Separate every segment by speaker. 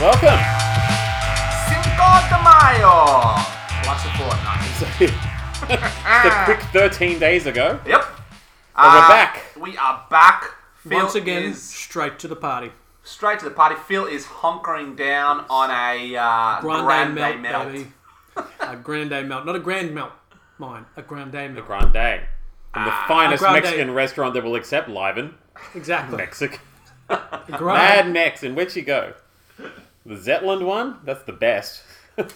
Speaker 1: Welcome.
Speaker 2: Cinco de Mayo. Once a fortnight.
Speaker 1: So, the quick 13 days ago.
Speaker 2: Yep.
Speaker 1: we're
Speaker 2: Uh,
Speaker 1: back.
Speaker 2: We are back. Phil
Speaker 3: Once again,
Speaker 2: is
Speaker 3: straight to the party.
Speaker 2: straight to the party. Phil is hunkering down on a uh,
Speaker 3: Grande,
Speaker 2: grande
Speaker 3: melt,
Speaker 2: melt.
Speaker 3: baby. a grande melt, not a grand melt. Mine, a grande melt.
Speaker 1: Grande. From the finest
Speaker 3: Grande.
Speaker 1: Mexican restaurant that will accept Liven.
Speaker 3: exactly.
Speaker 1: Mexican.
Speaker 3: A
Speaker 1: Mad
Speaker 3: grand.
Speaker 1: Mex. And where'd you go? The Zetland one? That's the best.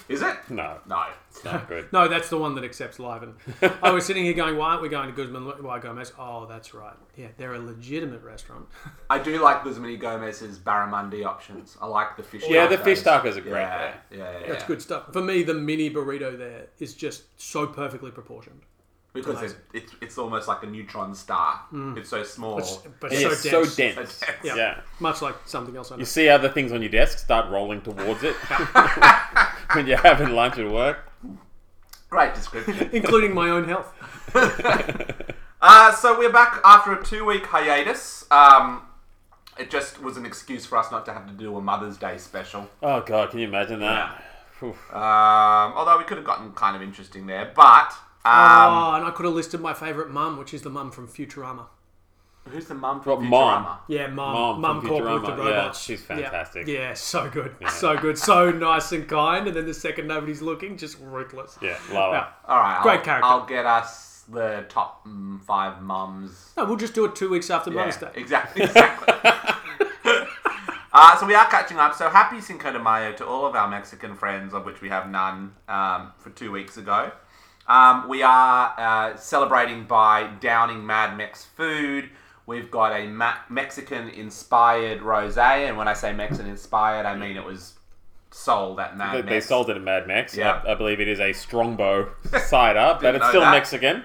Speaker 2: Is it?
Speaker 1: no,
Speaker 2: No.
Speaker 1: it's not good.
Speaker 3: No, that's the one that accepts Liven. I was sitting here going, why aren't we going to Guzman Why Gomez? Oh, that's right. Yeah, they're a legitimate restaurant.
Speaker 2: I do like Guzman y Gomez's barramundi options. I like the fish.
Speaker 1: Yeah, the
Speaker 2: tacos.
Speaker 1: fish tacos are great
Speaker 2: Yeah,
Speaker 1: there.
Speaker 2: yeah, yeah,
Speaker 3: That's good stuff. For me, the mini burrito there is just so perfectly proportioned.
Speaker 2: because it's, it's it's almost like a neutron star. It's so small.
Speaker 3: Mm. But
Speaker 1: And
Speaker 3: Oh, so,
Speaker 1: it's
Speaker 3: dense.
Speaker 1: so dense.
Speaker 2: So dense.
Speaker 1: Yeah.
Speaker 3: Yeah. Much like something else I know.
Speaker 1: You see other things on your desk start rolling towards it when you're having lunch at work.
Speaker 2: Great description.
Speaker 3: Including my own health.
Speaker 2: Uh, so we're back after a two-week hiatus. Um, it just was an excuse for us not to have to do a Mother's Day special.
Speaker 1: Oh, God, can you imagine that? Oof.
Speaker 2: Um, although we could have gotten kind of interesting there, but um,
Speaker 3: oh, and I could have listed my favourite mum, which is the mum from Futurama.
Speaker 2: who's the mum
Speaker 1: Well,
Speaker 2: from Futurama?
Speaker 1: Mom.
Speaker 3: Yeah,
Speaker 1: Mom
Speaker 3: mom,
Speaker 1: from
Speaker 3: mom corporate with the
Speaker 1: Futurama. Yeah,
Speaker 3: robots.
Speaker 1: she's
Speaker 3: Yeah.
Speaker 1: fantastic.
Speaker 3: Yeah, so good, so good, so nice and kind. And then the second nobody's looking, just ruthless.
Speaker 1: Yeah, love it.
Speaker 3: Yeah.
Speaker 2: All right,
Speaker 3: Great
Speaker 2: I'll,
Speaker 3: character.
Speaker 2: I'll get us the top mm, five mums.
Speaker 3: No, we'll just do it two weeks after Mother's
Speaker 2: Yeah,
Speaker 3: Day.
Speaker 2: exactly. Exactly. Uh, so we are catching up. So happy Cinco de Mayo to all of our Mexican friends, of which we have none um, for two weeks ago. Um, we are uh, celebrating by downing Mad Mex food. We've got a Ma- Mexican-inspired rosé, and when I say Mexican-inspired, I mean it was sold at Mad
Speaker 1: They,
Speaker 2: Mex.
Speaker 1: they sold it at Mad Max.
Speaker 2: Yeah.
Speaker 1: I, I believe it is a Strongbow cider, but
Speaker 2: Didn't
Speaker 1: it's
Speaker 2: know
Speaker 1: still
Speaker 2: that.
Speaker 1: Mexican.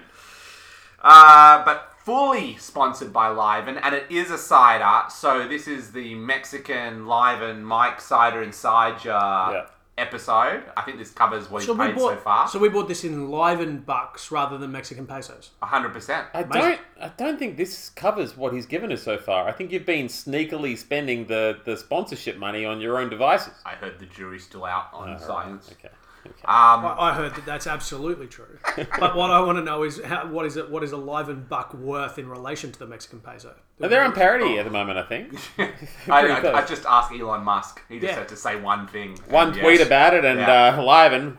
Speaker 2: Uh, but fully sponsored by Liven, and it is a cider. So this is the Mexican Liven Mike Cider and Side Jar
Speaker 1: Yeah.
Speaker 2: episode. I think this covers what
Speaker 3: So
Speaker 2: he's
Speaker 3: we
Speaker 2: paid
Speaker 3: bought.
Speaker 2: so far.
Speaker 3: we bought this in liven bucks rather than Mexican pesos.
Speaker 2: 100%.
Speaker 1: I don't. I don't think this covers what he's given us so far. I think you've been sneakily spending the, the sponsorship money on your own devices.
Speaker 2: I heard the jury's still out on science.
Speaker 1: Okay. okay.
Speaker 2: Um,
Speaker 3: I, I heard that that's absolutely true. but what I want to know is how, what is it? What is a liven buck worth in relation to the Mexican peso?
Speaker 1: But they're on parity at the moment. I think
Speaker 2: I,
Speaker 1: Pretty
Speaker 2: I,
Speaker 1: close.
Speaker 2: I just asked Elon Musk. He just
Speaker 3: Yeah.
Speaker 2: had to say one thing.
Speaker 1: one
Speaker 2: And
Speaker 1: tweet
Speaker 2: yes.
Speaker 1: about it and
Speaker 2: Yeah.
Speaker 1: uh, Liven.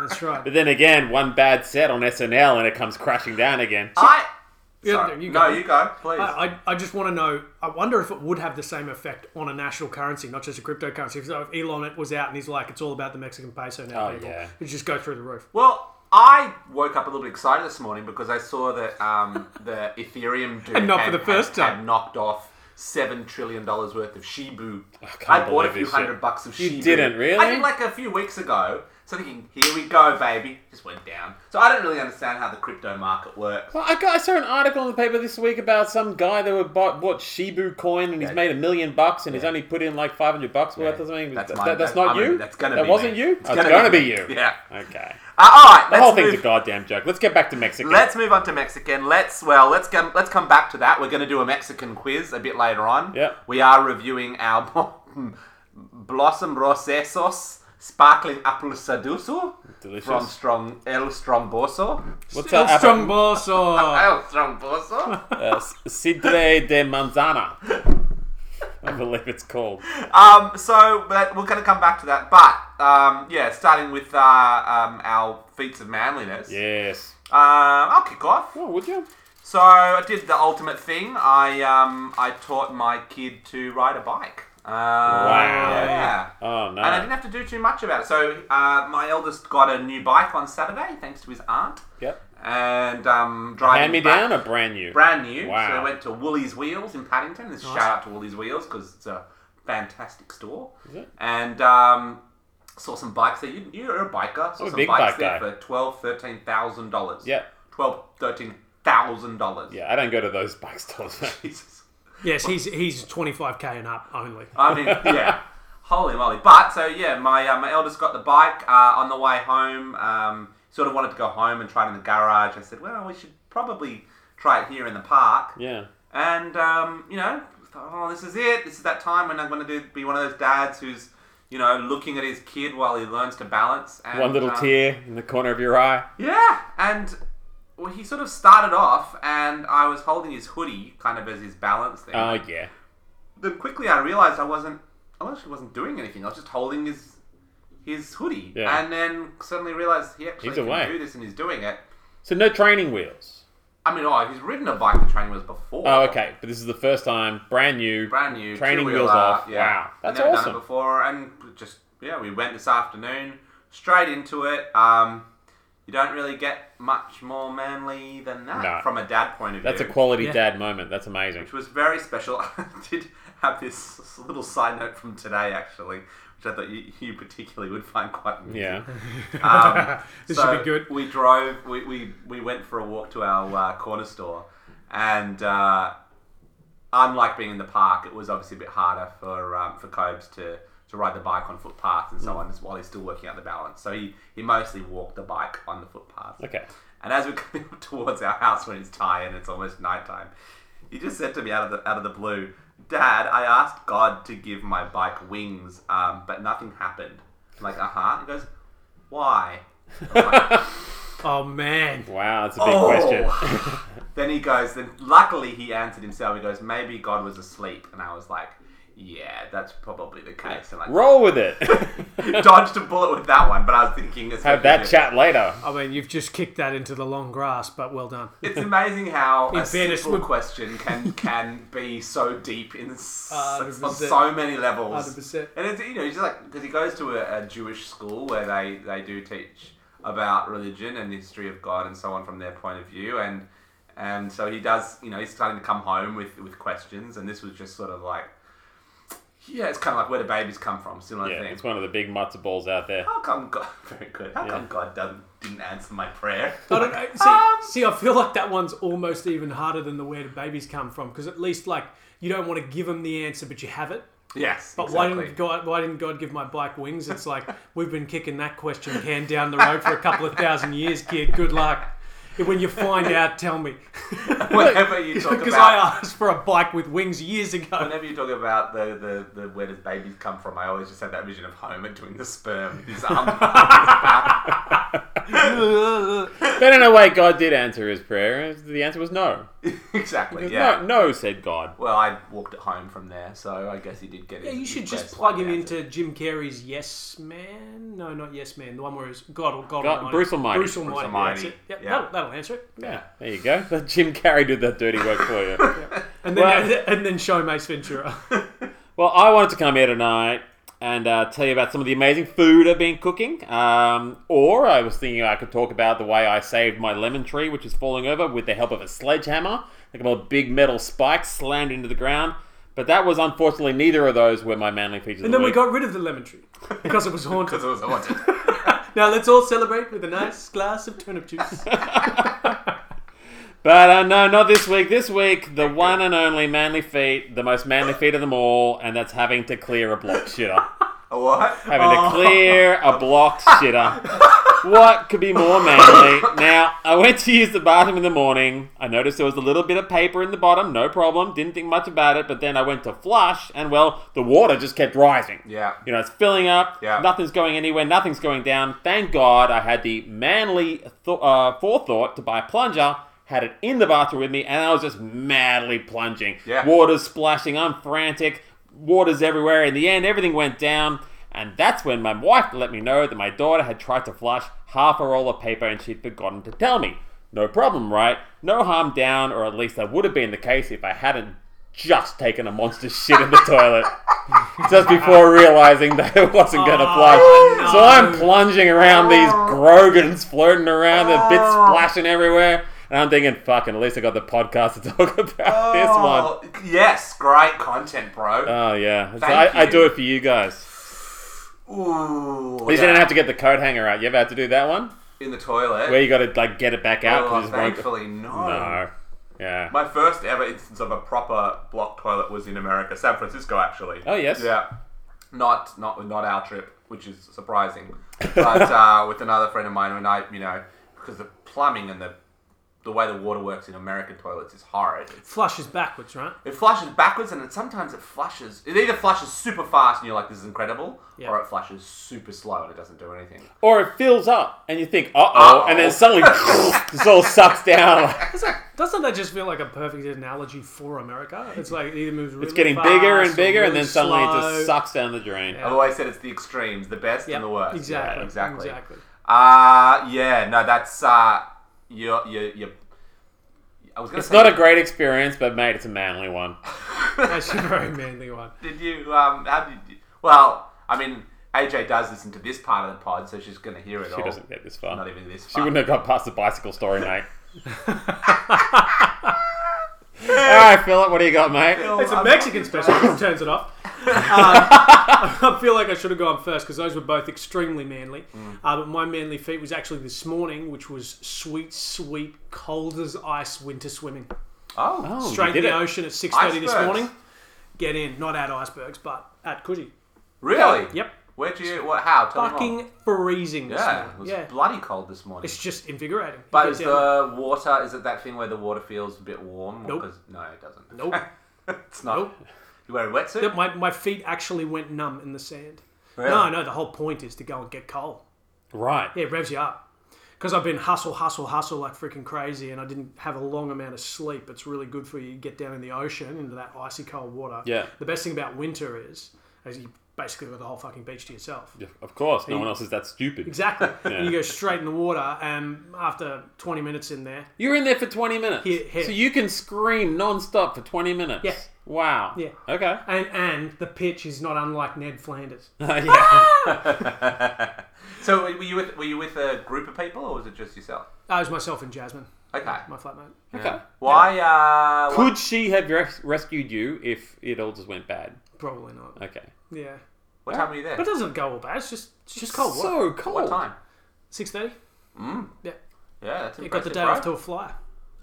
Speaker 3: That's right.
Speaker 1: But then again, one bad set on SNL and it comes crashing down again.
Speaker 2: I.
Speaker 3: Yeah,
Speaker 2: Sorry.
Speaker 3: you
Speaker 2: no,
Speaker 3: go.
Speaker 2: you go, please.
Speaker 3: I, I- I just want to know. I wonder if it would have the same effect on a national currency, not just a cryptocurrency. So if Elon was out and he's like, "It's all about the Mexican peso now,"
Speaker 1: Oh,
Speaker 3: people,"
Speaker 1: yeah.
Speaker 3: it'd just go through the roof.
Speaker 2: well, I woke up a little bit excited this morning because I saw that um, the Ethereum dude
Speaker 3: And not for
Speaker 2: had,
Speaker 3: the first
Speaker 2: had-
Speaker 3: time.
Speaker 2: had knocked off seven trillion dollars worth of Shibu. I,
Speaker 1: can't
Speaker 2: bought a
Speaker 1: believe
Speaker 2: few
Speaker 1: this
Speaker 2: hundred
Speaker 1: shit.
Speaker 2: bucks of
Speaker 1: You
Speaker 2: Shibu.
Speaker 1: didn't, really?
Speaker 2: I did like a few weeks ago. So thinking, here we go, baby. Just went down. So I don't really understand how the crypto market works.
Speaker 1: Well, I, got, I saw an article in the paper this week about some guy that would bought, bought Shibu coin and he's
Speaker 2: Yeah.
Speaker 1: made a million bucks and he's only put in like 500 bucks worth
Speaker 2: Yeah.
Speaker 1: or something.
Speaker 2: That's
Speaker 1: That-
Speaker 2: mine.
Speaker 1: that- that's
Speaker 2: That's-
Speaker 1: not
Speaker 2: I'm
Speaker 1: you?
Speaker 2: gonna- that's gonna
Speaker 1: that
Speaker 2: be
Speaker 1: wasn't
Speaker 2: me.
Speaker 1: you?
Speaker 2: It's
Speaker 1: Oh,
Speaker 2: gonna
Speaker 1: gonna
Speaker 2: be
Speaker 1: be
Speaker 2: me.
Speaker 1: you.
Speaker 2: Yeah.
Speaker 1: Okay.
Speaker 2: Uh, all right,
Speaker 1: The
Speaker 2: let's
Speaker 1: whole thing's
Speaker 2: move-
Speaker 1: a Oh, goddamn joke. Let's get back to Mexico.
Speaker 2: Let's move on to Mexican. Let's well, let's come let's come back to that. We're going to do a Mexican quiz a bit later on.
Speaker 1: Yep.
Speaker 2: We are reviewing our Blossom Rosesos Sparkling Apple Sadusu
Speaker 1: Delicious.
Speaker 2: from Strong El Stromboso.
Speaker 1: What's
Speaker 3: El
Speaker 1: our apple?
Speaker 3: Stromboso.
Speaker 2: El Stromboso.
Speaker 1: Uh, s- Sidre de manzana. I believe it's called.
Speaker 2: um, so but we're going to come back to that, but um, yeah, starting with uh, um, our feats of manliness.
Speaker 1: Yes.
Speaker 2: Um, I'll kick off.
Speaker 1: Oh, would you?
Speaker 2: So I did the ultimate thing. I um I taught my kid to ride a bike. Um, Yeah.
Speaker 1: Oh
Speaker 2: And
Speaker 1: no.
Speaker 2: I didn't have to do too much about it. So uh, my eldest got a new bike on Saturday, thanks to his aunt,
Speaker 1: Yep.
Speaker 2: and um, driving
Speaker 1: Hand me
Speaker 2: back-
Speaker 1: down or brand new?
Speaker 2: brand new. So
Speaker 1: Wow.
Speaker 2: I went to Woolies Wheels in Paddington. This is shout out to Woolies Wheels because it's a fantastic store.
Speaker 1: it?
Speaker 2: And um, saw some bikes there. You, you're a biker. Saw
Speaker 1: a
Speaker 2: some
Speaker 1: big
Speaker 2: bikes
Speaker 1: bike
Speaker 2: there
Speaker 1: guy.
Speaker 2: for twelve, thirteen thousand dollars.
Speaker 1: Yeah.
Speaker 2: Twelve, thirteen thousand dollars.
Speaker 1: yeah, I don't go to those bike stores.
Speaker 2: Jesus.
Speaker 3: Yes, he's he's 25k and up only.
Speaker 2: I mean, yeah. Holy moly! But so yeah, my uh, my eldest got the bike uh, on the way home. Um, sort of wanted to go home and try it in the garage. I said, well, we should probably try it here in the park.
Speaker 1: yeah.
Speaker 2: And um, you know, thought, oh, this is it. This is that time when I'm going to do, be one of those dads who's you know, looking at his kid while he learns to balance. And,
Speaker 1: One little
Speaker 2: um,
Speaker 1: tear in the corner of your eye.
Speaker 2: Yeah, and well, he sort of started off, and I was holding his hoodie kind of as his balance thing.
Speaker 1: Oh yeah.
Speaker 2: then quickly I realized I wasn't, I actually wasn't doing anything. I was just holding his his hoodie,
Speaker 1: Yeah.
Speaker 2: and then suddenly realized he actually
Speaker 1: He's
Speaker 2: can
Speaker 1: away.
Speaker 2: do this, and he's doing it.
Speaker 1: So no training wheels.
Speaker 2: I mean, oh, he's ridden a bike with training wheels before.
Speaker 1: Oh okay, but this is the first time, brand new.
Speaker 2: brand new
Speaker 1: Training
Speaker 2: two-wheeler,
Speaker 1: wheels off.
Speaker 2: Yeah.
Speaker 1: Wow,
Speaker 2: I've
Speaker 1: that's
Speaker 2: never
Speaker 1: awesome.
Speaker 2: Done it before, and just yeah, we went this afternoon straight into it. Um, you don't really get much more manly than that
Speaker 1: No.
Speaker 2: from a dad point of
Speaker 1: That's
Speaker 2: view.
Speaker 1: a quality
Speaker 3: Yeah.
Speaker 1: dad moment. That's amazing.
Speaker 2: which was very special. I did have this little side note from today, actually, which I thought you, you particularly would find quite amusing.
Speaker 1: Yeah.
Speaker 2: Um,
Speaker 3: This
Speaker 2: so
Speaker 3: should be good.
Speaker 2: We drove. We, we, we went for a walk to our uh, corner store, and uh, unlike being in the park, it was obviously a bit harder for um, for Cobes to, to ride the bike on footpaths
Speaker 1: Mm.
Speaker 2: and so on, as while he's still working out the balance. So he, he mostly walked the bike on the footpaths.
Speaker 1: Okay.
Speaker 2: And as we're coming up towards our house when it's tired and it's almost nighttime, he just said to me out of the out of the blue, "Dad, I asked God to give my bike wings, um, but nothing happened." I'm like, "Uh huh." He goes, "Why?"
Speaker 3: Oh man.
Speaker 1: Wow, that's a big
Speaker 2: Oh.
Speaker 1: question.
Speaker 2: Then he goes. Then luckily he answered himself. He goes, "Maybe God was asleep," and I was like, "Yeah, that's probably the case." And like,
Speaker 1: Roll with it.
Speaker 2: dodged a bullet with that one, but I was thinking, it's
Speaker 1: Have that chat later.
Speaker 3: I mean, you've just kicked that into the long grass, but well done.
Speaker 2: It's amazing how a
Speaker 3: fairness,
Speaker 2: simple
Speaker 3: we-
Speaker 2: question can can be so deep in s- on
Speaker 3: 100%.
Speaker 2: so many levels.
Speaker 3: 100%.
Speaker 2: And it's you know he's just like because he goes to a, a Jewish school where they they do teach about religion and the history of God and so on from their point of view and and so he does you know he's starting to come home with with questions and this was just sort of like yeah it's kind of like where do babies come from similar
Speaker 1: Yeah,
Speaker 2: thing
Speaker 1: it's one of the big matzo balls out there.
Speaker 2: how come God very good how come God doesn't didn't answer my prayer
Speaker 3: I don't know. See,
Speaker 2: Um,
Speaker 3: see, I feel like that one's almost even harder than the where do babies come from because at least like you don't want to give them the answer, but you have it.
Speaker 2: yes
Speaker 3: But
Speaker 2: exactly.
Speaker 3: why didn't God? Why didn't God give my bike wings? It's like we've been kicking that question can down the road for a couple of thousand years, kid. Good luck. When you find out, tell me.
Speaker 2: whenever you talk
Speaker 3: Because
Speaker 2: about
Speaker 3: I asked for a bike with wings years ago.
Speaker 2: Whenever you talk about the, the, the where does babies come from, I always just have that vision of Homer doing the sperm. with His arm.
Speaker 1: But in a way, God did answer his prayer. The answer was no.
Speaker 2: exactly. Yeah.
Speaker 1: No, no, said God.
Speaker 2: Well, I walked it home from there, so I guess he did get it.
Speaker 3: Yeah, you should just plug him into Jim Carrey's Yes Man. No, not Yes Man. The one where it's God or God,
Speaker 1: God-
Speaker 3: Almighty.
Speaker 1: Bruce Almighty.
Speaker 3: Bruce Almighty.
Speaker 2: Bruce Almighty.
Speaker 3: That's it. Yep,
Speaker 2: Yeah.
Speaker 3: That'll, that'll answer it.
Speaker 1: Yeah, there you go. Let Jim Carrey did that dirty work for you.
Speaker 3: And then,
Speaker 1: Well-
Speaker 3: and then show Mace Ventura.
Speaker 1: well, I wanted to come here tonight and uh, tell you about some of the amazing food I've been cooking. Um, or I was thinking I could talk about the way I saved my lemon tree, which is falling over, with the help of a sledgehammer. Like a little big metal spike slammed into the ground. But that was unfortunately neither of those were my manly features.
Speaker 3: And then we got rid of the lemon tree because it was haunted.
Speaker 2: Because it was haunted.
Speaker 3: Now let's all celebrate with a nice glass of turnip juice.
Speaker 1: But uh, no, not this week. This week, the one and only manly feat, the most manly feat of them all, and that's having to clear a block shitter.
Speaker 2: A what? Oh.
Speaker 1: Having to clear a blocked shitter. What could be more manly? Now, I went to use the bathroom in the morning. I noticed there was a little bit of paper in the bottom, no problem. Didn't think much about it, but then I went to flush, and well, the water just kept rising.
Speaker 2: Yeah.
Speaker 1: You know, it's filling up.
Speaker 2: Yeah.
Speaker 1: Nothing's going anywhere. Nothing's going down. Thank God I had the manly th- uh, forethought to buy a plunger. Had it in the bathroom with me, and I was just madly plunging.
Speaker 2: Yeah.
Speaker 1: Water's splashing. I'm frantic. Water's everywhere. In the end, everything went down. And that's when my wife let me know that my daughter had tried to flush half a roll of paper and she'd forgotten to tell me. No problem, right? No harm down, or at least that would have been the case if I hadn't just taken a monster shit in the toilet just before realizing that it wasn't going to flush.
Speaker 3: no.
Speaker 1: So I'm plunging around these Grogans floating around, the bits splashing everywhere. And I'm thinking, fucking, at least I got the podcast to talk about this one.
Speaker 2: Oh, Yes, great content, bro.
Speaker 1: Oh, yeah. So
Speaker 2: Thank
Speaker 1: I, I do
Speaker 2: you.
Speaker 1: it for you guys.
Speaker 2: Ooh.
Speaker 1: At least
Speaker 2: yeah.
Speaker 1: I didn't have to get the coat hanger out. You ever had to do that one?
Speaker 2: in the toilet.
Speaker 1: Where you got to, like, get it back out? 'cause
Speaker 2: oh,
Speaker 1: it just won't-
Speaker 2: thankfully, no.
Speaker 1: No. Yeah.
Speaker 2: My first ever instance of a proper block toilet was in America, San Francisco, actually.
Speaker 1: Oh, yes.
Speaker 2: Yeah, not not not our trip, which is surprising, but uh, with another friend of mine, when I you know because the plumbing and the the way the water works in American toilets is horrid. It's-
Speaker 3: Flushes backwards, right?
Speaker 2: It flushes backwards, and it, sometimes it flushes. It either flushes super fast, and you're like, "This is incredible,"
Speaker 3: Yeah.
Speaker 2: or it flushes super slow, and it doesn't do anything.
Speaker 1: Or it fills up and you think, uh oh, and then suddenly this all sucks down.
Speaker 3: Doesn't that just feel like a perfect analogy for America? It's like it either moves really
Speaker 1: It's getting bigger and
Speaker 3: fast or
Speaker 1: bigger, and
Speaker 3: really
Speaker 1: then suddenly it
Speaker 3: slow.
Speaker 1: just sucks down the drain.
Speaker 3: Yeah.
Speaker 2: I've always said it's the extremes, the best
Speaker 3: Yep,
Speaker 2: and the worst.
Speaker 3: Exactly.
Speaker 2: Yeah, exactly.
Speaker 3: Exactly.
Speaker 2: Uh yeah, no, that's uh, your your your. I was gonna
Speaker 1: It's
Speaker 2: say
Speaker 1: not a great experience, but mate, it's a manly one.
Speaker 3: That's a very manly one.
Speaker 2: Did you um? How did you? Well, I mean, AJ does listen to this part of the pod, so she's gonna hear it
Speaker 1: She
Speaker 3: Oh,
Speaker 2: all.
Speaker 1: doesn't get this far.
Speaker 2: Not even this.
Speaker 1: She
Speaker 2: far.
Speaker 1: wouldn't have got past the bicycle story, mate. all right, Philip, what do you got, mate?
Speaker 2: Phil,
Speaker 3: It's a
Speaker 2: I'm-
Speaker 3: Mexican special. It turns it off. Um, I feel like I should have gone first because those were both extremely manly.
Speaker 2: Mm.
Speaker 3: Uh, but my manly feat was actually this morning, which was sweet, sweet, cold as ice winter swimming.
Speaker 2: Oh,
Speaker 1: Oh, you
Speaker 3: Straight in
Speaker 1: did
Speaker 3: the
Speaker 1: it.
Speaker 3: ocean at six thirty this
Speaker 2: Icebergs.
Speaker 3: morning. Get in, not at icebergs, but at Coogee.
Speaker 2: really?
Speaker 3: Yep.
Speaker 2: Where'd you? What? How? Tell me more.
Speaker 3: Fucking freezing. This
Speaker 2: Yeah, it was
Speaker 3: morning. yeah.
Speaker 2: bloody cold this morning.
Speaker 3: It's just invigorating.
Speaker 2: But
Speaker 3: It
Speaker 2: is
Speaker 3: goes down-
Speaker 2: the water? Is it that thing where the water feels a bit warm?
Speaker 3: Nope.
Speaker 2: Because- No, it doesn't.
Speaker 3: Nope.
Speaker 2: it's not.
Speaker 3: Nope.
Speaker 2: You wear a wetsuit?
Speaker 3: Yep, my, my feet actually went numb in the sand.
Speaker 2: Really?
Speaker 3: No, no, the whole point is to go and get cold.
Speaker 1: Right.
Speaker 3: Yeah, it revs you up. Because I've been hustle, hustle, hustle like freaking crazy and I didn't have a long amount of sleep. It's really good for you. You get down in the ocean into that icy cold water.
Speaker 1: Yeah.
Speaker 3: The best thing about winter is, is you basically got the whole fucking beach to yourself.
Speaker 1: Of course, no one else is that stupid.
Speaker 3: Exactly. And you go straight in the water and after 20 minutes in there,
Speaker 1: You're in there for 20 minutes.
Speaker 3: Here- here.
Speaker 1: So you can scream non-stop for 20 minutes.
Speaker 3: Yeah.
Speaker 1: Wow.
Speaker 3: Yeah.
Speaker 1: Okay.
Speaker 3: and, and the pitch is not unlike Ned Flanders. Uh,
Speaker 1: yeah.
Speaker 2: So were you with were you with a group of people or was it just yourself?
Speaker 3: I was myself and Jasmine,
Speaker 2: Okay.
Speaker 3: my flatmate.
Speaker 1: Okay.
Speaker 2: Why? Uh, why-
Speaker 1: Could she have res- rescued you if it all just went bad?
Speaker 3: Probably not.
Speaker 1: Okay.
Speaker 3: Yeah.
Speaker 2: what time were you there?
Speaker 3: But it doesn't go all bad. It's just it's just cold water.
Speaker 1: So cold.
Speaker 2: What time?
Speaker 3: Six thirty. Yeah.
Speaker 2: Yeah, that's
Speaker 3: It got
Speaker 2: Mm. impressive.
Speaker 3: the day
Speaker 2: bro.
Speaker 3: off to a flyer.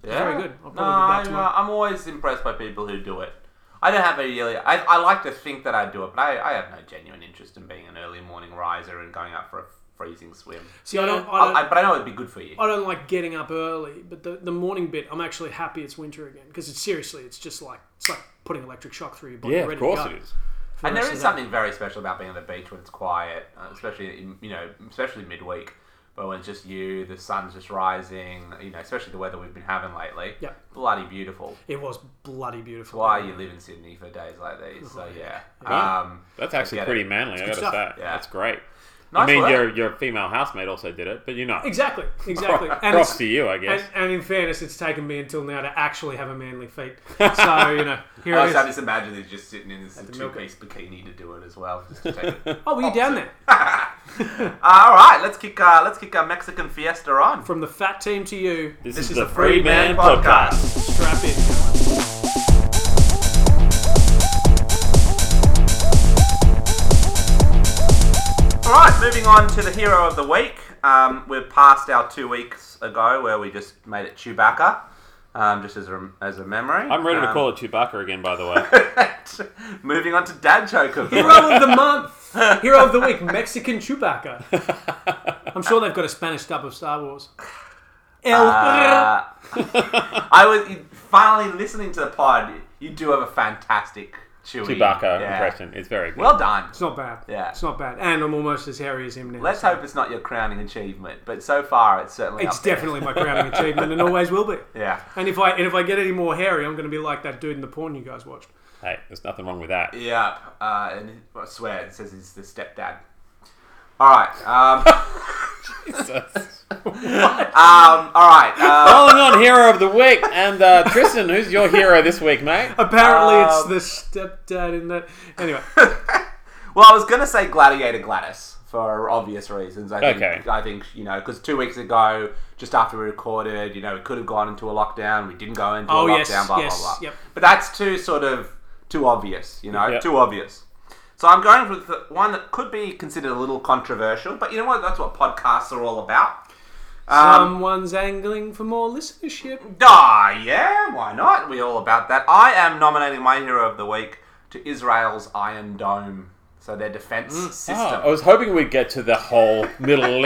Speaker 2: Yeah.
Speaker 3: very good. I'll probably
Speaker 2: no,
Speaker 3: be back
Speaker 2: I'm,
Speaker 3: tomorrow.
Speaker 2: uh, I'm always impressed by people who do it. I don't have a really. I, I like to think that I do it, but I, I have no genuine interest in being an early morning riser and going out for a freezing swim.
Speaker 3: See, I don't, I
Speaker 2: I,
Speaker 3: don't,
Speaker 2: Oh, I, but I know it'd be good for you.
Speaker 3: I don't like getting up early, but the, the morning bit, I'm actually happy it's winter again because it's seriously, it's just like it's like putting electric shock through your body.
Speaker 1: Yeah,
Speaker 3: ready
Speaker 1: of course
Speaker 3: to go.
Speaker 1: it is.
Speaker 2: And there
Speaker 3: the rest
Speaker 2: is
Speaker 3: of that.
Speaker 2: something very special about being on the beach when it's quiet, uh, especially in, you know, especially midweek, but when it's just you, the sun's just rising, you know, especially the weather we've been having lately.
Speaker 3: Yep.
Speaker 2: bloody beautiful.
Speaker 3: It was bloody beautiful.
Speaker 2: Why you live in Sydney for days like these? So yeah, um,
Speaker 1: That's actually
Speaker 2: get
Speaker 1: pretty
Speaker 2: it.
Speaker 1: manly, I gotta
Speaker 3: good stuff.
Speaker 1: say.
Speaker 2: Yeah.
Speaker 1: That's great. I
Speaker 2: Nice
Speaker 1: mean,
Speaker 2: work.
Speaker 1: your your female housemate also did it, but you know.
Speaker 3: Exactly, exactly. And
Speaker 1: Props
Speaker 3: it's-
Speaker 1: to you, I guess.
Speaker 3: And, and in fairness, it's taken me until now to actually have a manly feat. So you know, here
Speaker 2: I
Speaker 3: it
Speaker 2: was I
Speaker 3: is.
Speaker 2: just imagine he's just sitting in this
Speaker 3: the
Speaker 2: two
Speaker 3: milk
Speaker 2: piece bikini to do it as well. Just to take it.
Speaker 3: Oh, were you down there?
Speaker 2: Uh, all right, let's kick uh, let's kick our Mexican fiesta on.
Speaker 3: From the fat team to you,
Speaker 1: this, is, the Free Man, Podcast.
Speaker 3: strap in.
Speaker 2: All right, moving on to the hero of the week. Um, we're past our two weeks ago where we just made it Chewbacca, um, just as a, as a memory.
Speaker 1: I'm ready to
Speaker 2: Um,
Speaker 1: call it Chewbacca again, by the way.
Speaker 2: moving on to dad joke of the week.
Speaker 3: Hero of the month, hero of the week, Mexican Chewbacca. I'm sure they've got a Spanish dub of Star Wars. El
Speaker 2: Uh, I was finally listening to the pod. You do have a fantastic Chewie
Speaker 1: Chewbacca
Speaker 2: yeah.
Speaker 1: impression. It's very good.
Speaker 2: Well done.
Speaker 3: It's not bad.
Speaker 2: Yeah.
Speaker 3: It's not bad. And I'm almost as hairy as him now.
Speaker 2: Let's hope it's not your crowning achievement, but so far it's certainly.
Speaker 3: it's
Speaker 2: up there.
Speaker 3: definitely my crowning achievement and always will be.
Speaker 2: Yeah.
Speaker 3: And if I and if I get any more hairy, I'm going to be like that dude in the porn you guys watched.
Speaker 1: hey, there's nothing wrong with that.
Speaker 2: Yeah, uh, and I swear it says he's the stepdad. All right. Um,
Speaker 1: uh,
Speaker 2: um, all right. Uh,
Speaker 1: Rolling on Hero of the Week. And uh, Tristan, who's your hero this week, mate?
Speaker 3: Apparently,
Speaker 2: Um,
Speaker 3: it's the stepdad in that. Anyway,
Speaker 2: well, I was gonna say Gladiator Gladys for obvious reasons. I think,
Speaker 1: Okay.
Speaker 2: I think you know because two weeks ago, just after we recorded, you know, we could have gone into a lockdown. We didn't go into
Speaker 3: Oh,
Speaker 2: a lockdown.
Speaker 3: yes,
Speaker 2: blah
Speaker 3: yes,
Speaker 2: blah blah.
Speaker 3: yep.
Speaker 2: But that's too sort of too obvious. You know,
Speaker 1: Yep.
Speaker 2: too obvious. So I'm going with the one that could be considered a little controversial, but you know what? That's what podcasts are all about.
Speaker 3: someone's angling for more listenership.
Speaker 2: Ah, yeah, why not? We're all about that. I am nominating my hero of the week to Israel's Iron Dome So their defense
Speaker 3: Mm,
Speaker 2: system.
Speaker 1: Oh, I was hoping we'd get to the whole Middle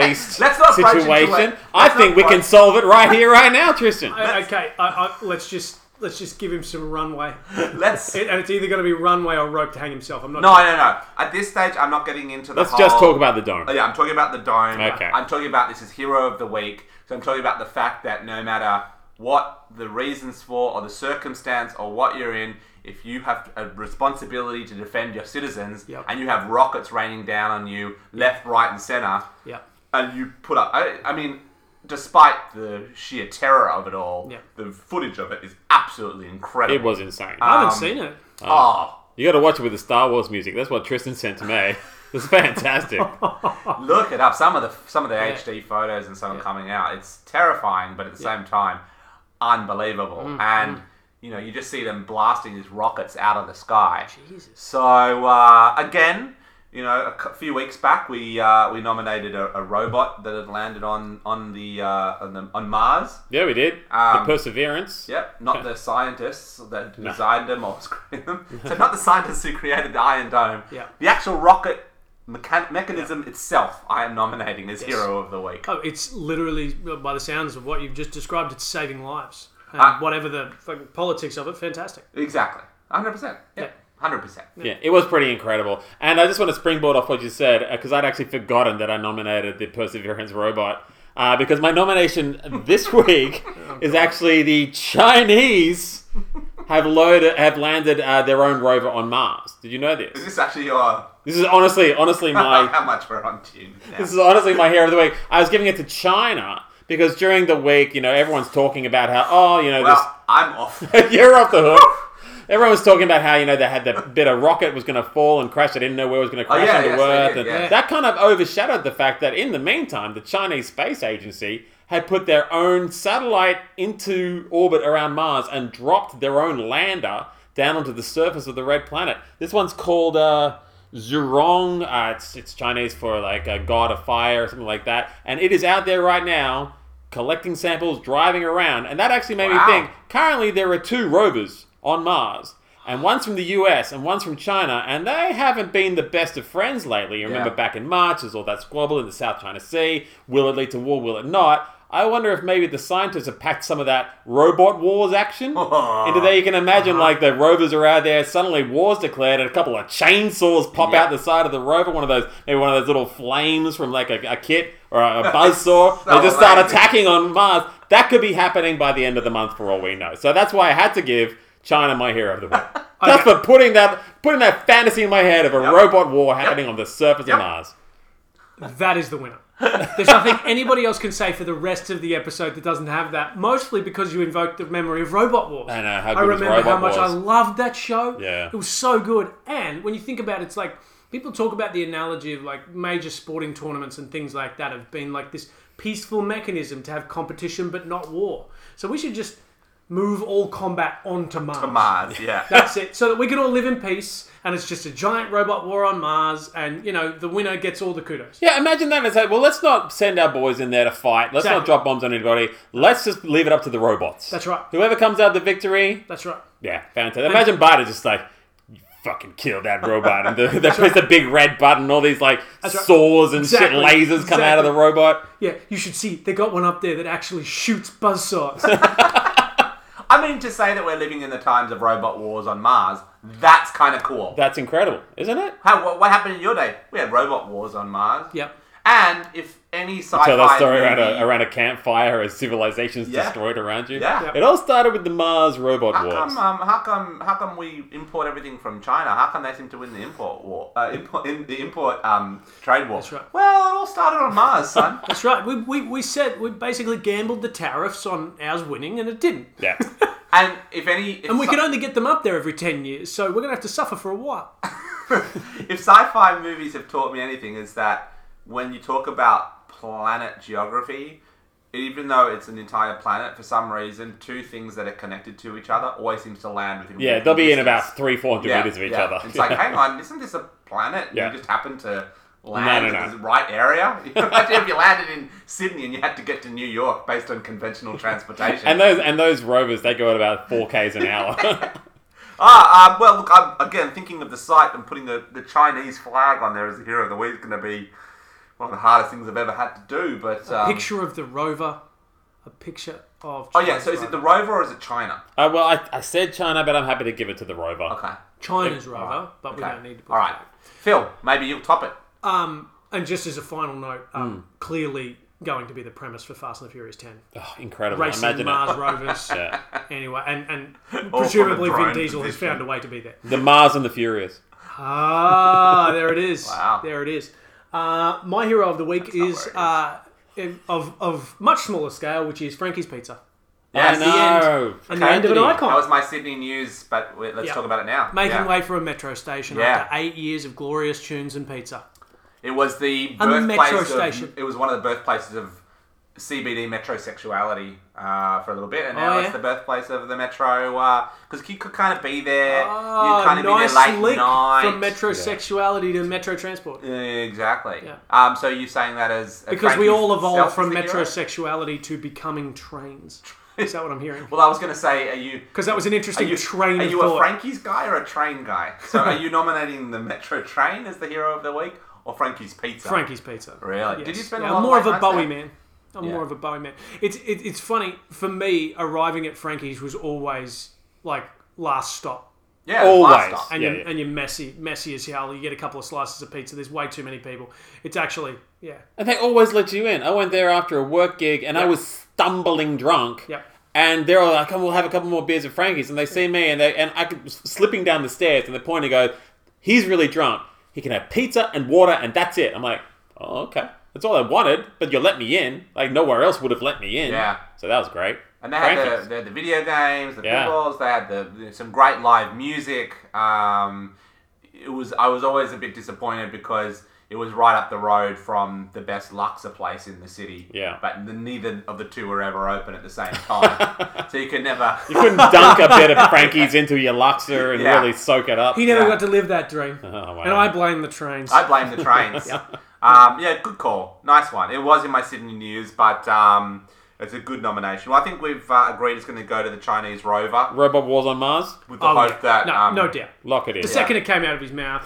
Speaker 1: East
Speaker 2: Let's not budge into it.
Speaker 1: situation.
Speaker 2: Let's
Speaker 1: I
Speaker 2: not
Speaker 1: think we can
Speaker 2: budge.
Speaker 1: solve it right here, right now, Tristan.
Speaker 3: I- Uh, okay, I, I, let's just let's just give him some runway,
Speaker 2: Let's.
Speaker 3: It- and it's either going to be runway or rope to hang himself. I'm not.
Speaker 2: No, no, no. At this stage, I'm not getting into the.
Speaker 1: Let's just
Speaker 2: whole-
Speaker 1: talk about the dome.
Speaker 2: Oh, yeah, I'm talking about the dome.
Speaker 1: Okay.
Speaker 2: I'm talking about this is hero of the week. So I'm talking about the fact that no matter what the reasons for or the circumstance or what you're in, if you have a responsibility to defend your citizens
Speaker 3: Yep.
Speaker 2: and you have rockets raining down on you left, right, and center,
Speaker 3: Yeah.
Speaker 2: and you put up. I, I mean, despite the sheer terror of it all,
Speaker 3: Yeah.
Speaker 2: the footage of it is absolutely incredible.
Speaker 1: It was insane.
Speaker 3: I haven't
Speaker 2: Um,
Speaker 3: seen it.
Speaker 2: Oh,
Speaker 1: You got to watch it with the Star Wars music. That's what Tristan sent to me. It's fantastic.
Speaker 2: look it up. Some of the some of the
Speaker 3: Yeah.
Speaker 2: HD photos and so on coming out. It's terrifying, but at the same time, unbelievable.
Speaker 3: Mm,
Speaker 2: And you know, you just see them blasting these rockets out of the sky.
Speaker 3: Jesus.
Speaker 2: So uh, again, you know, a cou- few weeks back, we uh, we nominated a, a robot that had landed on on the uh, on, the, on Mars.
Speaker 1: yeah, we did. the
Speaker 2: Um,
Speaker 1: Perseverance.
Speaker 2: Yep, not the scientists that designed them or created them. So not the scientists who created the Iron Dome.
Speaker 3: Yeah.
Speaker 2: The actual rocket mechan- mechanism itself, I am nominating as hero of the week.
Speaker 3: Oh, it's literally by the sounds of what you've just described, it's saving lives. And
Speaker 2: Ah.
Speaker 3: whatever the fucking politics of it, fantastic.
Speaker 2: Exactly, hundred percent.
Speaker 3: Yeah.
Speaker 2: Yeah, hundred percent.
Speaker 1: Yeah, it was pretty incredible. And I just want to springboard off what you said because I'd actually forgotten that I nominated the Perseverance robot. Uh, because my nomination this week
Speaker 2: Oh,
Speaker 1: is actually the Chinese have loaded have landed uh, their own rover on Mars. Did you know
Speaker 2: Is
Speaker 1: this?
Speaker 2: this actually your?
Speaker 1: This is honestly, honestly my
Speaker 2: how much we're on tune? now.
Speaker 1: this is honestly my hero of the week. I was giving it to China because during the week, you know, everyone's talking about how oh, you know, this
Speaker 2: well, I'm off.
Speaker 1: You're off the hook. Everyone was talking about how you know they had the bit of rocket was going to fall and crash. They didn't know where it was going to crash
Speaker 2: Oh, yeah,
Speaker 1: onto
Speaker 2: yes, they
Speaker 1: Earth,
Speaker 2: did,
Speaker 1: and
Speaker 2: yeah.
Speaker 1: that kind of overshadowed the fact that in the meantime, the Chinese space agency had put their own satellite into orbit around Mars and dropped their own lander down onto the surface of the red planet. This one's called. Uh, Zhurong, uh, it's, it's Chinese for like a god of fire or something like that. And it is out there right now collecting samples, driving around. And that actually made
Speaker 2: Wow.
Speaker 1: me think Currently, there are two rovers on Mars, and one's from the US and one's from China, and they haven't been the best of friends lately. You remember
Speaker 2: Yeah.
Speaker 1: back in March, there's all that squabble in the South China Sea. Will it lead to war? Will it not? I wonder if maybe the scientists have packed some of that robot wars action into there. You can imagine,
Speaker 2: Uh-huh.
Speaker 1: like, the rovers are out there, suddenly war's declared, and a couple of chainsaws pop
Speaker 2: Yeah.
Speaker 1: out the side of the rover, one of those, maybe one of those little flames from, like, a, a kit or a, a buzzsaw. they just start
Speaker 2: amazing.
Speaker 1: attacking attacking on Mars. That could be happening by the end of the month for all we know. So that's why I had to give China my hero of the week. Just for putting that putting that fantasy in my head of a robot war happening on the surface
Speaker 2: Yep.
Speaker 1: of Mars.
Speaker 3: That is the winner. There's nothing anybody else can say for the rest of the episode that doesn't have that, mostly because you invoked the memory of Robot Wars.
Speaker 1: I know, uh, how
Speaker 3: I
Speaker 1: good was
Speaker 3: remember how
Speaker 1: Robot
Speaker 3: much I
Speaker 1: Wars?
Speaker 3: loved that show.
Speaker 1: Yeah.
Speaker 3: It was so good. And when you think about it, it's like people talk about the analogy of like major sporting tournaments and things like that have been like this peaceful mechanism to have competition but not war. So we should just move all combat onto
Speaker 2: Mars, yeah.
Speaker 3: That's it. So that we can all live in peace, and it's just a giant robot war on Mars, and you know the winner gets all the kudos.
Speaker 1: Yeah, imagine that. It's like, well, let's not send our boys in there to fight. Let's not
Speaker 3: Exactly.
Speaker 1: drop bombs on anybody. Let's just leave it up to the robots.
Speaker 3: That's right.
Speaker 1: Whoever comes out the victory,
Speaker 3: That's right.
Speaker 1: yeah, fantastic. Imagine Biden just like. "You Fucking kill that robot, and the, they press the big red button. All these like
Speaker 3: right.
Speaker 1: saws and
Speaker 3: Exactly.
Speaker 1: shit, lasers come out of
Speaker 3: Exactly.
Speaker 1: the robot.
Speaker 3: Yeah, you should see they got one up there that actually shoots buzzsaws.
Speaker 2: I mean, to say that we're living in the times of robot wars on Mars, that's kind of cool.
Speaker 1: That's incredible, isn't it?
Speaker 2: How, what, what happened in your day? We had robot wars on Mars.
Speaker 3: yep.
Speaker 2: And if any sci-fi
Speaker 1: tell that story
Speaker 2: movie,
Speaker 1: around a, around a campfire as civilization's
Speaker 2: Yeah.
Speaker 1: destroyed around you.
Speaker 2: Yeah.
Speaker 1: It all started with the Mars robot
Speaker 2: How
Speaker 1: wars.
Speaker 2: come, um, how come? How come we import everything from China? How come they seem to win the import war? Uh, import, in, the import um, trade war.
Speaker 3: That's right.
Speaker 2: Well, it all started on Mars, son.
Speaker 3: That's right. We, we, we said we basically gambled the tariffs on ours winning, and it didn't.
Speaker 1: Yeah.
Speaker 2: and if any, if
Speaker 3: And we
Speaker 2: sci-
Speaker 3: can only get them up there every 10 years, so we're going to have to suffer for a while.
Speaker 2: if sci-fi movies have taught me anything, is that when you talk about planet geography, even though it's an entire planet, for some reason, two things that are connected to each other always seems to land within.
Speaker 1: Yeah,
Speaker 2: walking
Speaker 1: they'll be in
Speaker 2: distance.
Speaker 1: about three, four hundred meters of each other.
Speaker 2: It's like, hang on, isn't this a planet?
Speaker 1: Yeah.
Speaker 2: You just happen to land
Speaker 1: No, no,
Speaker 2: in
Speaker 1: no.
Speaker 2: the right area. Imagine if you landed in Sydney and you had to get to New York based on conventional transportation.
Speaker 1: and those and those rovers, they go at about four k's an hour.
Speaker 2: Ah, um, well, look, I'm again thinking of the site and putting the, the Chinese flag on there as the hero of the week is going to be one of the hardest things I've ever had to do. But um,
Speaker 3: picture of the rover, a picture of.
Speaker 2: Oh yeah, so is it the rover or is it China?
Speaker 1: Uh, well, I, I said China, but I'm happy to give it to the rover.
Speaker 2: Okay,
Speaker 3: China's rover? But we
Speaker 2: okay.
Speaker 3: don't need to. Put
Speaker 2: All right, Phil, maybe you'll top it.
Speaker 3: Um, and just as a final note, um,
Speaker 2: Hmm.
Speaker 3: clearly going to be the premise for Fast and the Furious Ten,
Speaker 1: Oh, incredible.
Speaker 3: racing
Speaker 1: Imagine
Speaker 3: Mars
Speaker 1: it.
Speaker 3: rovers.
Speaker 1: Yeah.
Speaker 3: Anyway, and and
Speaker 2: All
Speaker 3: presumably
Speaker 2: from a
Speaker 3: Vin
Speaker 2: drone
Speaker 3: Diesel has
Speaker 2: position.
Speaker 3: found a way to be there.
Speaker 1: The Mars and the Furious.
Speaker 3: Ah, there it is.
Speaker 2: Wow.
Speaker 3: There it is. Uh, my hero of the week
Speaker 2: not
Speaker 3: is, uh,
Speaker 2: where
Speaker 3: of of much smaller scale, which is Frankie's Pizza.
Speaker 2: Yes.
Speaker 1: I know.
Speaker 3: And the end of an
Speaker 1: Tragedy.
Speaker 3: icon.
Speaker 2: That was my Sydney news, but we, let's
Speaker 3: Yeah.
Speaker 2: talk about it now.
Speaker 3: Making
Speaker 2: Yeah.
Speaker 3: way for a metro station
Speaker 2: Yeah.
Speaker 3: after eight years of glorious tunes and pizza.
Speaker 2: It was the
Speaker 3: And the
Speaker 2: birthplace
Speaker 3: metro
Speaker 2: of,
Speaker 3: station.
Speaker 2: It was one of the birthplaces of CBD metrosexuality uh, for a little bit, and now
Speaker 3: Oh,
Speaker 2: it's
Speaker 3: yeah?
Speaker 2: the birthplace of the metro because you could kind of be there.
Speaker 3: Oh,
Speaker 2: you kind of
Speaker 3: nice
Speaker 2: be there late
Speaker 3: link
Speaker 2: night.
Speaker 3: from metrosexuality to metro transport.
Speaker 2: Yeah, exactly.
Speaker 3: Yeah.
Speaker 2: Um, so you're saying that as
Speaker 3: Because we all evolved from
Speaker 2: metrosexuality.
Speaker 3: metrosexuality to becoming trains. Is that what I'm hearing?
Speaker 2: Well, I was going to say, are you?
Speaker 3: Because that was an
Speaker 2: Are
Speaker 3: interesting
Speaker 2: you,
Speaker 3: train
Speaker 2: are
Speaker 3: of
Speaker 2: you a
Speaker 3: thought.
Speaker 2: Frankie's guy or a train guy? So are you nominating the Metro Train as the hero of the week or Frankie's Pizza?
Speaker 3: Frankie's Pizza.
Speaker 2: Really?
Speaker 3: Yes.
Speaker 2: Did you spend a
Speaker 3: Yeah,
Speaker 2: lot
Speaker 3: I'm more of
Speaker 2: late
Speaker 3: a
Speaker 2: nights
Speaker 3: Bowie
Speaker 2: there?
Speaker 3: man. I'm
Speaker 2: Yeah.
Speaker 3: more of a Bowie man. It's it, it's funny for me. Arriving at Frankie's was always like last stop.
Speaker 2: Yeah,
Speaker 1: Always.
Speaker 2: last stop.
Speaker 3: and
Speaker 1: Yeah,
Speaker 3: you're,
Speaker 1: yeah.
Speaker 3: and you're messy, messy as hell. You get a couple of slices of pizza. There's way too many people. It's actually, yeah,
Speaker 1: And they always let you in. I went there after a work gig and I was stumbling drunk.
Speaker 3: Yep.
Speaker 1: And they're all like, "Come, we'll have a couple more beers at Frankie's." And they see me, and they and I could slipping down the stairs, and they point and go, "He's really drunk. He can have pizza and water, and that's it." I'm like, "Oh, okay. That's all I wanted." But you let me in. Like nowhere else would have let me in.
Speaker 2: Yeah.
Speaker 1: So that was great.
Speaker 2: And they had
Speaker 1: Frankie's.
Speaker 2: the, they had the video games, the
Speaker 1: Yeah.
Speaker 2: footballs. They had the some great live music. Um, it was I was always a bit disappointed because it was right up the road from the best Luxor place in the city.
Speaker 1: Yeah.
Speaker 2: but the, neither of the two were ever open at the same time, so you could never.
Speaker 1: You couldn't dunk a bit of Frankie's into your Luxor and
Speaker 2: Yeah.
Speaker 1: really soak it up. Oh,
Speaker 3: he never
Speaker 2: Yeah. Oh,
Speaker 3: got to live that dream.
Speaker 1: wow.
Speaker 3: And I blame the trains.
Speaker 2: I blame the trains. Um, yeah, good call. Nice one. It was in my Sydney news, but um, it's a good nomination. Well, I think we've uh, agreed it's going to go to the Chinese rover
Speaker 1: Robot Wars on Mars.
Speaker 2: with the
Speaker 3: Oh,
Speaker 2: hope
Speaker 3: yeah.
Speaker 2: that
Speaker 3: no,
Speaker 2: um,
Speaker 3: no doubt.
Speaker 1: Lock it in.
Speaker 3: The second it came out of his mouth,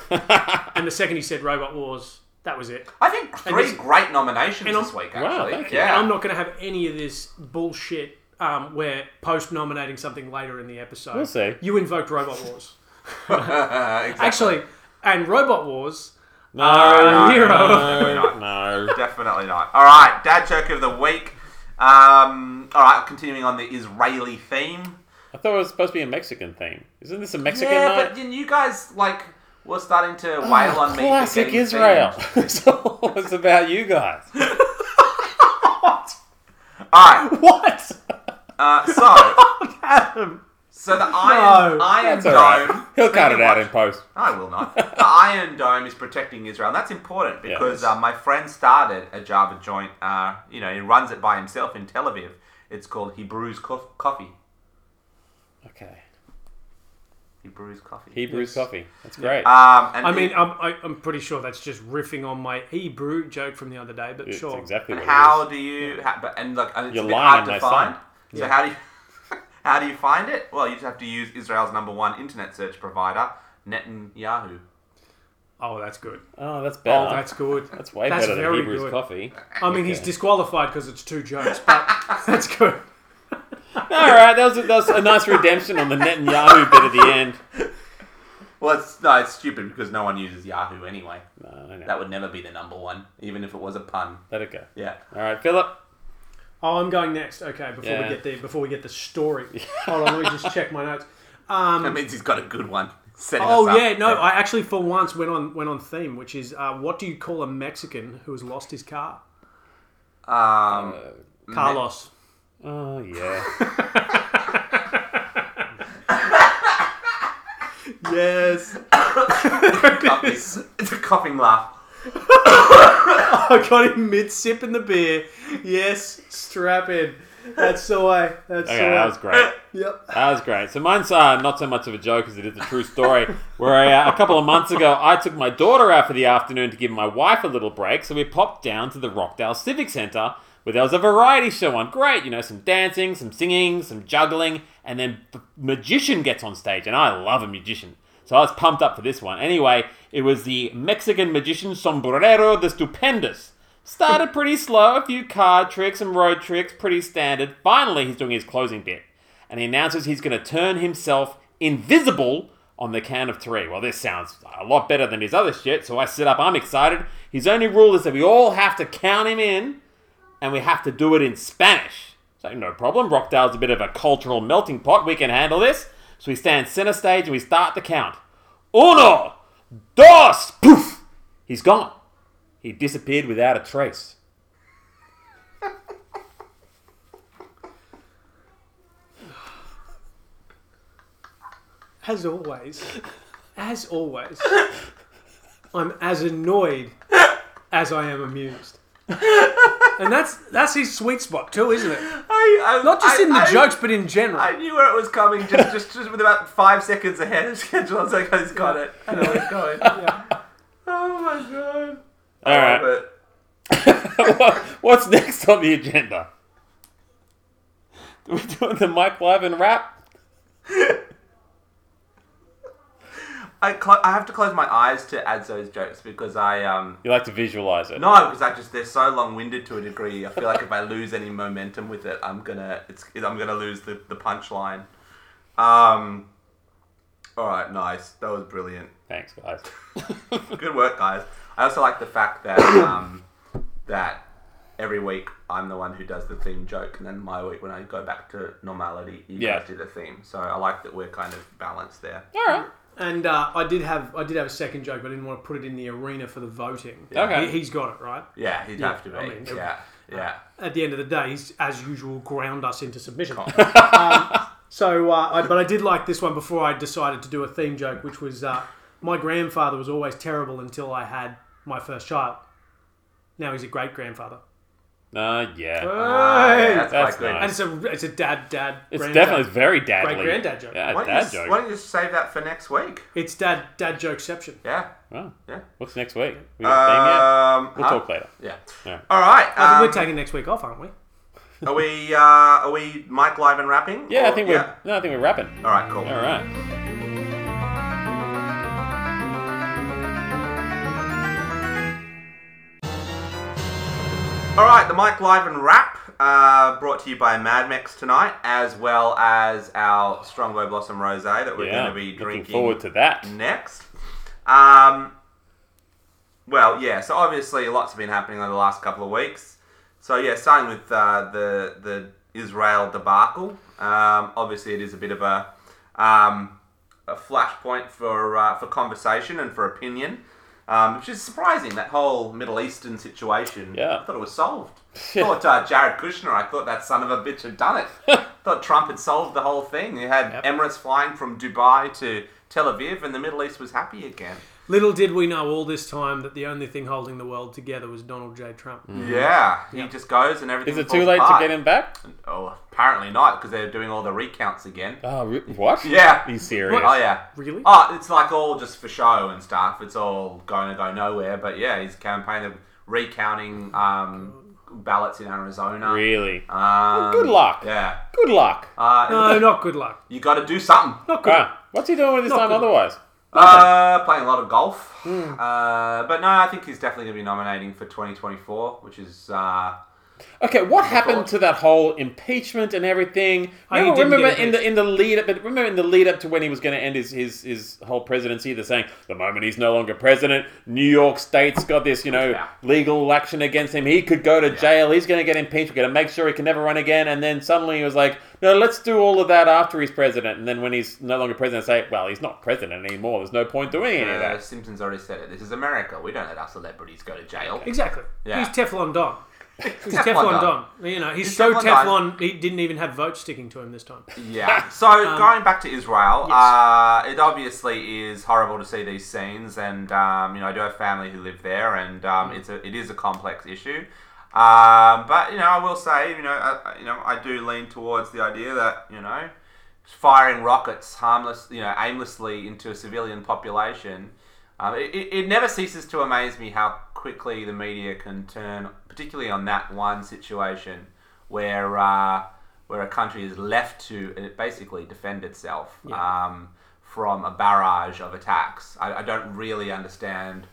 Speaker 3: and the second he said "Robot Wars," that was it.
Speaker 2: I think three
Speaker 3: this-
Speaker 2: great nominations
Speaker 3: and I'm-
Speaker 2: this week,
Speaker 1: Wow,
Speaker 2: actually.
Speaker 1: thank you.
Speaker 2: yeah.
Speaker 3: And I'm not going to have any of this bullshit um, where post nominating something later in the episode.
Speaker 1: We'll see.
Speaker 3: You invoked Robot Wars.
Speaker 2: exactly.
Speaker 3: Actually, and Robot Wars,
Speaker 1: No,
Speaker 3: uh,
Speaker 1: no,
Speaker 3: hero.
Speaker 1: no, no.
Speaker 2: Definitely not. All right, dad joke of the week. Um, all right, continuing on the Israeli theme.
Speaker 1: I thought it was supposed to be a Mexican theme. Isn't this a Mexican
Speaker 2: Yeah,
Speaker 1: night? Oh,
Speaker 2: but you- you guys like were starting to wail on me. for
Speaker 1: Classic
Speaker 2: getting
Speaker 1: Israel.
Speaker 2: themed.
Speaker 1: it's always about you guys.
Speaker 2: All right,
Speaker 1: What?
Speaker 2: uh, so so the Iron
Speaker 3: No,
Speaker 2: Iron
Speaker 1: That's all right.
Speaker 2: Dome.
Speaker 1: He'll cut it
Speaker 2: Speaking
Speaker 1: out
Speaker 2: of
Speaker 1: in post.
Speaker 2: I will not. The Iron Dome is protecting Israel, and that's important because
Speaker 1: Yes.
Speaker 2: uh, my friend started a Java joint. Uh, you know, he runs it by himself in Tel Aviv. It's called He Brews Co- Coffee.
Speaker 1: Okay.
Speaker 2: He brews coffee.
Speaker 1: Hebrews coffee. That's great.
Speaker 2: um, and
Speaker 3: I mean,
Speaker 2: it-
Speaker 3: I'm, I, I'm pretty sure that's just riffing on my Hebrew joke from the other day, but
Speaker 1: it's
Speaker 3: sure.
Speaker 1: exactly
Speaker 2: and
Speaker 1: what
Speaker 2: how
Speaker 1: it
Speaker 2: do you? Ha- but and look, and it's
Speaker 1: You're
Speaker 2: a bit
Speaker 1: lying
Speaker 2: hard
Speaker 1: on my
Speaker 2: to find.
Speaker 1: side.
Speaker 2: So how do you? how do you find it? Well, you just have to use Israel's number one internet search provider, Netanyahu.
Speaker 3: Oh, that's good.
Speaker 1: is. Oh, that's
Speaker 3: Oh,
Speaker 1: better.
Speaker 3: that's
Speaker 1: that's,
Speaker 3: good.
Speaker 1: way
Speaker 3: that's
Speaker 1: better than
Speaker 3: very
Speaker 1: Hebrews
Speaker 3: good.
Speaker 1: coffee.
Speaker 3: I mean, he's disqualified because it's two jokes, but that's good.
Speaker 1: All right, that was, that was a nice redemption on the Netanyahu bit at the end.
Speaker 2: Well, it's no, it's stupid because no one uses Yahoo anyway.
Speaker 1: No, I know.
Speaker 2: That would never be the number one, even if it was a pun.
Speaker 1: Let it go.
Speaker 2: Yeah.
Speaker 1: All right, Philip.
Speaker 3: Oh, I'm going next. Okay, before
Speaker 1: Yeah.
Speaker 3: we get the before we get the story, hold on, let me just check my notes.
Speaker 2: That means he's got a good one. Setting
Speaker 3: Oh
Speaker 2: us up.
Speaker 3: yeah, no, I actually for once went on went on theme, which is uh, what do you call a Mexican who has lost his car?
Speaker 2: Um,
Speaker 3: Carlos.
Speaker 1: Oh yeah.
Speaker 3: Yes. Uh,
Speaker 2: it's, it's a coughing laugh.
Speaker 3: I got him mid sipping the beer. Yes, strap in. That's the way. That's
Speaker 1: Okay,
Speaker 3: the way.
Speaker 1: that was great.
Speaker 3: Yep.
Speaker 1: That was great. So mine's uh, not so much of a joke as it is a true story. Where uh, a couple of months ago, I took my daughter out for the afternoon to give my wife a little break, so we popped down to the Rockdale Civic Centre where there was a variety show on. Great, you know, some dancing, some singing, some juggling, and then the magician gets on stage, and I love a magician. So I was pumped up for this one. Anyway, it was the Mexican magician Sombrero the Stupendous. Started pretty slow, a few card tricks and road tricks, pretty standard. Finally, he's doing his closing bit, and he announces he's going to turn himself invisible on the count of three. Well, this sounds a lot better than his other shit, so I sit up, I'm excited. His only rule is that we all have to count him in, and we have to do it in Spanish. So, no problem, Rockdale's a bit of a cultural melting pot, we can handle this. So we stand center stage and we start the count. Uno, dos, poof! He's gone. He disappeared without a trace.
Speaker 3: As always, as always, I'm as annoyed as I am amused. And that's that's his sweet spot too, isn't it?
Speaker 2: I, I,
Speaker 3: Not just
Speaker 2: I-
Speaker 3: in the
Speaker 2: I-
Speaker 3: jokes, but in general.
Speaker 2: I knew where it was coming just, just, just with about five seconds ahead of schedule. I was like, oh, he's got it. I know where it's going. Oh my god.
Speaker 1: All
Speaker 2: I love
Speaker 1: right.
Speaker 2: it.
Speaker 1: What's next on the agenda? We're doing the Mike Live and rap.
Speaker 2: I, clo- I have to close my eyes to Adzo's jokes because I, um,
Speaker 1: You like to visualize it.
Speaker 2: no, because I just, they're so long winded to a degree. I feel like if I lose any momentum with it, I'm gonna, it's, I'm gonna lose the, the punchline. Um, all right, nice. That was brilliant.
Speaker 1: Thanks, guys.
Speaker 2: Good work, guys. I also like the fact that um, that every week I'm the one who does the theme joke, and then my week when I go back to normality, you
Speaker 1: Yeah.
Speaker 2: guys do the theme. So I like that we're kind of balanced there.
Speaker 1: All right.
Speaker 3: And uh, I did have I did have a second joke, but I didn't want to put it in the arena for the voting.
Speaker 1: Okay.
Speaker 3: He, has got it right.
Speaker 2: Yeah, he'd
Speaker 3: Yeah,
Speaker 2: have to be.
Speaker 3: I mean,
Speaker 2: yeah, yeah.
Speaker 3: At the end of the day, he's as usual ground us into submission. um, so, uh, I, but I did like this one before I decided to do a theme joke, which was uh, my grandfather was always terrible until I had my first child. Now he's a great grandfather.
Speaker 1: Uh, yeah.
Speaker 2: Ah, yeah, that's,
Speaker 1: That's
Speaker 2: quite good.
Speaker 1: nice.
Speaker 3: And it's a it's a dad dad.
Speaker 1: It's
Speaker 3: granddad.
Speaker 1: definitely it's very dadly.
Speaker 3: Great-granddad joke.
Speaker 1: Yeah,
Speaker 2: Why don't,
Speaker 1: dad
Speaker 2: you,
Speaker 1: joke.
Speaker 2: why don't you save that for next week?
Speaker 3: it's dad dad jokeception.
Speaker 2: Yeah.
Speaker 1: Wow.
Speaker 2: Yeah.
Speaker 1: What's next week? We got
Speaker 2: Um,
Speaker 1: a thing yet? We'll
Speaker 2: huh?
Speaker 1: talk later.
Speaker 2: Yeah.
Speaker 1: Yeah.
Speaker 2: All right.
Speaker 3: I think
Speaker 2: um,
Speaker 3: we're taking next week off, aren't we?
Speaker 2: are we uh, are we Mike live and rapping?
Speaker 1: Yeah, I
Speaker 2: Or-
Speaker 1: think we're. No, I think we're wrapping.
Speaker 2: All right. Cool.
Speaker 1: All right.
Speaker 2: All right, the Mike Live and Wrap, uh, brought to you by Madmex tonight, as well as our Strongbow Blossom Rosé that we're
Speaker 1: yeah.
Speaker 2: going to be
Speaker 1: Looking
Speaker 2: drinking
Speaker 1: forward to that.
Speaker 2: next. Um, well, yeah. So obviously, lots have been happening over the last couple of weeks. So yeah, starting with uh, the the Israel debacle. Um, obviously, it is a bit of a um, a flashpoint for uh, for conversation and for opinion, um, which is surprising. That whole Middle Eastern situation.
Speaker 1: Yeah.
Speaker 2: I thought it was solved. thought uh, Jared Kushner. I thought that son of a bitch had done it. thought Trump had solved the whole thing. You had
Speaker 3: Yep.
Speaker 2: Emirates flying from Dubai to Tel Aviv, and the Middle East was happy again.
Speaker 3: Little did we know all this time that the only thing holding the world together was Donald J. Trump.
Speaker 2: Mm. Yeah, he just goes and everything.
Speaker 1: Is it
Speaker 2: falls
Speaker 1: too late to
Speaker 2: apart.
Speaker 1: get him back?
Speaker 2: Oh, apparently not, because they're doing all the recounts again.
Speaker 1: Oh, re- what?
Speaker 2: Yeah.
Speaker 1: He's serious.
Speaker 2: Oh yeah.
Speaker 3: Really?
Speaker 2: Oh, it's like all just for show and stuff. It's all going to go nowhere. But yeah, he's campaigning recounting um, ballots in Arizona.
Speaker 1: Really?
Speaker 2: Um,
Speaker 1: good luck.
Speaker 2: Yeah.
Speaker 1: Good luck.
Speaker 2: Uh,
Speaker 3: No, not good luck.
Speaker 2: You got to do something.
Speaker 3: Not good.
Speaker 1: Wow. Ah, What's he doing with his
Speaker 3: Not
Speaker 1: time
Speaker 3: good.
Speaker 1: otherwise?
Speaker 2: Uh, playing a lot of golf. Uh, but no, I think he's definitely going to be nominating for 2024, which is uh,
Speaker 1: Okay, what happened
Speaker 2: thought.
Speaker 1: to that whole impeachment and everything?
Speaker 3: Oh, he
Speaker 1: Remember,
Speaker 3: didn't
Speaker 1: remember
Speaker 3: get
Speaker 1: in the in the lead up, but remember in the lead up to when he was going to end his, his his whole presidency, they're saying the moment he's no longer president, New York State's got this you know
Speaker 2: Yeah.
Speaker 1: legal action against him. He could go to jail. He's going to get impeached. We're going to make sure he can never run again. And then suddenly he was like, no, let's do all of that after he's president. And then when he's no longer president, say, well, he's not president anymore. There's no point doing any of
Speaker 2: uh,
Speaker 1: that.
Speaker 2: Simpsons already said it. This is America. We don't let our celebrities go to jail.
Speaker 3: Exactly.
Speaker 2: Yeah.
Speaker 3: He's Teflon Don. He's
Speaker 2: Teflon
Speaker 3: Teflon
Speaker 2: Don.
Speaker 3: Don. You know, he's,
Speaker 2: He's
Speaker 3: so
Speaker 2: Teflon Don.
Speaker 3: Teflon, he didn't even have votes sticking to him this time.
Speaker 2: Yeah. So going back to Israel, uh, it obviously is horrible to see these scenes, and um, you know I do have family who live there, and um, it's a it is a complex issue. Um, but you know I will say you know I, I- you know I do lean towards the idea that you know firing rockets harmless you know aimlessly into a civilian population. Um, it, it it never ceases to amaze me how quickly the media can turn, particularly on that one situation where uh, where a country is left to basically defend itself um, from a barrage of attacks. I, I don't really understand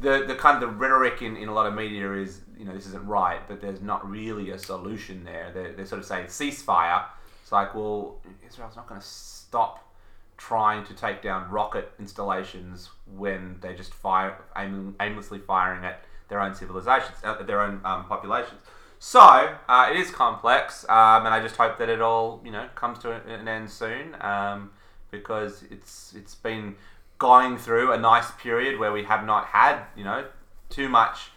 Speaker 2: the the kind of the rhetoric in, in a lot of media is you know this isn't right, but there's not really a solution there. They, they sort of say ceasefire. It's like well, Israel's not going to stop trying to take down rocket installations when they just fire aim, aimlessly firing at their own civilizations, at their own um, populations. So uh, it is complex, um, and I just hope that it all you know comes to an end soon, um, because it's it's been going through a nice period where we have not had, you know, too much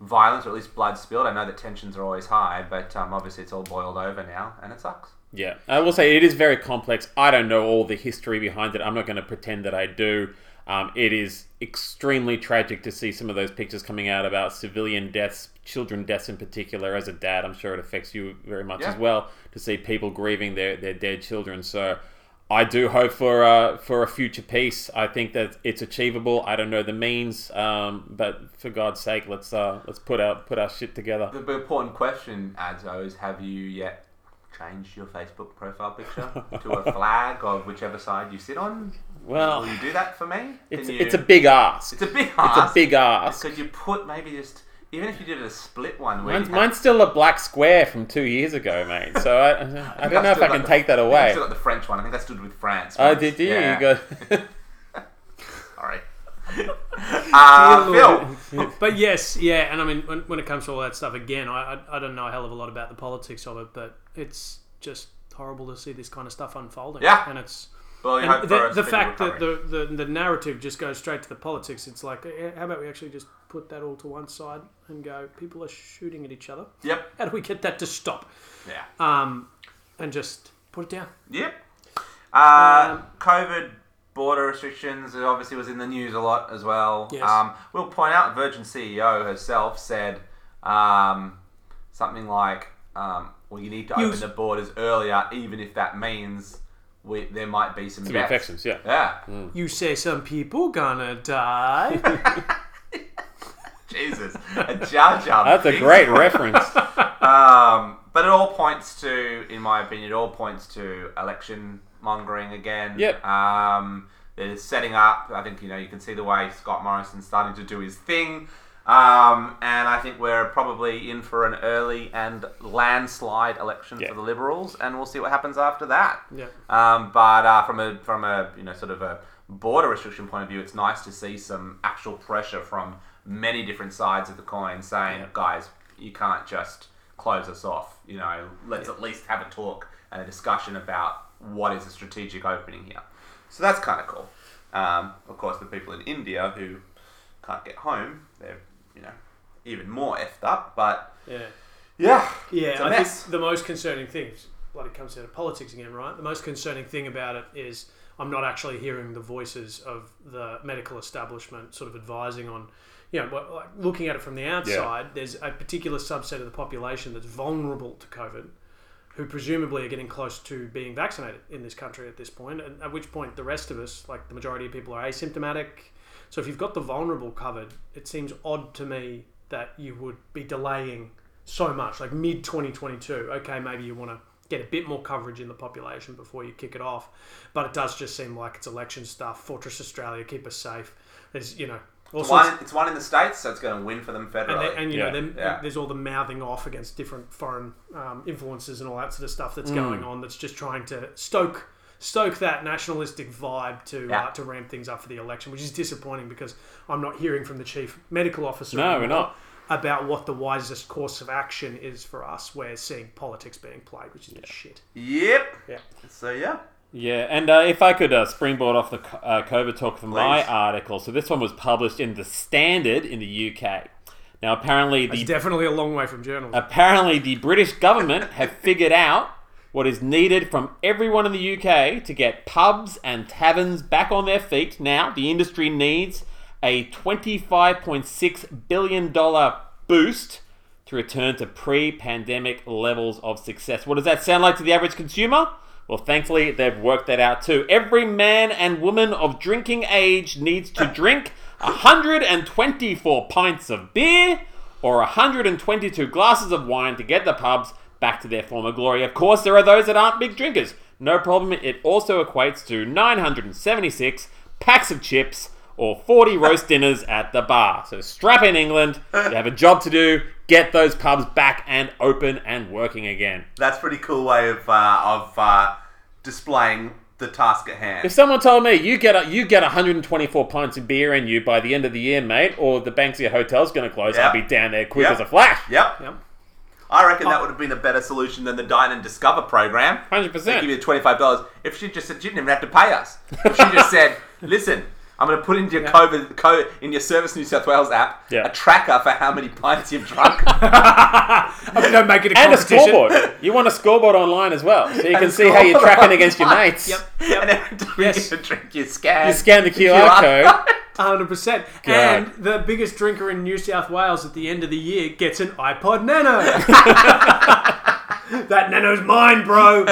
Speaker 2: violence or at least blood spilled. I know that tensions are always high, but um, obviously it's all boiled over now and it sucks.
Speaker 1: Yeah, I will say it is very complex. I don't know all the history behind it. I'm not going to pretend that I do. Um, it is extremely tragic to see some of those pictures coming out about civilian deaths, children deaths in particular. As a dad, I'm sure it affects you very much
Speaker 2: Yeah.
Speaker 1: as well to see people grieving their, their dead children. So I do hope for uh, for a future peace. I think that it's achievable. I don't know the means, um, but for God's sake, let's uh, let's put our put our shit together.
Speaker 2: The important question, Adzo, is have you yet changed your Facebook profile picture to a flag of whichever side you sit on?
Speaker 1: Well,
Speaker 2: Will you do that for me?
Speaker 1: it's
Speaker 2: Can you-
Speaker 1: it's a big ask.
Speaker 2: it's a big
Speaker 1: It's a
Speaker 2: ask.
Speaker 1: big ask.
Speaker 2: Could you put maybe just even if you did a split one? Where
Speaker 1: Mine's,
Speaker 2: you have-
Speaker 1: mine's still a black square from two years ago, mate. So I, I, don't know if
Speaker 2: still
Speaker 1: I
Speaker 2: got
Speaker 1: can
Speaker 2: the-
Speaker 1: take that
Speaker 2: I think I've
Speaker 1: away.
Speaker 2: still got the French one. I think I stood with France.
Speaker 1: Oh,
Speaker 2: once.
Speaker 1: did you?
Speaker 2: Yeah.
Speaker 1: You got
Speaker 2: Sorry. uh,
Speaker 3: Dear Lord.
Speaker 2: Phil.
Speaker 3: But yes, yeah, and I mean, when, when it comes to all that stuff, again, I, I I don't know a hell of a lot about the politics of it, but it's just horrible to see this kind of stuff unfolding.
Speaker 2: Yeah.
Speaker 3: and it's
Speaker 2: Well, you
Speaker 3: and
Speaker 2: hope for
Speaker 3: the,
Speaker 2: a
Speaker 3: the
Speaker 2: speedy
Speaker 3: fact that
Speaker 2: recovery.
Speaker 3: the, the the narrative just goes straight to the politics. It's like, eh, how about we actually just put that all to one side and go? People are shooting at each other.
Speaker 2: Yep.
Speaker 3: How do we get that to stop?
Speaker 2: Yeah.
Speaker 3: Um, and just put it down.
Speaker 2: yep. Uh,
Speaker 3: um,
Speaker 2: COVID border restrictions it obviously was in the news a lot as well.
Speaker 3: Yes.
Speaker 2: Um, we'll point out Virgin CEO herself said um, something like, um, well, you need to open
Speaker 3: Use-
Speaker 2: the borders earlier, even if that means we, there might be some, deaths.
Speaker 1: infections, Mm. yeah.
Speaker 2: Yeah.
Speaker 3: You say some people gonna die.
Speaker 2: Jesus. A um, Jar Jar.
Speaker 1: That's a
Speaker 2: Binks
Speaker 1: great
Speaker 2: one.
Speaker 1: reference.
Speaker 2: Um, but it all points to, in my opinion, it all points to election mongering again.
Speaker 1: Yep.
Speaker 2: Um, they're setting up. I think you know you can see the way Scott Morrison's starting to do his thing, um, and I think we're probably in for an early and landslide election
Speaker 1: Yeah.
Speaker 2: for the Liberals, and we'll see what happens after that.
Speaker 3: Yeah.
Speaker 2: Um, but uh, from a from a you know sort of a border restriction point of view, it's nice to see some actual pressure from many different sides of the coin saying, guys, you can't just close us off. You know, let's at least have a talk and a discussion about what is a strategic opening here. So that's kind of cool. Um, of course, the people in India who can't get home, they're you know even more effed up. But
Speaker 3: yeah.
Speaker 2: yeah,
Speaker 3: Yeah,
Speaker 2: it's a
Speaker 3: I
Speaker 2: mess.
Speaker 3: think the most concerning thing, bloody comes out of politics again, right? The most concerning thing about it is I'm not actually hearing the voices of the medical establishment sort of advising on, you know, what- like looking at it from the outside, there's a particular subset of the population that's vulnerable to COVID who presumably are getting close to being vaccinated in this country at this point, and at which point the rest of us, like the majority of people, are asymptomatic. So if you've got the vulnerable covered, it seems odd to me that you would be delaying so much, like mid 2022. Okay, maybe you want to get a bit more coverage in the population before you kick it off, but it does just seem like it's election stuff. Fortress Australia, keep us safe. There's, you know, all
Speaker 2: It's
Speaker 3: sorts
Speaker 2: one, it's one in the states, so it's going to win for them federally.
Speaker 3: and, they, and you
Speaker 1: Yeah.
Speaker 3: know, then
Speaker 2: Yeah.
Speaker 3: there's all the mouthing off against different foreign um, influences and all that sort of stuff
Speaker 1: Mm.
Speaker 3: that's going on. That's just trying to stoke stoke that nationalistic vibe to
Speaker 2: Yeah.
Speaker 3: uh, to ramp things up for the election, which is disappointing because I'm not hearing from the chief medical officer.
Speaker 1: No, we're
Speaker 3: anymore
Speaker 1: not.
Speaker 3: About what the wisest course of action is for us, we're seeing politics being played, which is a bit shit.
Speaker 2: Yep.
Speaker 3: Yeah.
Speaker 2: So yeah.
Speaker 1: Yeah, and uh, if I could uh, springboard off the co- uh, COVID talk for my
Speaker 2: Please.
Speaker 1: article. So this one was published in The Standard in the UK. Now, apparently, the
Speaker 3: It's definitely a long way from
Speaker 1: Uh,
Speaker 3: journalism.
Speaker 1: Apparently, the British government have figured out what is needed from everyone in the UK to get pubs and taverns back on their feet. Now, the industry needs a $25.6 billion boost to return to pre pandemic levels of success. What does that sound like to the average consumer? Well, thankfully, they've worked that out too. Every man and woman of drinking age needs to drink 124 pints of beer or 122 glasses of wine to get the pubs back to their former glory. Of course, there are those that aren't big drinkers. No problem, it also equates to 976 packs of chips or 40 roast dinners at the bar. So strap in, England. You have a job to do. Get those pubs back and open and working again.
Speaker 2: That's a pretty cool way of uh, of uh, displaying the task at hand.
Speaker 1: If someone told me you get a, you get 124 pints of beer in you by the end of the year, mate, or the Banksia Hotel's going to close,
Speaker 2: Yep.
Speaker 1: I'll be down there quick
Speaker 2: Yep.
Speaker 1: as a flash.
Speaker 2: Yep.
Speaker 3: Yep.
Speaker 2: I reckon
Speaker 1: Oh.
Speaker 2: that would have been a better solution than the Dine and Discover program.
Speaker 1: 100%.
Speaker 2: They give you twenty-five dollars. If she just said she didn't even have to pay us. If she just said, "Listen, I'm going to put into your COVID, co in your Service New South Wales app
Speaker 1: Yeah.
Speaker 2: a tracker for how many pints you've drunk."
Speaker 3: I'm going to make it a
Speaker 1: And a
Speaker 3: competition.
Speaker 1: scoreboard. You want a scoreboard online as well, so you
Speaker 2: And
Speaker 1: can
Speaker 2: a
Speaker 1: see how you're
Speaker 2: scoreboard
Speaker 1: tracking against your
Speaker 2: online.
Speaker 1: mates.
Speaker 3: Yep.
Speaker 2: And every time you
Speaker 3: Yes.
Speaker 2: get a drink, you scan.
Speaker 1: You scan the QR code.
Speaker 3: hundred percent. And the biggest drinker in New South Wales at the end of the year gets an iPod Nano. that Nano's mine, bro.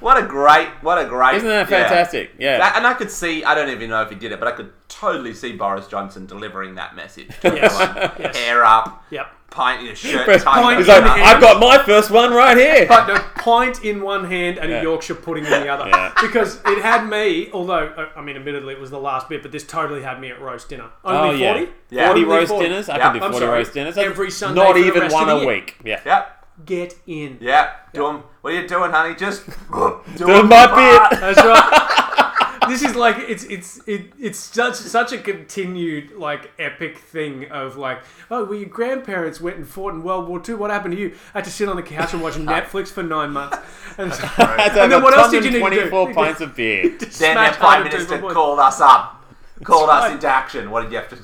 Speaker 2: What a great! What a great!
Speaker 1: Isn't that
Speaker 2: yeah.
Speaker 1: fantastic? Yeah.
Speaker 2: That- and I could see, I don't even know if he did it, but I could totally see Boris Johnson delivering that message. To
Speaker 3: Yes.
Speaker 2: everyone.
Speaker 3: Yes.
Speaker 2: Hair up,
Speaker 3: Yep.
Speaker 2: pint in a shirt,
Speaker 1: He's
Speaker 2: tied
Speaker 1: like,
Speaker 2: up.
Speaker 3: in hand.
Speaker 1: I've got my first one right here.
Speaker 3: But no, pint in one hand and a Yorkshire pudding in the other.
Speaker 1: Yeah.
Speaker 3: Because it had me, although, uh, I mean, admittedly, it was the last bit, but this totally had me at roast dinner.
Speaker 1: Oh,
Speaker 3: Only 40?
Speaker 1: yeah.
Speaker 2: Yeah.
Speaker 1: 40
Speaker 3: Only
Speaker 1: roast
Speaker 3: 40.
Speaker 1: dinners? I
Speaker 2: Yeah.
Speaker 1: can do
Speaker 2: I'm
Speaker 1: 40
Speaker 3: sorry.
Speaker 1: roast dinners. That's
Speaker 3: Every Sunday
Speaker 1: Not
Speaker 3: for the
Speaker 1: even
Speaker 3: rest
Speaker 1: one
Speaker 3: of the
Speaker 1: a
Speaker 3: year.
Speaker 1: week. Yeah.
Speaker 2: Yep.
Speaker 3: Get in.
Speaker 2: Yep. Doing, what are you doing, honey? Just
Speaker 1: Doing my bit.
Speaker 3: That's right. this is like it's it's it, it's such such a continued like epic thing of like oh well your grandparents went and fought in World War II what happened to you I had to sit on the couch and watch Netflix for nine months and, it's-
Speaker 1: That's
Speaker 3: and then
Speaker 1: over
Speaker 3: what else did you need to do
Speaker 1: 124 pints of beer.
Speaker 2: Then their
Speaker 3: Smash
Speaker 2: prime
Speaker 3: hard into
Speaker 2: minister
Speaker 3: the board.
Speaker 2: called us up, called us
Speaker 3: right.
Speaker 2: into action. What did you have to do?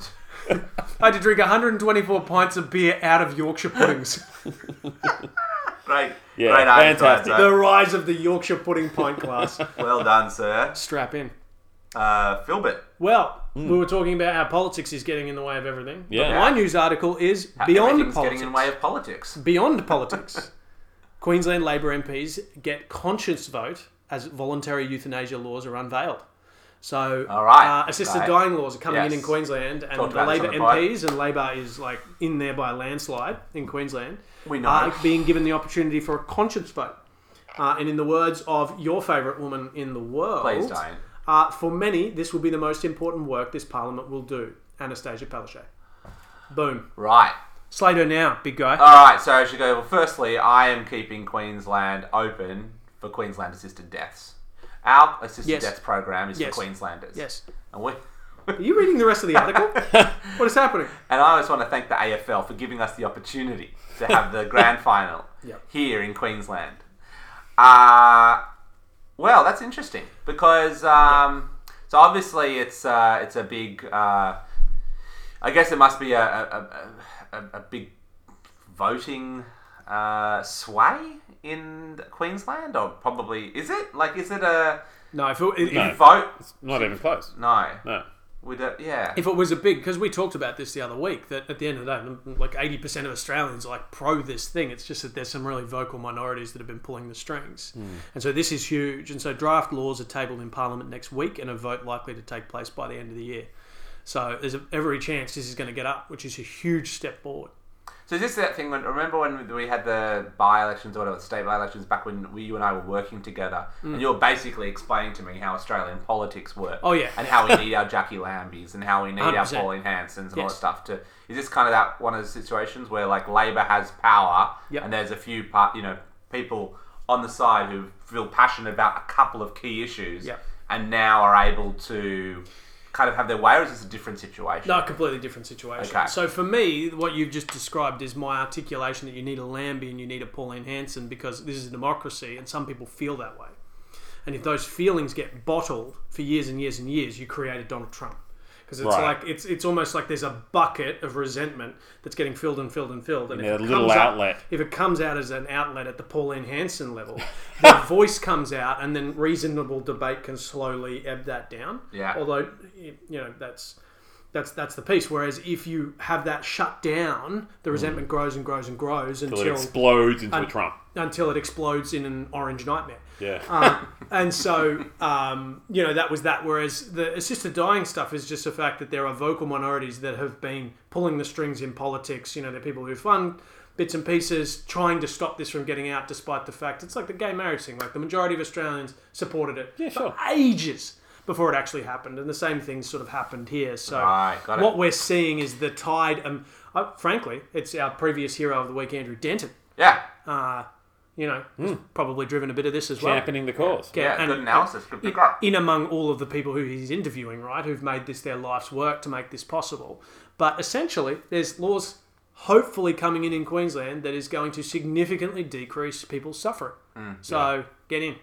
Speaker 3: I had to drink 124 pints of beer out of Yorkshire puddings
Speaker 2: Great.
Speaker 1: Yeah,
Speaker 2: Great answer,
Speaker 1: fantastic.
Speaker 2: answer.
Speaker 3: the rise of the Yorkshire pudding pint class
Speaker 2: Well done, sir.
Speaker 3: strap in
Speaker 2: Uh, Philbert.
Speaker 3: well
Speaker 2: Hmm.
Speaker 3: we were talking about how politics is getting in the way of everything But
Speaker 1: Yeah.
Speaker 3: my news article is beyond
Speaker 2: Everything's
Speaker 3: politics
Speaker 2: getting in the way of politics.
Speaker 3: Beyond politics, Queensland Labor MPs get conscience vote as voluntary euthanasia laws are unveiled. So,
Speaker 2: All right,
Speaker 3: uh, assisted
Speaker 2: right.
Speaker 3: dying laws are coming in in
Speaker 2: Yes.
Speaker 3: Queensland, and
Speaker 2: Talked
Speaker 3: the
Speaker 2: about this
Speaker 3: Labor
Speaker 2: on the pod.
Speaker 3: MPs and Labor is like in there by a landslide in Queensland.
Speaker 2: We know.
Speaker 3: are being given the opportunity for a conscience vote. Uh, and in the words of your favourite woman in the world,
Speaker 2: Please don't.
Speaker 3: Uh, for many, this will be the most important work this Parliament will do. Anastasia Palaszczuk. Boom.
Speaker 2: Right.
Speaker 3: Slate her now, big guy.
Speaker 2: All right. So I should go. Well, firstly, I am keeping Queensland open for Queensland assisted deaths. Our assisted
Speaker 3: Yes.
Speaker 2: deaths program is
Speaker 3: Yes.
Speaker 2: for Queenslanders.
Speaker 3: yes.
Speaker 2: And we.
Speaker 3: Are you reading the rest of the article? what is happening?
Speaker 2: And I always want to thank the AFL for giving us the opportunity to have the grand final
Speaker 3: Yep.
Speaker 2: here in Queensland. Uh, well, that's interesting because um, so obviously it's uh, it's a big. Uh, I guess it must be a a, a, a, a big voting uh, sway in Queensland, or probably is it like is it a
Speaker 3: No, if it, if,
Speaker 1: No.
Speaker 2: vote?
Speaker 1: Not even close.
Speaker 2: No,
Speaker 1: No.
Speaker 2: we don't. Yeah,
Speaker 3: if it was a big, because we talked about this the other week, that at the end of the day, like 80% of Australians are like pro this thing. It's just that there's some really vocal minorities that have been pulling the strings. And so this is huge. And so draft laws are tabled in Parliament next week and a vote likely to take place by the end of the year. So there's a, every chance this is going to get up, which is a huge step forward.
Speaker 2: So is this that thing when remember when we had the by elections or whatever state by elections back when we, you and I were working together and you were basically explaining to me how Australian politics work.
Speaker 3: Mm. Oh, yeah.
Speaker 2: And how we need our Jackie Lambys and how we need our
Speaker 3: 100%.
Speaker 2: Pauline Hansons and all that
Speaker 3: Yes.
Speaker 2: stuff to is this kind of that one of the situations where like Labour has power
Speaker 3: Yep.
Speaker 2: and there's a few part you know, people on the side who feel passionate about a couple of key issues
Speaker 3: Yep.
Speaker 2: and now are able to kind of have their way or is this a different situation?
Speaker 3: No, a completely different situation.
Speaker 2: Okay.
Speaker 3: So for me, what you've just described is my articulation that you need a Lambie and you need a Pauline Hanson because this is a democracy and some people feel that way. And if those feelings get bottled for years and years and years, you create a Donald Trump. Because it's
Speaker 1: Right.
Speaker 3: like it's it's almost like there's a bucket of resentment that's getting filled and filled and filled. And
Speaker 1: Yeah,
Speaker 3: if
Speaker 1: a
Speaker 3: it
Speaker 1: little
Speaker 3: comes out-
Speaker 1: outlet.
Speaker 3: if it comes out as an outlet at the Pauline Hanson level, the voice comes out, and then reasonable debate can slowly ebb that down.
Speaker 2: Yeah.
Speaker 3: Although you know that's That's that's the piece. Whereas if you have that shut down, the resentment grows and grows and grows
Speaker 1: Mm. It
Speaker 3: until
Speaker 1: explodes into a Trump.
Speaker 3: until it explodes in an orange nightmare.
Speaker 1: Yeah.
Speaker 3: Um, and so, um, you know, that was that. Whereas the assisted dying stuff is just the fact that there are vocal minorities that have been pulling the strings in politics. You know, they're people who fund bits and pieces trying to stop this from getting out, despite the fact it's like the gay marriage thing. Like the majority of Australians supported it yeah,
Speaker 1: sure.
Speaker 3: for ages before it actually happened, and the same thing sort of happened here. So
Speaker 2: Right, got it.
Speaker 3: what we're seeing is the tide. Um, uh, frankly, it's our previous hero of the week, Andrew Denton
Speaker 2: Yeah.
Speaker 3: uh, you know, has probably driven a bit of this as well.
Speaker 1: championing the cause.
Speaker 3: Yeah,
Speaker 2: Yeah,
Speaker 3: and-
Speaker 2: good analysis. Good pick up.
Speaker 3: In among all of the people who he's interviewing, right, who've made this their life's work to make this possible. But essentially, there's laws hopefully coming in in Queensland that is going to significantly decrease people's suffering.
Speaker 2: Mm,
Speaker 3: so get in.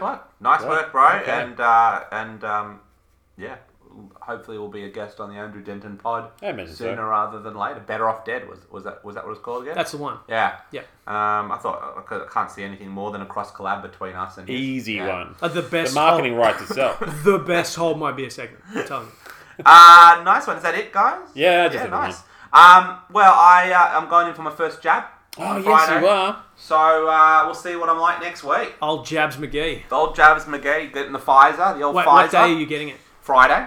Speaker 2: Nice work. Nice work, bro.
Speaker 1: Okay.
Speaker 2: And uh, and um, yeah, hopefully we'll be a guest on the Andrew Denton pod
Speaker 1: I imagine so.
Speaker 2: sooner rather than later. Better off dead was was that was that what it was called again?
Speaker 3: That's the one.
Speaker 2: yeah.
Speaker 3: Yeah.
Speaker 2: Um, I thought I c- I can't see anything more than a cross collab between us and his.
Speaker 1: Easy
Speaker 2: Yeah.
Speaker 1: one.
Speaker 3: Uh, the best
Speaker 1: The marketing
Speaker 3: Hold,
Speaker 1: rights itself.
Speaker 3: the best hold my beer segment. I'm telling you.
Speaker 2: Uh, nice one. Is that it, guys?
Speaker 1: Yeah, just
Speaker 2: yeah,
Speaker 1: everyone.
Speaker 2: nice. Um, well, I uh, I'm going in for my first jab.
Speaker 1: Oh,
Speaker 2: on
Speaker 1: yes,
Speaker 2: Friday.
Speaker 1: you are.
Speaker 2: So uh, we'll see what I'm like next week.
Speaker 3: Old Jabs McGee.
Speaker 2: The old Javis McGee getting the Pfizer, the old
Speaker 3: Wait,
Speaker 2: Pfizer.
Speaker 3: what day are you getting it?
Speaker 2: Friday.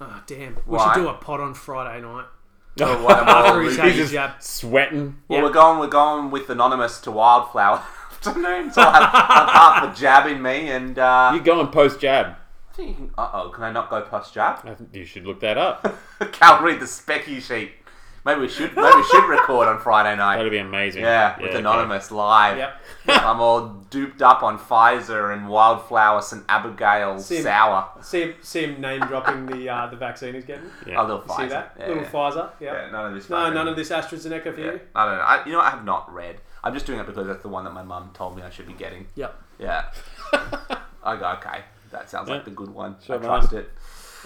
Speaker 3: Oh, damn. We
Speaker 2: Why?
Speaker 3: should do a pod on Friday night.
Speaker 2: Oh, what am I
Speaker 3: After he's
Speaker 2: losing?
Speaker 3: had his
Speaker 1: He's
Speaker 3: jab.
Speaker 1: just sweating.
Speaker 2: Well,
Speaker 3: Yeah.
Speaker 2: we're going. We're going with anonymous to Wildflower afternoon. So I have, I have half a jab in me, and uh,
Speaker 1: You go and post jab.
Speaker 2: uh oh, can I not go post jab?
Speaker 1: I think You should look that up.
Speaker 2: Cal, read the specky sheet. Maybe we should. Maybe we should record on Friday night.
Speaker 1: That'd be amazing.
Speaker 2: Yeah, with
Speaker 1: okay.
Speaker 2: anonymous live.
Speaker 3: Yep.
Speaker 2: I'm all duped up on Pfizer and Wildflower St Abigail
Speaker 3: See you.
Speaker 2: sour.
Speaker 3: See him, see him name dropping the uh, the vaccine he's getting.
Speaker 2: A
Speaker 1: Yeah.
Speaker 2: little Pfizer.
Speaker 3: See that?
Speaker 2: Yeah,
Speaker 3: Little
Speaker 2: yeah.
Speaker 3: Pfizer. Yeah.
Speaker 2: Yeah, none of this.
Speaker 3: No, none of this AstraZeneca for you.
Speaker 2: I don't know. I, you know, what? I have not read. I'm just doing it because that's the one that my mum told me I should be getting.
Speaker 3: Yep.
Speaker 2: Yeah. I go, okay. That sounds like the good one. I
Speaker 1: Sure,
Speaker 2: trust it.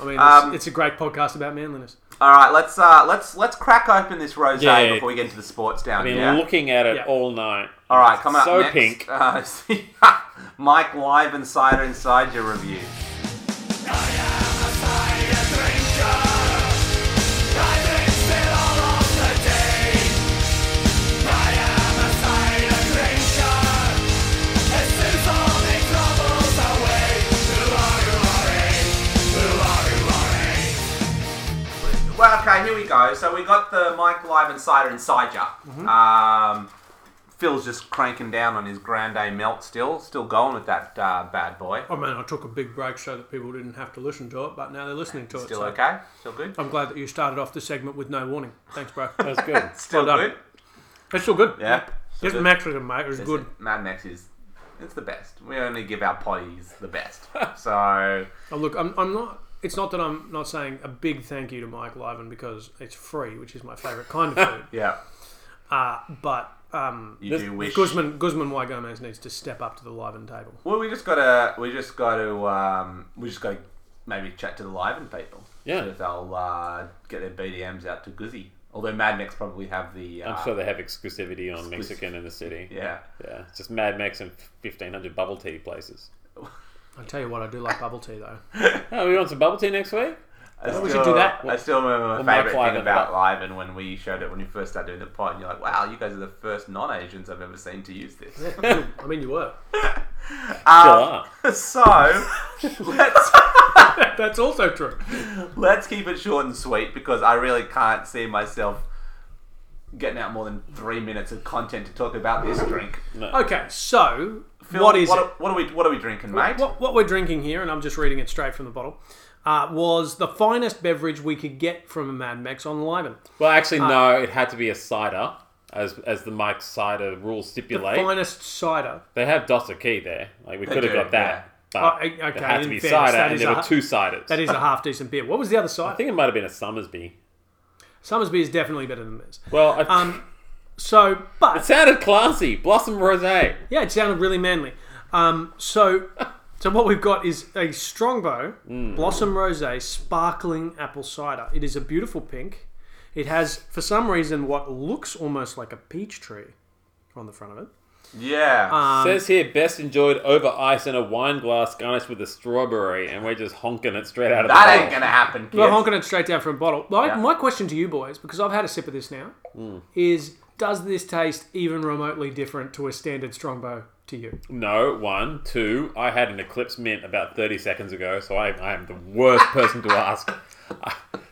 Speaker 3: I mean,
Speaker 2: Um,
Speaker 3: it's, it's a great podcast about manliness.
Speaker 2: All right, let's uh, let's let's crack open this rosé
Speaker 1: Yeah, yeah,
Speaker 2: before we get into the sports
Speaker 1: I
Speaker 2: down
Speaker 1: mean,
Speaker 2: here.
Speaker 1: looking at it
Speaker 3: Yeah.
Speaker 1: all night.
Speaker 2: All right, coming up
Speaker 1: so
Speaker 2: next,
Speaker 1: pink.
Speaker 2: Uh, Mike Live and Cider Inside your review. Well, okay, here we go. So we got the Mike Live and Cider Inside ya.
Speaker 1: Mm-hmm.
Speaker 2: Um, Phil's just cranking down on his Grande Melt still, still going with that uh, bad boy.
Speaker 3: I mean, Oh, I took a big break so that people didn't have to listen to it, but now they're listening to it.
Speaker 2: Still
Speaker 3: so
Speaker 2: okay? Still good?
Speaker 3: I'm glad that you started off the segment with no warning. Thanks, bro.
Speaker 1: That's good.
Speaker 2: Still
Speaker 3: well done.
Speaker 2: good?
Speaker 3: It's still good.
Speaker 2: Yeah. Still
Speaker 3: It's
Speaker 2: good.
Speaker 3: Mexican, mate. It was good.
Speaker 2: Listen, Mad Max is it's the best. We only give our potties the best. So
Speaker 3: Oh, look, I'm, I'm not. It's not that I'm not saying a big thank you to Mike Liven because it's free, which is my favourite kind of food.
Speaker 2: yeah,
Speaker 3: Uh, but um,
Speaker 2: you
Speaker 1: This-
Speaker 2: do wish.
Speaker 3: Guzman Guzman Y Gomez needs to step up to the Liven table.
Speaker 2: Well, we just gotta we just gotta um, we just gotta maybe chat to the Liven people.
Speaker 1: Yeah.
Speaker 2: See if they'll uh, get their BDMs out to Guzzy. Although Mad Max probably have the. Uh,
Speaker 1: I'm sure they have exclusivity on Mexican in the city.
Speaker 2: Yeah.
Speaker 1: Yeah, it's just Mad Max and 1500 bubble tea places.
Speaker 3: I tell you what, I do like bubble tea though.
Speaker 1: Oh, we want some bubble tea next week?
Speaker 2: I still,
Speaker 3: we should do that.
Speaker 2: I still remember my
Speaker 1: Mike
Speaker 2: favourite thing
Speaker 1: Liven,
Speaker 2: about Liven when we showed it when you first started doing the pod. And you're like, wow, you guys are the first non-Asians I've ever seen to use this.
Speaker 3: I mean, you were.
Speaker 2: Um,
Speaker 1: Sure.
Speaker 2: so let's
Speaker 3: That's also true.
Speaker 2: let's keep it short and sweet because I really can't see myself getting out more than three minutes of content to talk about this drink.
Speaker 3: Okay, so
Speaker 2: Phil,
Speaker 3: what is
Speaker 2: what,
Speaker 3: it?
Speaker 2: Are, what are we what are we drinking, mate?
Speaker 3: What, what we're drinking here, and I'm just reading it straight from the bottle, uh, was the finest beverage we could get from a Mad Max on Liven.
Speaker 1: Well, actually,
Speaker 2: uh,
Speaker 1: no, it had to be a cider, as as the Mike's cider rules stipulate.
Speaker 3: Finest cider.
Speaker 1: They have Dos Key there. Like, we could have
Speaker 2: do,
Speaker 1: got that.
Speaker 3: Oh,
Speaker 1: But
Speaker 3: o- okay,
Speaker 1: it had to
Speaker 3: in
Speaker 1: be
Speaker 3: fairness,
Speaker 1: cider,
Speaker 3: that
Speaker 1: and
Speaker 3: is
Speaker 1: there
Speaker 3: a-
Speaker 1: were two ciders.
Speaker 3: That is a half decent beer. What was the other
Speaker 1: I
Speaker 3: cider?
Speaker 1: think it might have been a Summersby.
Speaker 3: Summersby is definitely better than this.
Speaker 1: Well, I,
Speaker 3: Um, so, but
Speaker 1: it sounded classy. Blossom Rosé.
Speaker 3: yeah, it sounded really manly. Um, so, so what we've got is a Strongbow
Speaker 2: Mm.
Speaker 3: Blossom Rosé sparkling apple cider. It is a beautiful pink. It has, for some reason, what looks almost like a peach tree on the front of it.
Speaker 2: Yeah.
Speaker 3: Um,
Speaker 1: Says here, best enjoyed over ice in a wine glass garnished with a strawberry, and we're just honking it straight out of
Speaker 2: that
Speaker 1: the
Speaker 2: ain't
Speaker 1: bottle.
Speaker 2: gonna happen,
Speaker 3: oh. We're
Speaker 2: kids.
Speaker 3: honking it straight down from a bottle. My,
Speaker 2: Yeah.
Speaker 3: my question to you boys, because I've had a sip of this now,
Speaker 1: Mm.
Speaker 3: is does this taste even remotely different to a standard Strongbow to you?
Speaker 1: No, one, two. I had an Eclipse Mint about 30 seconds ago, so I, I am the worst person to ask.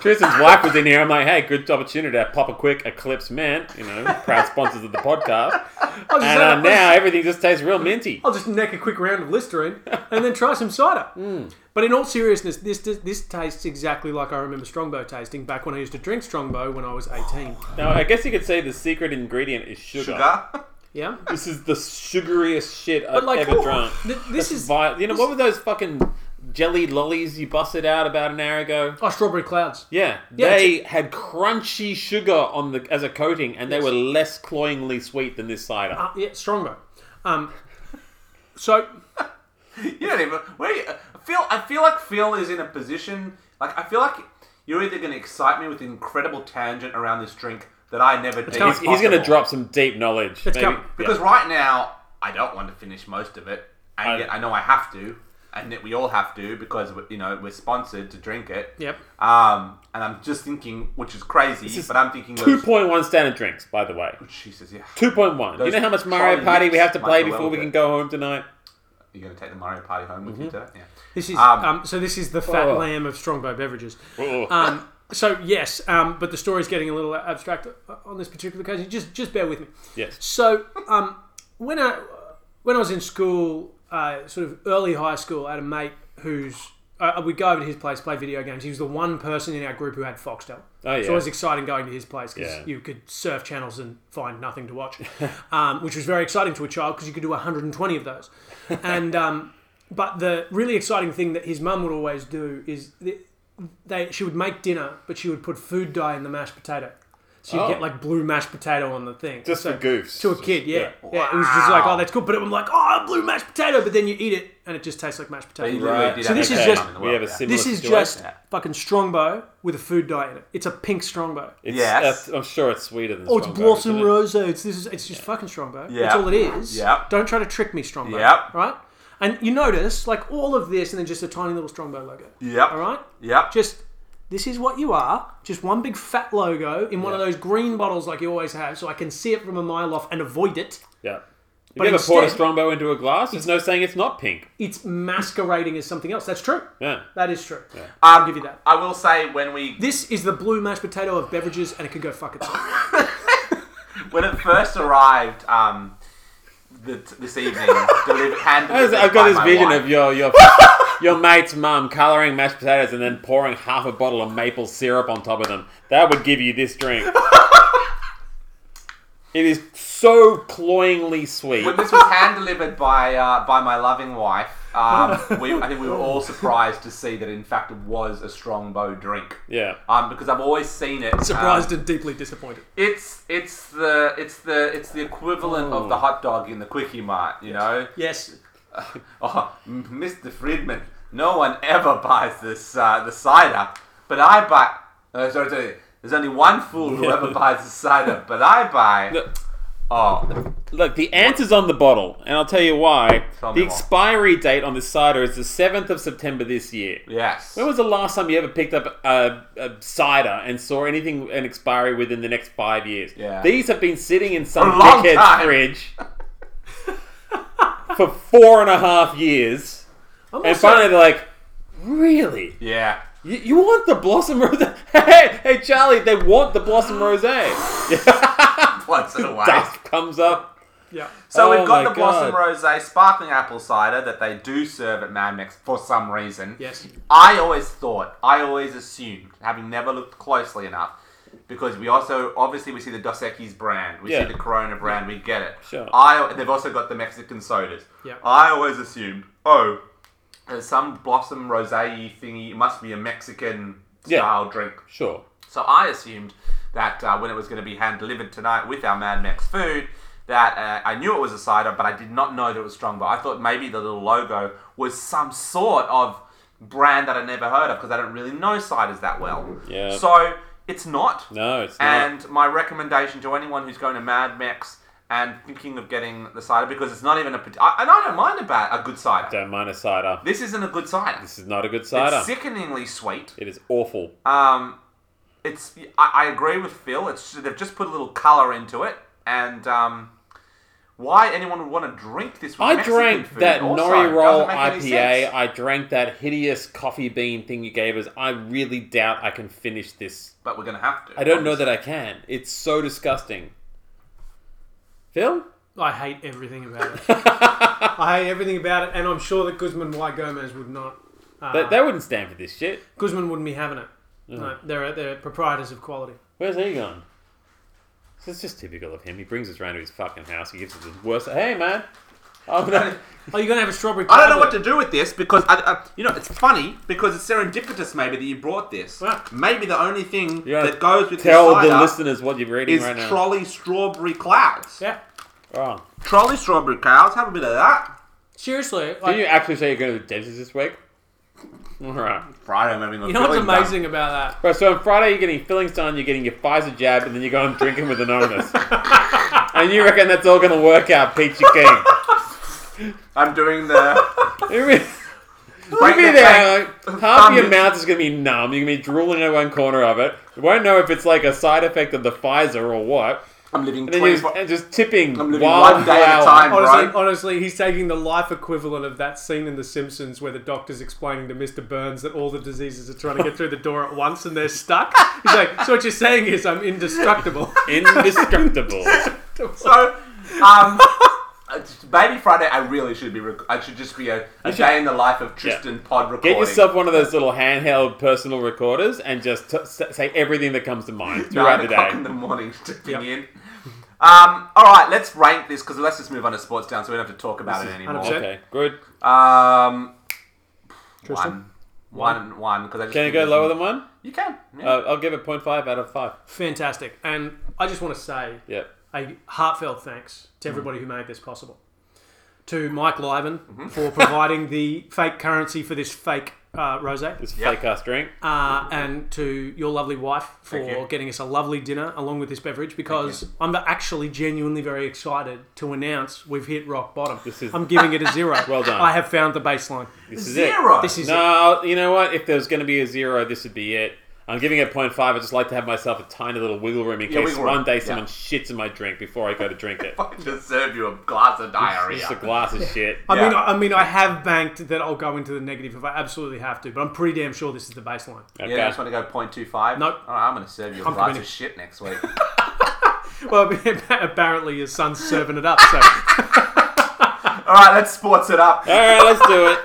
Speaker 1: Tristan's wife was in here. I'm like, hey, good opportunity to pop a quick Eclipse Mint, you know, proud sponsors of the podcast.
Speaker 3: I'll just,
Speaker 1: And uh, now everything just tastes real minty.
Speaker 3: I'll just neck a quick round of Listerine and then try some cider.
Speaker 1: Mm.
Speaker 3: But in all seriousness, this, this this tastes exactly like I remember Strongbow tasting back when I used to drink Strongbow when I was 18.
Speaker 1: Now, I guess you could say the secret ingredient is sugar.
Speaker 2: Sugar?
Speaker 3: Yeah?
Speaker 1: This is the sugariest shit I've
Speaker 3: like,
Speaker 1: ever drunk.
Speaker 3: Th- this is.
Speaker 1: Vi- you know, what were those fucking jelly lollies you busted out about an hour ago?
Speaker 3: Oh, Strawberry Clouds.
Speaker 1: Yeah,
Speaker 3: Yeah,
Speaker 1: they had crunchy sugar on the as a coating, and they were less cloyingly sweet than this cider.
Speaker 3: Uh, yeah, Strongbow. Um, so,
Speaker 2: You don't even. Where you, I feel I feel like Phil is in a position like I feel like you're either going to excite me with an incredible tangent around this drink that I never. It's
Speaker 1: he's he's going to drop some deep knowledge. Maybe.
Speaker 3: coming.
Speaker 1: Yeah.
Speaker 2: because right now I don't want to finish most of it, and
Speaker 1: I-
Speaker 2: yet I know I have to, and that we all have to because we- you know we're sponsored to drink it.
Speaker 3: Yep.
Speaker 2: Um, and I'm just thinking, which is crazy,
Speaker 1: is
Speaker 2: but I'm thinking
Speaker 1: Two
Speaker 2: those.
Speaker 1: point one standard drinks, by the way.
Speaker 2: She says, "Yeah,
Speaker 1: Two point one. You
Speaker 2: Those
Speaker 1: know how much Mario
Speaker 2: Charlie
Speaker 1: Party we
Speaker 2: Mix
Speaker 1: have to
Speaker 2: might
Speaker 1: play
Speaker 2: be well
Speaker 1: before we
Speaker 2: good.
Speaker 1: can go home tonight?
Speaker 2: you're going to take the Mario Party home with you
Speaker 1: Mm-hmm.
Speaker 2: today." Yeah.
Speaker 3: this is. Um,
Speaker 2: Um,
Speaker 3: so, this is the fat
Speaker 1: Oh.
Speaker 3: lamb of Strongbow beverages.
Speaker 1: Oh.
Speaker 3: Um, so yes, um, but the story's getting a little abstract on this particular occasion. Just just bear with me.
Speaker 1: yes.
Speaker 3: So um, when I when I was in school, uh, sort of early high school, I had a mate who's uh, we'd go over to his place, play video games. He was the one person in our group who had Foxtel.
Speaker 1: Oh,
Speaker 3: So
Speaker 1: yeah.
Speaker 3: it was exciting going to his place because
Speaker 1: Yeah.
Speaker 3: you could surf channels and find nothing to watch, um, which was very exciting to a child because you could do 120 of those. And um, but the really exciting thing that his mum would always do is th- they she would make dinner, but she would put food dye in the mashed potato. So you would
Speaker 1: Oh.
Speaker 3: get like blue mashed potato on the thing.
Speaker 1: Just
Speaker 3: so,
Speaker 1: for goofs.
Speaker 3: to a kid, yeah. Yeah, it was just like, oh, that's cool. But I'm like, oh, blue mashed potato. But then you eat it and it just tastes like mashed
Speaker 2: They
Speaker 3: potato.
Speaker 2: literally
Speaker 1: Right.
Speaker 2: did
Speaker 1: So
Speaker 2: have
Speaker 3: this is
Speaker 2: every
Speaker 3: just-
Speaker 2: mum in the
Speaker 1: We
Speaker 2: world,
Speaker 1: have a
Speaker 2: yeah.
Speaker 1: similar
Speaker 3: This is
Speaker 1: situation.
Speaker 3: just fucking strongbow with a food dye in it. It's a pink strongbow.
Speaker 1: It's,
Speaker 2: Yes.
Speaker 1: uh, I'm sure it's sweeter than.
Speaker 3: oh, it's
Speaker 1: Strongbow,
Speaker 3: blossom
Speaker 1: isn't it?
Speaker 3: rosa. It's this is it's just fucking strongbow.
Speaker 2: Yeah.
Speaker 3: That's all it is.
Speaker 2: Yeah.
Speaker 3: Don't try to trick me, strongbow.
Speaker 2: Yeah.
Speaker 3: Right. And you notice like all of this and then just a tiny little strongbow logo.
Speaker 2: Yep.
Speaker 3: All right.
Speaker 2: Yep.
Speaker 3: Just. This is what you are. Just one big fat logo in one of
Speaker 1: Yeah.
Speaker 3: those green bottles like you always have, so I can see it from a mile off and avoid it.
Speaker 1: Yeah.
Speaker 3: But
Speaker 1: But you ever poured a
Speaker 3: instead-
Speaker 1: Strongbow into a glass? There's no saying it's not pink.
Speaker 3: It's masquerading as something else. That's true.
Speaker 1: Yeah.
Speaker 3: That is true.
Speaker 2: Um,
Speaker 3: I'll give you that.
Speaker 2: I will say when we
Speaker 3: This is the blue mashed potato of beverages, and it could go fuck itself.
Speaker 2: when it first arrived um, th- this evening, delivered, handed to
Speaker 1: I've
Speaker 2: me
Speaker 1: I've
Speaker 2: by
Speaker 1: got this
Speaker 2: my
Speaker 1: vision
Speaker 2: wife.
Speaker 1: of your your your mate's mum colouring mashed potatoes and then pouring half a bottle of maple syrup on top of them. That would give you this drink. it is so cloyingly sweet.
Speaker 2: when this was hand delivered by uh, by my loving wife. Um, we, I think we were all surprised to see that in fact it was a strongbow drink.
Speaker 1: Yeah.
Speaker 2: Um, because I've always seen it. um,
Speaker 3: Surprised and deeply disappointed.
Speaker 2: it's it's the it's the it's the equivalent of the
Speaker 1: Oh.
Speaker 2: hot dog in the quickie mart. You know.
Speaker 3: Yes.
Speaker 2: Oh, M- Mr. Friedman, no one ever buys this uh, the cider, but I buy. Uh, sorry, sorry, there's only one fool who ever buys the cider, but I buy.
Speaker 1: Look,
Speaker 2: Oh,
Speaker 1: look, the answer's on the bottle, and I'll tell you why.
Speaker 2: Tell me
Speaker 1: the
Speaker 2: why.
Speaker 1: expiry date on this cider is the 7th of September this year.
Speaker 2: yes.
Speaker 1: When was the last time you ever picked up a, a cider and saw anything an expiry within the next five years?
Speaker 2: Yeah.
Speaker 1: These have been sitting in some
Speaker 2: A long
Speaker 1: dickhead's
Speaker 2: time.
Speaker 1: fridge for four and a half years.
Speaker 3: I'm
Speaker 1: And
Speaker 3: also-
Speaker 1: finally they're like, really?
Speaker 2: yeah.
Speaker 1: You, you want the Blossom Rose? hey, hey, Charlie, they want the Blossom Rose.
Speaker 2: Once in a while.
Speaker 1: Dust comes up.
Speaker 3: yeah.
Speaker 2: So
Speaker 1: Oh
Speaker 2: we've got
Speaker 1: my
Speaker 2: the Blossom
Speaker 1: God.
Speaker 2: Rosé sparkling apple cider that they do serve at Mad Max for some reason.
Speaker 3: Yes.
Speaker 2: I always thought, I always assumed, having never looked closely enough, because we also obviously we see the Dos Equis brand, we
Speaker 1: Yeah.
Speaker 2: see the Corona brand, we get it.
Speaker 1: Sure.
Speaker 2: I and they've also got the Mexican sodas.
Speaker 3: Yeah.
Speaker 2: I always assumed, oh, there's some Blossom Rosé thingy. It must be a Mexican
Speaker 1: Yeah.
Speaker 2: style drink.
Speaker 1: Sure.
Speaker 2: So I assumed that uh, when it was going to be hand delivered tonight with our Mad Max food, that uh, I knew it was a cider, but I did not know that it was Strongbow. I thought maybe the little logo was some sort of brand that I never heard of because I don't really know ciders that well.
Speaker 1: Yeah.
Speaker 2: So it's not.
Speaker 1: No, it's not.
Speaker 2: And my recommendation to anyone who's going to Mad Max and thinking of getting the cider because it's not even a. pat- I- And I don't mind about a good cider.
Speaker 1: Don't mind a cider.
Speaker 2: This isn't a good cider.
Speaker 1: This is not a good cider.
Speaker 2: It's sickeningly sweet.
Speaker 1: It is awful.
Speaker 2: Um, it's I, I agree with Phil. It's they've just put a little color into it, and um, why anyone would want to drink this? With
Speaker 1: I
Speaker 2: Mexican
Speaker 1: drank
Speaker 2: food
Speaker 1: that
Speaker 2: also
Speaker 1: Nori Roll
Speaker 2: doesn't make any
Speaker 1: IPA.
Speaker 2: sense.
Speaker 1: I drank that hideous coffee bean thing you gave us. I really doubt I can finish this.
Speaker 2: But we're gonna have to.
Speaker 1: I don't know that I can. It's so disgusting. Phil?
Speaker 3: I hate everything about it. I hate everything about it, and I'm sure that Guzman Y Gomez would not. Uh,
Speaker 2: Ah.
Speaker 1: They, they wouldn't stand for this shit.
Speaker 3: Guzman wouldn't be having it. No, they're they're proprietors of quality.
Speaker 1: Where's he gone? So it's just typical of him. He brings us round to his fucking house. He gives us the worst. Hey, man. I'm gonna...
Speaker 3: Oh, you're gonna have a strawberry.
Speaker 2: I don't know what to do with this because I, I, you know, it's funny because it's serendipitous maybe that you brought this.
Speaker 3: Yeah.
Speaker 2: Maybe the only thing
Speaker 1: You gotta
Speaker 2: that goes with
Speaker 1: tell
Speaker 2: this
Speaker 1: the
Speaker 2: cider
Speaker 1: listeners what you're reading
Speaker 2: is
Speaker 1: right now.
Speaker 2: trolley strawberry clouds.
Speaker 3: Yeah,
Speaker 1: oh.
Speaker 2: Trolley strawberry clouds. Have a bit of that.
Speaker 3: seriously. Like,
Speaker 1: Did you actually say you're going to the dentist this week? All right.
Speaker 2: Friday, I'm having a
Speaker 3: You know what's
Speaker 2: filling done.
Speaker 3: amazing about that?
Speaker 1: Right, so on Friday you're getting fillings done, you're getting your Pfizer jab, and then you go and drinking with Anonymous. and you reckon that's all going to work out, Peachy King?
Speaker 2: I'm doing the.
Speaker 1: You'll be
Speaker 2: Break the
Speaker 1: there,
Speaker 2: bank.
Speaker 1: like, half your
Speaker 2: Thumb-
Speaker 1: mouth is going to be numb. You're going to be drooling in one corner of it. You won't know if it's like a side effect of the Pfizer or what.
Speaker 2: I'm living
Speaker 1: And then you're
Speaker 2: 24.
Speaker 1: just, and just tipping
Speaker 2: I'm living
Speaker 1: wild
Speaker 2: one day at a
Speaker 1: flower.
Speaker 2: time,
Speaker 3: Honestly,
Speaker 2: right?
Speaker 3: honestly, he's taking the life equivalent of that scene in The Simpsons where the doctor's explaining to Mr. Burns that all the diseases are trying to get through the door at once and they're stuck. He's like, so what you're saying is I'm indestructible.
Speaker 1: Indestructible.
Speaker 2: So, um, Baby Friday, I really should be. Rec- I should just be a, a
Speaker 1: should-
Speaker 2: day in the life of Tristan Pod recording.
Speaker 1: Get yourself one of those little handheld personal recorders and just t- s- say everything that comes to mind throughout
Speaker 2: nine
Speaker 1: the
Speaker 2: o'clock
Speaker 1: day.
Speaker 2: in the morning tipping
Speaker 3: Yep.
Speaker 2: in. Um, all right, let's rank this because let's just move on to sports down, so we don't have to talk about it anymore.
Speaker 3: 100%.
Speaker 1: Okay, good.
Speaker 2: Um,
Speaker 3: Tristan?
Speaker 2: one, one, one. Because I just
Speaker 1: Can you
Speaker 2: think
Speaker 1: go
Speaker 2: there's-
Speaker 1: lower than one?
Speaker 2: You can. yeah.
Speaker 1: Uh, I'll give it 0.5 out of 5.
Speaker 3: Fantastic. And I just want to say
Speaker 1: Yep.
Speaker 3: a heartfelt thanks to everybody who made this possible. To Mike Lyman for providing the fake currency for this fake uh, rose.
Speaker 1: It's
Speaker 2: Yep.
Speaker 1: fake ass drink.
Speaker 3: uh, and to your lovely wife
Speaker 2: Thank
Speaker 3: for
Speaker 2: you.
Speaker 3: getting us a lovely dinner along with this beverage because I'm actually genuinely very excited to announce we've hit rock bottom.
Speaker 1: This is-
Speaker 3: I'm giving it a zero.
Speaker 1: Well done.
Speaker 3: I have found the baseline.
Speaker 1: This is it.
Speaker 2: Zero.
Speaker 3: This is
Speaker 1: No, you know what? If there was going to be a zero, this would be it. I'm giving it 0.5. I just like to have myself a tiny little wiggle room in
Speaker 2: Yeah,
Speaker 1: case
Speaker 2: wiggle room.
Speaker 1: one day
Speaker 2: Yeah.
Speaker 1: someone shits in my drink before I go to drink it.
Speaker 2: I deserve you a glass of diarrhea.
Speaker 1: Just a glass of shit.
Speaker 3: I mean,
Speaker 2: Yeah.
Speaker 3: I, I mean, I have banked that I'll go into the negative if I absolutely have to, but I'm pretty damn sure this is the baseline.
Speaker 1: Okay.
Speaker 2: yeah, I just want to go 0.25.
Speaker 3: Nope.
Speaker 2: All right, I'm going to serve you a
Speaker 3: I'm
Speaker 2: glass
Speaker 3: committing.
Speaker 2: of shit next week.
Speaker 3: Well, apparently your son's serving it up, so
Speaker 2: All right, let's sports it up.
Speaker 1: All right, let's do it.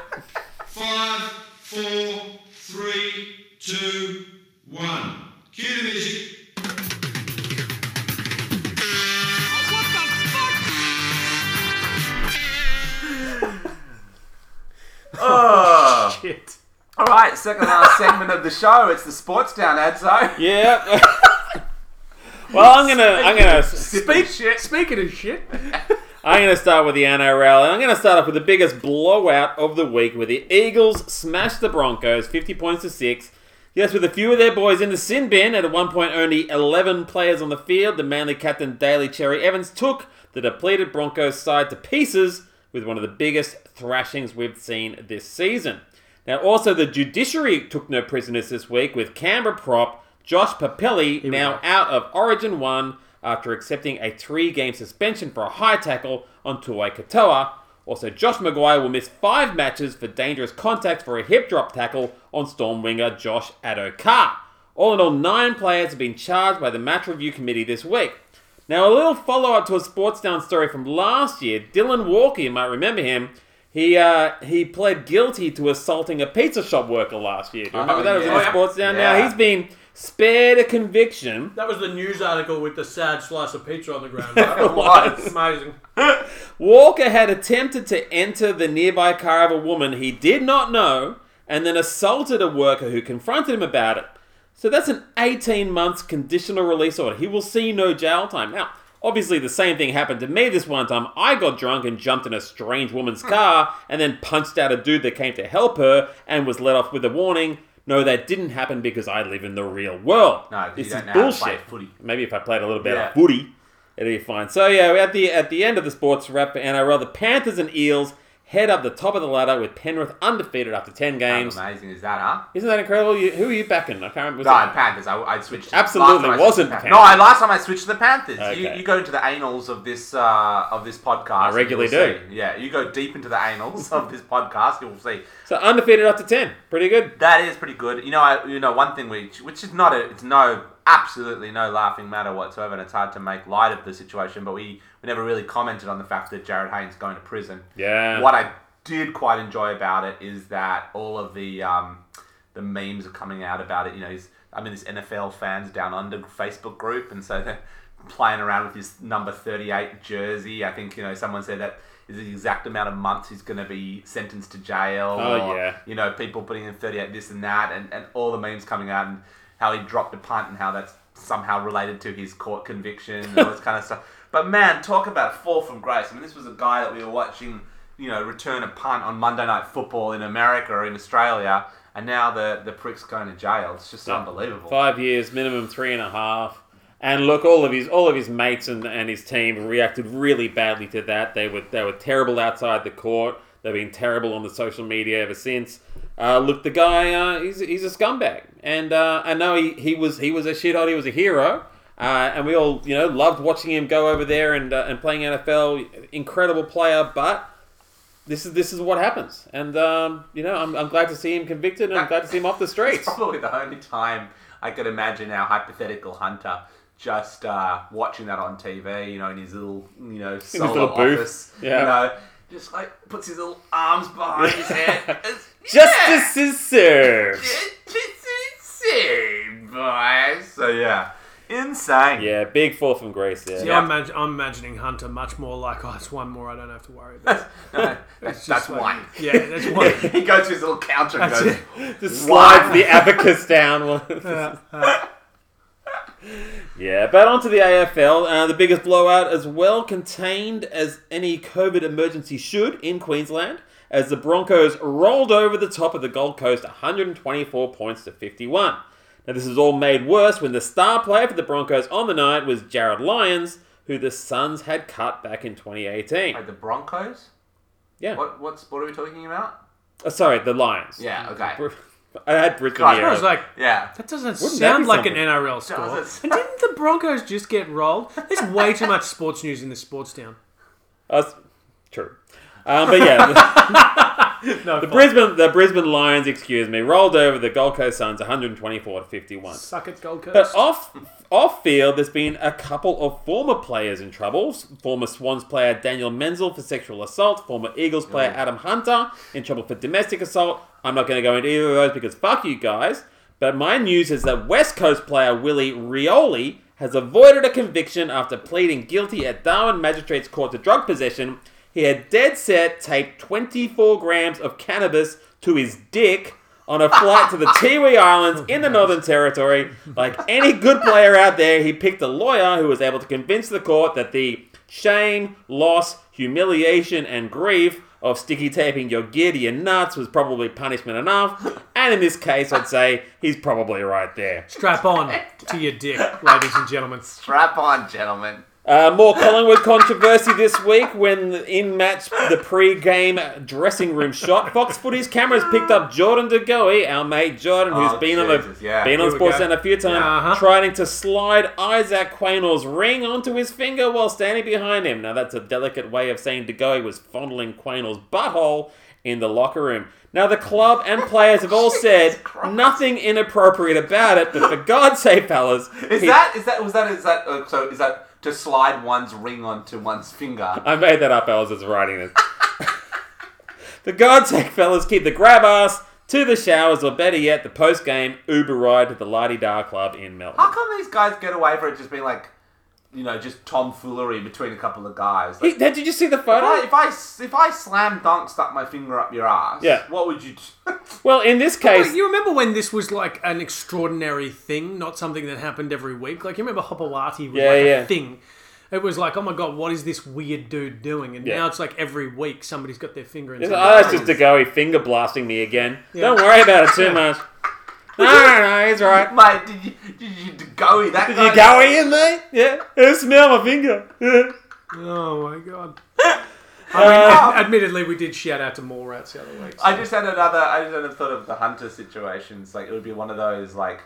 Speaker 4: Five, four, three, two, one. Cue the music.
Speaker 3: shit.
Speaker 2: All right, second last segment of the show. It's the sports down ad zone.
Speaker 1: Yep. well, I'm gonna, I'm gonna,
Speaker 2: Speak shit.
Speaker 3: Speaking of shit,
Speaker 1: I'm gonna start with the NRL, and I'm gonna start off with the biggest blowout of the week, where the Eagles smashed the Broncos, 50 points to six. Yes, with a few of their boys in the sin bin, and at one point only 11 players on the field, the manly captain Daly Cherry Evans took the depleted Broncos side to pieces with one of the biggest thrashings we've seen this season. Now, also, the judiciary took no prisoners this week with Canberra prop Josh Papelli now out of Origin 1 after accepting a three game suspension for a high tackle on Tuai Katoa. Also, Josh Maguire will miss five matches for dangerous contact for a hip drop tackle on storm winger Josh Adokar. All in all, nine players have been charged by the match review committee this week. Now, a little follow up to a Sports Down story from last year. Dylan Walker, you might remember him. He uh, he pled guilty to assaulting a pizza shop worker last year. Do you remember that? It was in the
Speaker 2: Oh, yeah.
Speaker 1: Sports Down. Now
Speaker 2: Yeah.
Speaker 1: he's been spared a conviction.
Speaker 5: That was the news article with the sad slice of pizza on the ground.
Speaker 2: was.
Speaker 5: Amazing.
Speaker 1: Walker had attempted to enter the nearby car of a woman he did not know and then assaulted a worker who confronted him about it. So that's an 18 months conditional release order. He will see no jail time. Now, obviously, the same thing happened to me this one time. I got drunk and jumped in a strange woman's
Speaker 2: Hmm.
Speaker 1: car and then punched out a dude that came to help her and was let off with a warning. No, that didn't happen because I live in the real world.
Speaker 2: No, 'cause you
Speaker 1: this
Speaker 2: don't
Speaker 1: is
Speaker 2: know how to
Speaker 1: bullshit.
Speaker 2: play footy.
Speaker 1: Maybe if I played a little bit
Speaker 2: Yeah.
Speaker 1: of footy. It'll be fine. So yeah, we're at the at the end of the sports rep, and I rather Panthers and Eels head up the top of the ladder with Penrith undefeated after ten games.
Speaker 2: How amazing is that, huh?
Speaker 1: Isn't that incredible? You, who are you backing? I can't remember. was
Speaker 2: No,
Speaker 1: it-
Speaker 2: Panthers. I, I switched.
Speaker 1: Absolutely
Speaker 2: last time I switched
Speaker 1: wasn't
Speaker 2: to Pan-
Speaker 1: Panthers.
Speaker 2: No, I, last time I switched to the Panthers. You,
Speaker 1: Okay.
Speaker 2: you go into the annals of this uh, of this podcast. I
Speaker 1: regularly do.
Speaker 2: Yeah, you go deep into the annals of this podcast. You will see
Speaker 1: So undefeated after ten, pretty good.
Speaker 2: that is pretty good. You know, I, you know one thing which which is not a, it's no absolutely no laughing matter whatsoever, and it's hard to make light of the situation. But we we never really commented on the fact that Jared Haynes going to prison.
Speaker 1: Yeah.
Speaker 2: What I did quite enjoy about it is that all of the um, the memes are coming out about it. You know, he's I'm in this NFL fans down under Facebook group, and so they're playing around with his number 38 jersey. I think you know someone said that is the exact amount of months he's going to be sentenced to jail.
Speaker 1: Oh,
Speaker 2: or,
Speaker 1: yeah.
Speaker 2: You know, people putting in 38 this and that, and, and all the memes coming out, and how he dropped a punt, and how that's somehow related to his court conviction, and all this kind of stuff. But man, talk about fall from grace. I mean, this was a guy that we were watching, you know, return a punt on Monday Night Football in America or in Australia, and now the, the prick's going to jail. It's just unbelievable.
Speaker 1: Five years, minimum three and a half. And look, all of his all of his mates and, and his team reacted really badly to that. They were they were terrible outside the court. They've been terrible on the social media ever since. Uh, look, the guy uh, he's, he's a scumbag, and uh, I know he, he was he was a shithole. He was a hero, uh, and we all you know loved watching him go over there and uh, and playing NFL. Incredible player, but. This is this is what happens, and um, you know I'm, I'm glad to see him convicted, and I'm glad to see him off the
Speaker 2: It's
Speaker 1: streets.
Speaker 2: probably the only time I could imagine our hypothetical hunter just uh, watching that on TV, you know, in his little, you know, solo
Speaker 1: little booth.
Speaker 2: office.
Speaker 1: Yeah.
Speaker 2: You know, just like puts his little arms behind his head. It's- yeah.
Speaker 1: Justice is served.
Speaker 2: It's insane, boys. So, yeah. Insane.
Speaker 1: Yeah, big fall from grace there.
Speaker 3: See,
Speaker 2: Yeah.
Speaker 3: I'm, imag- I'm imagining Hunter much more like, oh, it's one more I don't have to worry about.
Speaker 2: No, that's
Speaker 3: It's
Speaker 2: that's
Speaker 3: just like-
Speaker 2: one.
Speaker 3: Yeah, that's one.
Speaker 2: he goes to his little couch and
Speaker 3: That's
Speaker 2: goes,
Speaker 3: it.
Speaker 1: Just slides the abacus down. yeah, but onto the AFL. Uh, the biggest blowout as well, contained as any COVID emergency should in Queensland, as the Broncos rolled over the top of the Gold Coast 124 points to 51. Now, this is all made worse when the star player for the Broncos on the night was Jared Lyons, who the Suns had cut back in 2018.
Speaker 2: Wait, the Broncos?
Speaker 1: Yeah.
Speaker 2: What, what sport are we talking about?
Speaker 1: Uh, sorry, the Lions.
Speaker 2: Yeah, okay.
Speaker 1: Br- I had Brisbane.
Speaker 2: God,
Speaker 1: here.
Speaker 3: I was like,
Speaker 2: Yeah.
Speaker 3: that doesn't
Speaker 1: that
Speaker 3: sound
Speaker 1: be
Speaker 3: like an
Speaker 1: something?
Speaker 3: NRL score.
Speaker 2: Doesn't.
Speaker 3: And didn't the Broncos just get rolled? There's way too much sports news in this sports town.
Speaker 1: I was- true. Um, but yeah,
Speaker 3: No,
Speaker 1: the Brisbane the Brisbane Lions, excuse me, rolled over the Gold Coast Suns 124 to 51.
Speaker 3: suck at Gold Coast.
Speaker 1: But off off field, there's been a couple of former players in trouble. Former Swans player Daniel Menzel for sexual assault. Former Eagles player Adam Hunter in trouble for domestic assault. I'm not going to go into either of those because fuck you guys. But my news is that West Coast player Willie Rioli has avoided a conviction after pleading guilty at Darwin Magistrates Court to drug possession. He had dead set taped 24 grams of cannabis to his dick on a flight to the Tiwi Islands in the Northern Territory. Like any good player out there, he picked a lawyer who was able to convince the court that the shame, loss, humiliation, and grief of sticky taping your gear to your nuts was probably punishment enough. And in this case, I'd say he's probably right there.
Speaker 3: Strap on to your dick, ladies and gentlemen.
Speaker 2: Strap on, gentlemen.
Speaker 1: Uh, more Collingwood controversy this week when in match the pre-game dressing room shot, Fox Footy's cameras picked up Jordan De Goey, our mate Jordan, who's
Speaker 2: Oh,
Speaker 1: been on
Speaker 2: Jesus,
Speaker 1: the
Speaker 2: yeah.
Speaker 1: been on
Speaker 3: Here we go.
Speaker 1: Sports Center a few times,
Speaker 3: Uh-huh.
Speaker 1: trying to slide Isaac Quaynall's ring onto his finger while standing behind him. Now that's a delicate way of saying De Goey was fondling Quaynall's butthole in the locker room. Now the club and players have all said nothing inappropriate about it, but for God's sake, fellas,
Speaker 2: Is
Speaker 1: he-
Speaker 2: that is that was that is that uh, so is that to slide one's ring onto one's finger?
Speaker 1: I made that up. I was just writing this. For God's sake, fellas, keep the grab ass to the showers, or better yet, the post game Uber ride to the Lardy Dar Club in
Speaker 2: How
Speaker 1: Melbourne.
Speaker 2: come these guys get away for it just being like, you know, just tomfoolery between a couple of guys?
Speaker 1: He-
Speaker 2: Like,
Speaker 1: did you see the
Speaker 2: if, I,
Speaker 1: photo?
Speaker 2: if I s- if I slam dunk stuck my finger up your ass,
Speaker 1: Yeah.
Speaker 2: what would you? do?
Speaker 1: Well, in this case,
Speaker 3: You remember when this was like an extraordinary thing, not something that happened every week? Like, you remember Hopawati was
Speaker 1: Yeah,
Speaker 3: like
Speaker 1: yeah.
Speaker 3: a thing. It was like, oh my god, what is this weird dude doing? And
Speaker 1: Yeah.
Speaker 3: now it's like every week somebody's got their finger in
Speaker 1: oh,
Speaker 3: somebody's
Speaker 1: that's just De Goey finger blasting me again.
Speaker 3: Yeah.
Speaker 1: Don't worry about it too much. No, no, no, he's right.
Speaker 2: Mate, did you, did you go that
Speaker 1: Did you go in, mate? Yeah. I smell my finger.
Speaker 3: Oh my god. I
Speaker 1: Uh,
Speaker 3: mean, ad- admittedly, we did shout out to more rats the other week.
Speaker 2: I just had another. I just had a thought of the hunter situations. Like it would be one of those like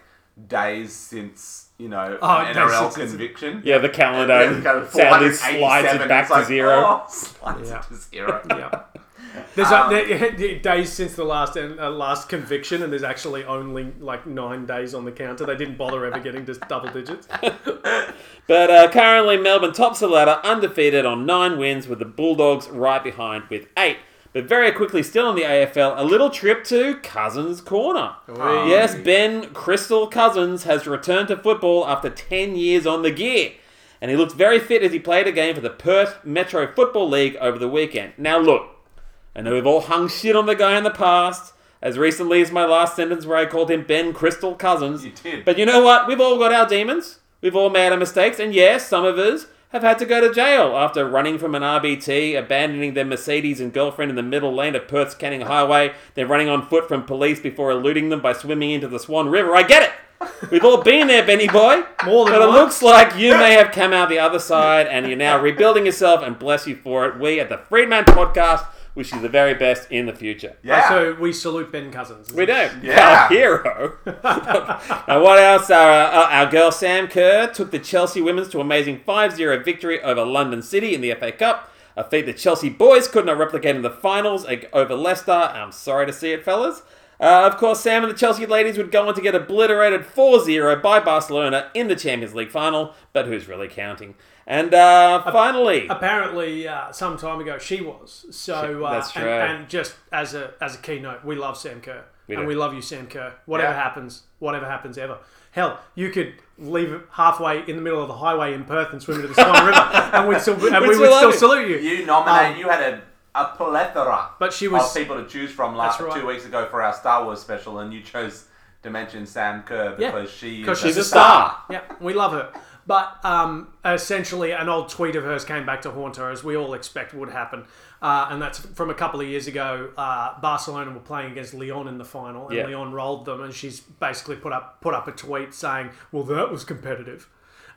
Speaker 2: days since you know
Speaker 3: Oh,
Speaker 2: an
Speaker 3: days
Speaker 2: NRL
Speaker 3: since-
Speaker 2: conviction.
Speaker 1: Yeah, the calendar
Speaker 2: And then kind of
Speaker 1: um, sadly
Speaker 2: 487,
Speaker 1: slides it back
Speaker 2: it's
Speaker 1: to
Speaker 2: like,
Speaker 1: zero.
Speaker 2: oh, slides
Speaker 3: Yeah.
Speaker 2: it to zero.
Speaker 3: yeah. There's
Speaker 2: Um,
Speaker 3: a, there- days since the last uh, last conviction, and there's actually only like nine days on the counter. They didn't bother ever getting to double digits.
Speaker 1: But uh, currently, Melbourne tops the ladder undefeated on nine wins, with the Bulldogs right behind with eight. But very quickly, still in the AFL, a little trip to Cousins Corner. Yes, Ben Crystal Cousins has returned to football after 10 years on the gear. And he looks very fit as he played a game for the Perth Metro Football League over the weekend. Now, look, I know we've all hung shit on the guy in the past, as recently as my last sentence where I called him Ben Crystal Cousins.
Speaker 2: You did.
Speaker 1: But you know what? We've all got our demons. We've all made our mistakes, and yes, some of us have had to go to jail after running from an RBT, abandoning their Mercedes and girlfriend in the middle lane of Perth's Canning Highway, then running on foot from police before eluding them by swimming into the Swan River. I get it! We've all been there, Benny boy.
Speaker 3: More than
Speaker 1: But it looks
Speaker 3: once.
Speaker 1: like you may have come out the other side and you're now rebuilding yourself, and bless you for it. We at the Freedman Podcast wish you the very best in the future.
Speaker 2: Yeah.
Speaker 3: So we salute Ben Cousins.
Speaker 1: We do.
Speaker 2: Yeah.
Speaker 1: Our hero. and what else? Our, uh, our girl Sam Kerr took the Chelsea women's to amazing 5 0 victory over London City in the FA Cup. A feat the Chelsea boys could not replicate in the finals ag- over Leicester. I'm sorry to see it, fellas. Uh, of course, Sam and the Chelsea ladies would go on to get obliterated 4 0 by Barcelona in the Champions League final, but who's really counting? And uh, finally.
Speaker 3: Apparently, uh, some time ago, she was. So
Speaker 1: She-
Speaker 3: uh,
Speaker 1: that's
Speaker 3: and,
Speaker 1: true.
Speaker 3: and just as a as a keynote, we love Sam Kerr, and
Speaker 1: do.
Speaker 3: we love you, Sam Kerr. Whatever
Speaker 2: Yeah.
Speaker 3: happens, whatever happens, ever. Hell, you could leave halfway in the middle of the highway in Perth and swim into the Swan River, and we'd still and we
Speaker 1: still
Speaker 3: would
Speaker 1: love
Speaker 3: still
Speaker 1: you.
Speaker 3: salute you.
Speaker 2: You nominate.
Speaker 3: Um,
Speaker 2: you had a, a plethora
Speaker 3: But she was-
Speaker 2: of people to choose from last
Speaker 3: That's right.
Speaker 2: two weeks ago for our Star Wars special, and you chose to mention Sam Kerr
Speaker 3: Yeah.
Speaker 2: because she is
Speaker 3: Because she's
Speaker 1: a star.
Speaker 3: Yeah, we love her. But um, essentially, an old tweet of hers came back to haunt her, as we all expect would happen. Uh, and that's from a couple of years ago. Uh, Barcelona were playing against Lyon in the final, and
Speaker 1: Yeah.
Speaker 3: Lyon rolled them. And she's basically put up put up a tweet saying, "Well, that was competitive."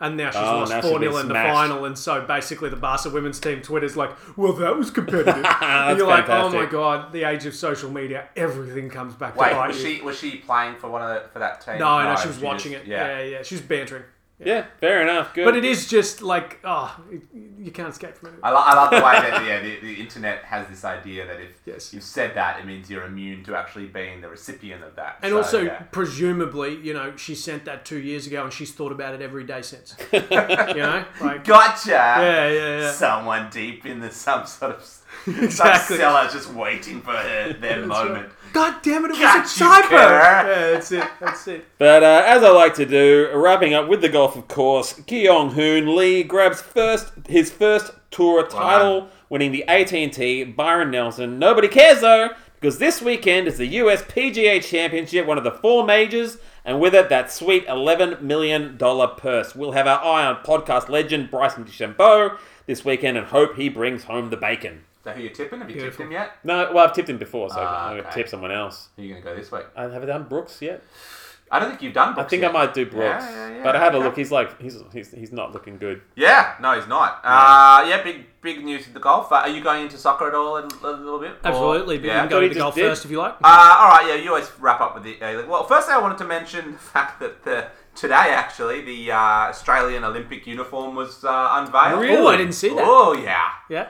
Speaker 3: And now she's
Speaker 1: Oh,
Speaker 3: lost
Speaker 1: now she's
Speaker 3: 4
Speaker 1: been
Speaker 3: 0 in the
Speaker 1: smashed.
Speaker 3: final. And so basically, the Barca women's team Twitter's like, well, that was competitive. and
Speaker 1: That's
Speaker 3: you're like, oh
Speaker 1: fantastic.
Speaker 3: my God, the age of social media, everything comes back to
Speaker 2: Wait,
Speaker 3: bite
Speaker 2: was
Speaker 3: you.
Speaker 2: she was she playing for one of the, for that team?
Speaker 3: no, no, she was watching
Speaker 2: just-
Speaker 3: it. Yeah. yeah, She was bantering.
Speaker 1: yeah, fair enough. Good.
Speaker 3: But it is just like, oh, it, you can't escape from it.
Speaker 2: I, lo- I love the way that yeah, the, the internet has this idea that if
Speaker 3: Yes.
Speaker 2: you've said that, it means you're immune to actually being the recipient of that.
Speaker 3: And
Speaker 2: So,
Speaker 3: also,
Speaker 2: yeah.
Speaker 3: presumably, you know, she sent that two years ago and she's thought about it every day since. you know? Like,
Speaker 2: gotcha.
Speaker 3: yeah, yeah, yeah.
Speaker 2: Someone deep in the some sort of
Speaker 3: Exactly.
Speaker 2: some seller just waiting for her, their moment.
Speaker 3: God damn it, it
Speaker 2: Got
Speaker 3: was a
Speaker 2: you,
Speaker 3: typo!
Speaker 2: Kerr.
Speaker 3: Yeah, that's it, that's it.
Speaker 1: But uh, as I like to do, wrapping up with the golf, of course, Kyung Hoon Lee grabs first his first Tour title, winning the AT&T Byron Nelson. Nobody cares though, because this weekend is the US PGA Championship, one of the four majors, and with it that sweet $11 million purse. We'll have our eye on podcast legend Bryson DeChambeau this weekend and hope he brings home the bacon.
Speaker 2: So who you tipping? Have you
Speaker 3: Beautiful.
Speaker 2: tipped him yet?
Speaker 1: No, well, I've tipped him before, so I'm going to
Speaker 2: okay.
Speaker 1: tip someone else. Uh,
Speaker 2: Who are you going to go this week?
Speaker 1: I haven't done Brooks yet.
Speaker 2: I don't think you've done. Brooks
Speaker 1: I think
Speaker 2: yet.
Speaker 1: I might do Brooks,
Speaker 2: Yeah, yeah, yeah,
Speaker 1: but I had a
Speaker 2: okay.
Speaker 1: look. He's like he's he's, he's not looking good.
Speaker 2: Yeah, no, he's not. Uh, yeah, big big news in the golf. Uh, are you going into soccer at all a, a little bit? Or-
Speaker 3: Absolutely, but
Speaker 2: Oh, yeah.
Speaker 3: you can go
Speaker 1: he
Speaker 3: to the
Speaker 1: just
Speaker 3: golf
Speaker 1: did.
Speaker 3: first if you like. Oh,
Speaker 2: Uh, all right, yeah, you always wrap up with the. Uh, well, firstly, I wanted to mention the fact that the, today, actually, the uh, Australian Olympic uniform was uh, unveiled.
Speaker 1: Really?
Speaker 3: Oh, I didn't see that.
Speaker 2: Oh, yeah.
Speaker 3: Yeah?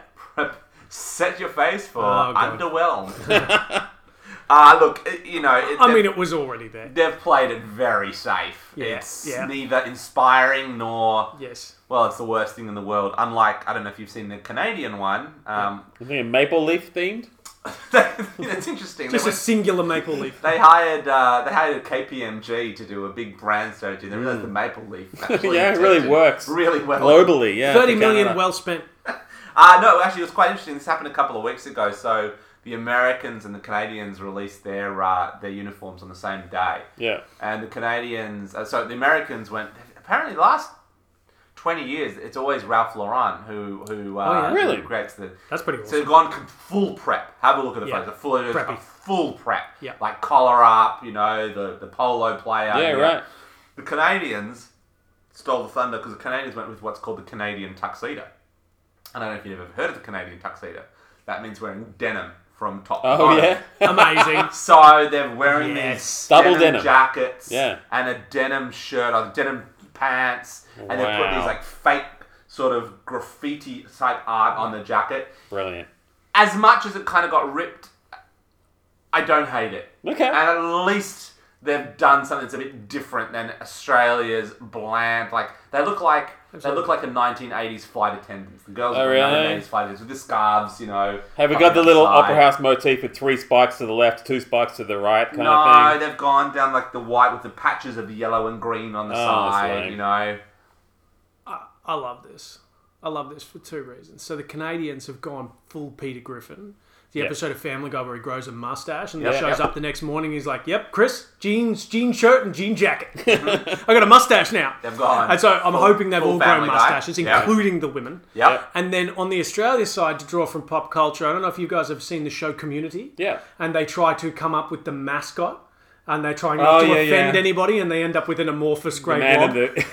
Speaker 2: Set your face for
Speaker 3: Oh, God.
Speaker 2: underwhelmed. uh, look, it- you know, it,
Speaker 3: I
Speaker 2: they've,
Speaker 3: mean, it was already there.
Speaker 2: they've played it very safe.
Speaker 3: Yeah,
Speaker 2: It's
Speaker 3: yeah.
Speaker 2: neither inspiring nor,
Speaker 3: Yes.
Speaker 2: well, it's the worst thing in the world. Unlike, I don't know if you've seen the Canadian one. Um,
Speaker 1: I think a maple leaf themed.
Speaker 2: it's interesting. They
Speaker 3: Just a
Speaker 2: went-
Speaker 3: singular maple leaf.
Speaker 2: They hired uh, they hired KPMG to do a big brand strategy. They
Speaker 3: Mm.
Speaker 2: realized the maple leaf. actually
Speaker 1: Yeah, it really
Speaker 2: did
Speaker 1: works.
Speaker 2: really well
Speaker 1: Globally, yeah.
Speaker 3: Oh, Thirty
Speaker 1: for
Speaker 3: million
Speaker 1: Canada.
Speaker 3: well spent.
Speaker 2: Uh, no, actually, it was quite interesting. This happened a couple of weeks ago. So the Americans and the Canadians released their uh, their uniforms on the same day,
Speaker 1: Yeah.
Speaker 2: and the Canadians. Uh, so the Americans went. Apparently, the last twenty years, it's always Ralph Lauren who who, uh,
Speaker 3: Oh, yeah.
Speaker 2: who
Speaker 1: Really?
Speaker 2: creates the.
Speaker 3: That's pretty
Speaker 2: So
Speaker 3: awesome.
Speaker 2: they've gone com- full prep. Have a look at the
Speaker 3: Yeah.
Speaker 2: photos. The full, it is a
Speaker 3: Preppy.
Speaker 2: full prep.
Speaker 3: Yeah.
Speaker 2: Like collar up, you know, the, the polo
Speaker 3: Oh,
Speaker 2: player.
Speaker 1: Yeah, right.
Speaker 2: The Canadians stole the thunder because the Canadians went with what's called the Canadian tuxedo. And I don't know if you've ever heard of the Canadian tuxedo. That means wearing denim from top to
Speaker 1: Oh
Speaker 2: bottom. Um,
Speaker 1: yeah.
Speaker 3: Amazing.
Speaker 2: So they're wearing
Speaker 3: Yes.
Speaker 2: these
Speaker 1: Double
Speaker 2: denim,
Speaker 1: denim.
Speaker 2: jackets
Speaker 1: Yeah.
Speaker 2: and a denim shirt or denim pants, and they put
Speaker 1: Wow.
Speaker 2: these like fake sort of graffiti type art on the jacket.
Speaker 1: Brilliant.
Speaker 2: As much as it kind of got ripped, I don't hate it.
Speaker 1: Okay.
Speaker 2: And at least they've done something that's a bit different than Australia's bland. Like they look like they look like a 1980s flight attendants. The girls
Speaker 1: Oh,
Speaker 2: are
Speaker 1: really?
Speaker 2: 1980s flight attendants with the scarves, you know.
Speaker 1: Have we
Speaker 2: up
Speaker 1: got the
Speaker 2: the
Speaker 1: little
Speaker 2: side.
Speaker 1: opera house motif with three spikes to the left, two spikes to the right kind
Speaker 2: no,
Speaker 1: of thing?
Speaker 2: they've gone down like the white with the patches of yellow and green on the
Speaker 1: Oh, that's
Speaker 2: side.
Speaker 1: lame.
Speaker 2: You know,
Speaker 3: I, I love this. I love this for two reasons. So the Canadians have gone full Peter Griffin. The
Speaker 1: Yeah.
Speaker 3: episode of Family Guy where he grows a mustache and
Speaker 1: Yeah.
Speaker 3: then shows
Speaker 1: Yep.
Speaker 3: up the next morning. He's like, "Yep, Chris, jeans, jean shirt, and jean jacket. I got a mustache now."
Speaker 2: they've gone.
Speaker 3: And so I'm
Speaker 2: full-
Speaker 3: hoping they've
Speaker 2: full
Speaker 3: all
Speaker 2: Family
Speaker 3: grown
Speaker 2: Guy.
Speaker 3: mustaches,
Speaker 2: Yeah.
Speaker 3: including the women.
Speaker 2: Yep.
Speaker 3: And then on the Australia side, to draw from pop culture, I don't know if you guys have seen the show Community.
Speaker 1: Yeah.
Speaker 3: And they try to come up with the mascot, and they try
Speaker 1: Oh,
Speaker 3: not to
Speaker 1: yeah,
Speaker 3: offend
Speaker 1: yeah.
Speaker 3: anybody, and they end up with an amorphous grey
Speaker 1: Man
Speaker 3: blob.
Speaker 1: in the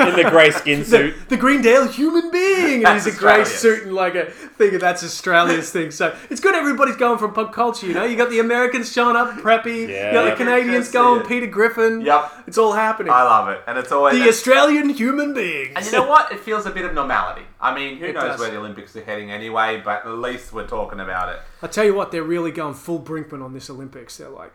Speaker 1: in the grey skin
Speaker 3: the,
Speaker 1: suit.
Speaker 3: the Greendale human being, and
Speaker 2: That's
Speaker 3: he's a grey
Speaker 2: Australia's.
Speaker 3: suit and like a thing, and that's Australia's thing. So it's good everybody's going from pop culture, you know. You got the Americans showing up preppy,
Speaker 1: Yeah.
Speaker 3: you got
Speaker 1: Yeah,
Speaker 3: the Canadians
Speaker 2: I can see
Speaker 3: going
Speaker 2: it.
Speaker 3: Peter Griffin.
Speaker 2: Yep.
Speaker 3: it's all happening.
Speaker 2: I love it, and it's always
Speaker 3: the Australian human beings.
Speaker 2: And you know what? It feels a bit of normality. I mean, who
Speaker 3: It
Speaker 2: knows
Speaker 3: does.
Speaker 2: where the Olympics are heading anyway, but at least we're talking about it.
Speaker 3: I tell you what, they're really going full Brinkman on this Olympics. They're like,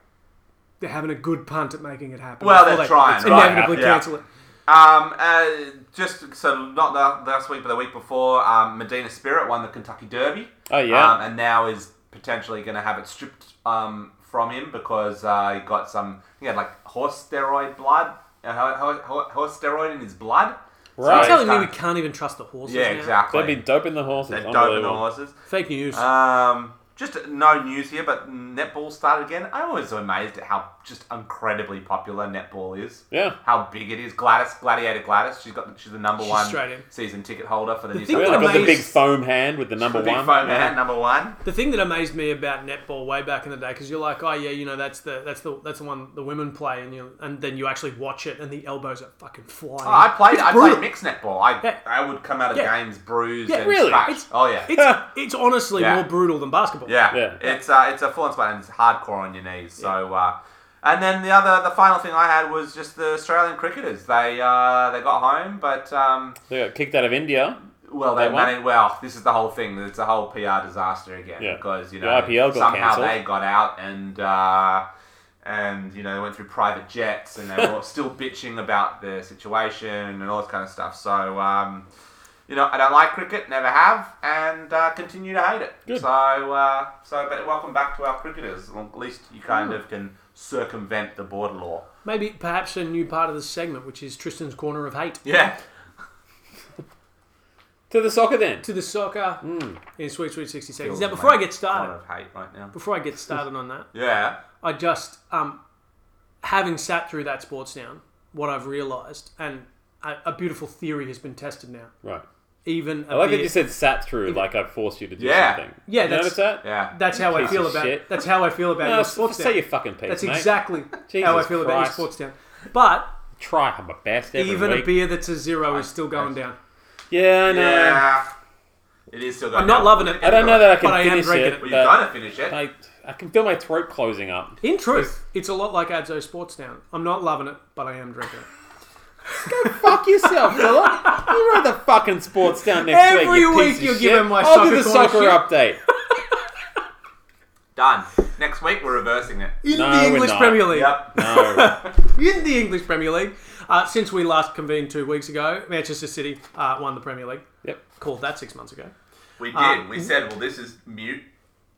Speaker 3: they're having a good punt at making it happen.
Speaker 2: Well,
Speaker 3: before
Speaker 2: they're
Speaker 3: they
Speaker 2: trying, right?
Speaker 3: inevitably
Speaker 2: Yeah.
Speaker 3: cancel it.
Speaker 2: Um, uh, just so not the last week, but the week before, um, Medina Spirit won the Kentucky Derby.
Speaker 1: Oh, yeah.
Speaker 2: Um, and now is potentially going to have it stripped um, from him because uh, he got some. He had like horse steroid blood, uh, ho- ho- ho- horse steroid in his blood.
Speaker 1: Right.
Speaker 3: You're telling
Speaker 2: he's
Speaker 3: me we
Speaker 2: kinda-
Speaker 3: can't even trust the horses.
Speaker 2: Yeah,
Speaker 3: now?
Speaker 2: exactly.
Speaker 1: They've been doping the horses.
Speaker 2: They're doping the
Speaker 1: Unbelievable.
Speaker 2: horses.
Speaker 3: Fake news.
Speaker 2: Um, just no news here, but netball started again. I'm always amazed at how just incredibly popular netball is.
Speaker 1: Yeah.
Speaker 2: How big it is. Gladys, Gladiator Gladys, she's got she's the number
Speaker 3: She's
Speaker 2: one
Speaker 3: Australian.
Speaker 2: season ticket holder for the, New
Speaker 3: thing
Speaker 2: South
Speaker 1: Yeah,
Speaker 3: that
Speaker 1: they've
Speaker 2: Wales.
Speaker 1: got the
Speaker 3: amazed-
Speaker 1: big foam hand with the number
Speaker 2: The big
Speaker 1: one.
Speaker 2: foam hat, number one.
Speaker 3: The thing that amazed me about netball way back in the day, because you're like, oh yeah, you know that's the that's the that's the one the women play, and you and then you actually watch it, and the elbows are fucking flying.
Speaker 2: Oh, I played.
Speaker 3: It's
Speaker 2: I
Speaker 3: brutal.
Speaker 2: played mixed netball. I
Speaker 3: Yeah.
Speaker 2: I would come out of
Speaker 3: Yeah.
Speaker 2: games bruised
Speaker 1: Yeah,
Speaker 2: and
Speaker 1: really.
Speaker 2: scratched.
Speaker 1: It's-
Speaker 2: oh yeah.
Speaker 3: It's it's honestly
Speaker 2: Yeah.
Speaker 3: more brutal than basketball.
Speaker 2: Yeah.
Speaker 1: Yeah.
Speaker 2: It's uh, it's a full-on spot and it's hardcore on your knees. So uh, and then the other the final thing I had was just the Australian cricketers. They uh, they got home, but um,
Speaker 1: They got kicked out of India.
Speaker 2: well they
Speaker 1: They won?
Speaker 2: managed. Well, this is the whole thing. It's a whole PR disaster again
Speaker 1: Yeah.
Speaker 2: because you
Speaker 1: The
Speaker 2: know
Speaker 1: IPL got
Speaker 2: somehow
Speaker 1: cancelled.
Speaker 2: they got out and. Uh, and you know they went through private jets, and they were all still bitching about the situation and all this kind of stuff. So um, you know I don't like cricket, never have, and uh, continue to hate it.
Speaker 1: Good.
Speaker 2: So uh, so but welcome back to our cricketers. Well, at least you kind of can circumvent the border law.
Speaker 3: Maybe perhaps a new part of this segment, which is Tristan's corner of hate.
Speaker 2: Yeah,
Speaker 1: To the soccer then.
Speaker 3: To the soccer in sweet sweet sixty seconds. Now
Speaker 2: Hmm. Feels
Speaker 3: before I
Speaker 2: like
Speaker 3: get
Speaker 2: kind
Speaker 3: started,
Speaker 2: of hate right now.
Speaker 3: before I get started on that,
Speaker 2: Yeah.
Speaker 3: I just um, having sat through that sports town, what I've realised, and a, a beautiful theory has been tested now.
Speaker 1: Right.
Speaker 3: Even a
Speaker 1: I like
Speaker 3: bit,
Speaker 1: that you said sat through, like I forced you to do
Speaker 2: Yeah.
Speaker 1: something.
Speaker 3: Yeah,
Speaker 1: you
Speaker 3: that's-
Speaker 1: notice that?
Speaker 2: Yeah.
Speaker 3: That's how I
Speaker 1: Piece
Speaker 3: feel
Speaker 1: of
Speaker 3: about.
Speaker 1: shit.
Speaker 3: That's how I feel about
Speaker 1: No,
Speaker 3: your
Speaker 1: s-
Speaker 3: sports
Speaker 1: say
Speaker 3: town.
Speaker 1: your fucking piece,
Speaker 3: That's
Speaker 1: mate.
Speaker 3: exactly
Speaker 1: Jesus
Speaker 3: how I feel about your
Speaker 1: Christ.
Speaker 3: sports town. But
Speaker 1: Try I'm my best every
Speaker 3: even
Speaker 1: week.
Speaker 3: a beer that's a zero is still going down.
Speaker 1: Yeah, I know.
Speaker 2: Yeah. It is still going.
Speaker 3: I'm not
Speaker 2: down.
Speaker 3: loving it.
Speaker 1: I don't know that I can
Speaker 3: But I am
Speaker 1: finish
Speaker 3: drinking
Speaker 1: it.
Speaker 3: it.
Speaker 2: But you've
Speaker 1: but
Speaker 2: got to finish it.
Speaker 1: I, I can feel my throat closing up.
Speaker 3: In truth, it's a lot like Adzo Sports Town. I'm not loving it, but I am drinking it.
Speaker 1: Fuck yourself, Philip. You run the fucking sports down next
Speaker 3: Every
Speaker 1: week. you
Speaker 3: week
Speaker 1: piece of
Speaker 3: you're
Speaker 1: shit.
Speaker 3: giving my
Speaker 1: I'll do the
Speaker 3: soccer
Speaker 1: soccer
Speaker 3: corner
Speaker 1: update.
Speaker 2: Done. Next week we're reversing it.
Speaker 3: In
Speaker 1: No,
Speaker 3: the
Speaker 1: we're
Speaker 3: English
Speaker 1: not.
Speaker 3: Premier League.
Speaker 2: Yep.
Speaker 1: No.
Speaker 3: In the English Premier League. Uh, since we last convened two weeks ago, Manchester City uh, won the Premier League.
Speaker 1: Yep.
Speaker 3: Called that six months ago.
Speaker 2: We did.
Speaker 1: Uh,
Speaker 2: we said, well, this is mute.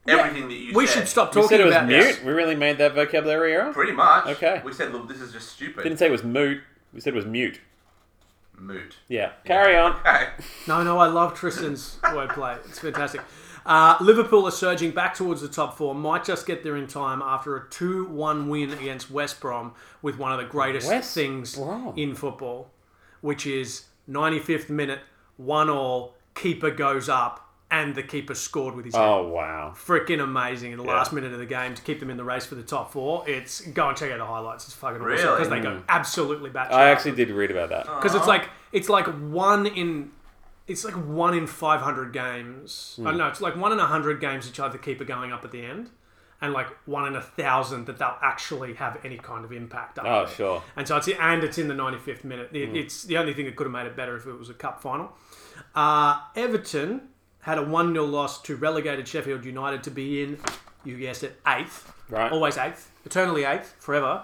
Speaker 2: Everything that you
Speaker 3: we
Speaker 2: said.
Speaker 3: should stop
Speaker 1: We
Speaker 3: talking
Speaker 1: said it was
Speaker 3: about
Speaker 1: mute.
Speaker 3: this.
Speaker 1: We really made that vocabulary error.
Speaker 2: Pretty much.
Speaker 1: Okay.
Speaker 2: We said, look, this is just stupid.
Speaker 1: Didn't say it was moot. We said it was mute.
Speaker 2: Moot.
Speaker 1: Yeah. Carry on.
Speaker 2: Okay.
Speaker 3: No, no, I love Tristan's wordplay. It's fantastic. Uh, Liverpool are surging back towards the top four. Might just get there in time after a 2 1 win against West Brom with one of the greatest
Speaker 1: West
Speaker 3: things
Speaker 1: Brom.
Speaker 3: in football, which is 95th minute, 1 all, keeper goes up, and the keeper scored with his head.
Speaker 1: Oh wow.
Speaker 3: Freaking amazing in the last minute of the game to keep them in the race for the top four. It's go and check out the highlights. It's fucking awesome
Speaker 2: Really?
Speaker 3: because they go absolutely batshit.
Speaker 1: I actually did read about that.
Speaker 3: because it's like it's like one in it's like one in 500 games i don't know it's like one in 100 games each other keep are going up at the end and like one in a thousand that they'll actually have any kind of impact up
Speaker 1: Oh
Speaker 3: there.
Speaker 1: sure.
Speaker 3: and so it's and it's in the 95th minute It- it's the only thing that could have made it better if it was a cup final uh, everton had a 1-0 loss to relegated sheffield united to be in you guessed it eighth
Speaker 1: Right.
Speaker 3: always eighth eternally eighth forever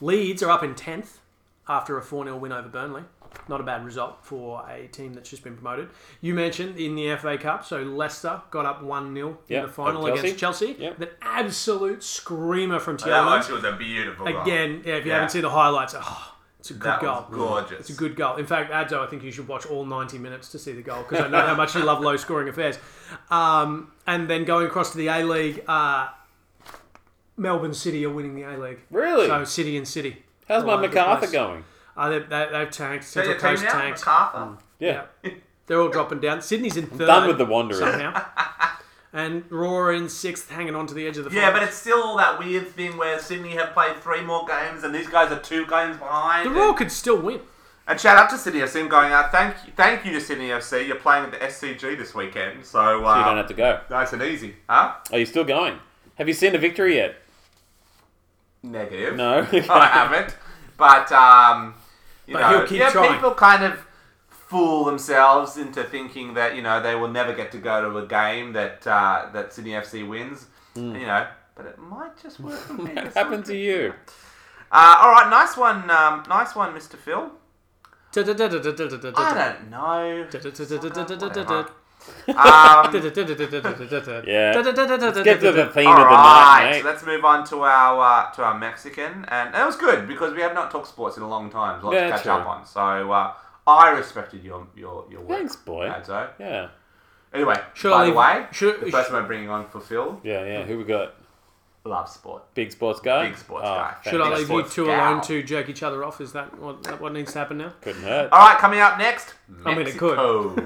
Speaker 3: leeds are up in 10th after a 4 0 win over Burnley. Not a bad result for a team that's just been promoted. You mentioned in the FA Cup, so Leicester got up 1 0
Speaker 1: Yep,
Speaker 3: in the final
Speaker 1: of
Speaker 3: against Chelsea.
Speaker 1: Yep.
Speaker 3: An absolute screamer from
Speaker 2: That
Speaker 3: Tielemans.
Speaker 2: actually was a beautiful goal.
Speaker 3: Again, yeah, if you
Speaker 2: Yeah.
Speaker 3: haven't seen the highlights, oh, it's a good
Speaker 2: that
Speaker 3: goal.
Speaker 2: was gorgeous.
Speaker 3: It's a good goal. In fact, Adzo, I think you should watch all 90 minutes to see the goal because I know how much you love low scoring affairs. Um, and then going across to the A League, uh, Melbourne City are winning the A League.
Speaker 1: Really?
Speaker 3: So City and City.
Speaker 1: How's my
Speaker 3: all over the
Speaker 1: MacArthur
Speaker 3: place.
Speaker 1: going?
Speaker 3: Uh, they, they, they've tanked.
Speaker 2: Is that
Speaker 3: Central
Speaker 2: your team
Speaker 3: Coast
Speaker 2: now?
Speaker 3: tanked.
Speaker 2: MacArthur?
Speaker 3: Mm.
Speaker 1: Yeah.
Speaker 3: They're all dropping down. Sydney's in third.
Speaker 1: Done with the Wanderers.
Speaker 3: somehow. And Roar in sixth, hanging on to the edge of the.
Speaker 2: Yeah,
Speaker 3: finals.
Speaker 2: but it's still that weird thing where Sydney have played three more games and these guys are two games behind.
Speaker 3: the
Speaker 2: and-
Speaker 3: Roar could still win.
Speaker 2: And shout out to Sydney FC. I'm going out. Thank you, thank you to Sydney FC. You're playing at the SCG this weekend, so, uh,
Speaker 1: You don't have to go.
Speaker 2: nice and easy, huh?
Speaker 1: Are you still going? Have you seen the victory yet?
Speaker 2: Negative.
Speaker 1: No.
Speaker 2: I haven't. But um, you
Speaker 3: But
Speaker 2: know,
Speaker 3: he'll keep
Speaker 2: yeah,
Speaker 3: trying.
Speaker 2: people kind of fool themselves into thinking that you know they will never get to go to a game that uh, that Sydney FC wins. You know, but it might just work. for me.
Speaker 1: Hmm. What happened to you?
Speaker 2: Uh, all right, nice one, um, nice one, Mister Phil. I don't know. Um,
Speaker 1: Yeah. Get to the
Speaker 3: Yeah.
Speaker 1: theme
Speaker 2: all
Speaker 1: of the night,
Speaker 2: right,
Speaker 1: mate.
Speaker 2: so let's move on to our uh, to our Mexican, and that was good because we have not talked sports in a long time. There's a lot
Speaker 1: Yeah,
Speaker 2: to catch
Speaker 1: true.
Speaker 2: up on. So uh, I respected your your your work.
Speaker 1: Thanks, boy.
Speaker 2: Adzo.
Speaker 1: yeah.
Speaker 2: Anyway,
Speaker 3: Should
Speaker 2: by
Speaker 3: I
Speaker 2: the
Speaker 3: leave-
Speaker 2: way,
Speaker 3: should-
Speaker 2: the person I'm bringing on for Phil
Speaker 1: Yeah, yeah. Who we got?
Speaker 2: loves sport.
Speaker 1: Big sports guy?
Speaker 2: Big sports
Speaker 1: Oh,
Speaker 2: guy.
Speaker 1: thank
Speaker 3: Should I
Speaker 1: you.
Speaker 3: leave you two alone to jerk each other off? Is that what, that what needs to happen now?
Speaker 1: Couldn't hurt.
Speaker 2: All right, coming up next,
Speaker 3: mean, it could.
Speaker 2: Mexico.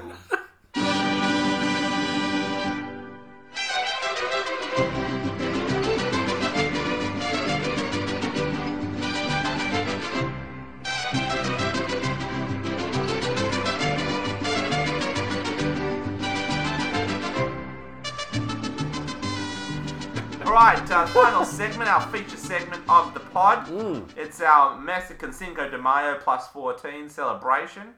Speaker 2: All right, uh, final segment, our feature segment of the pod. It's our Mexican Cinco de Mayo plus 14 celebration.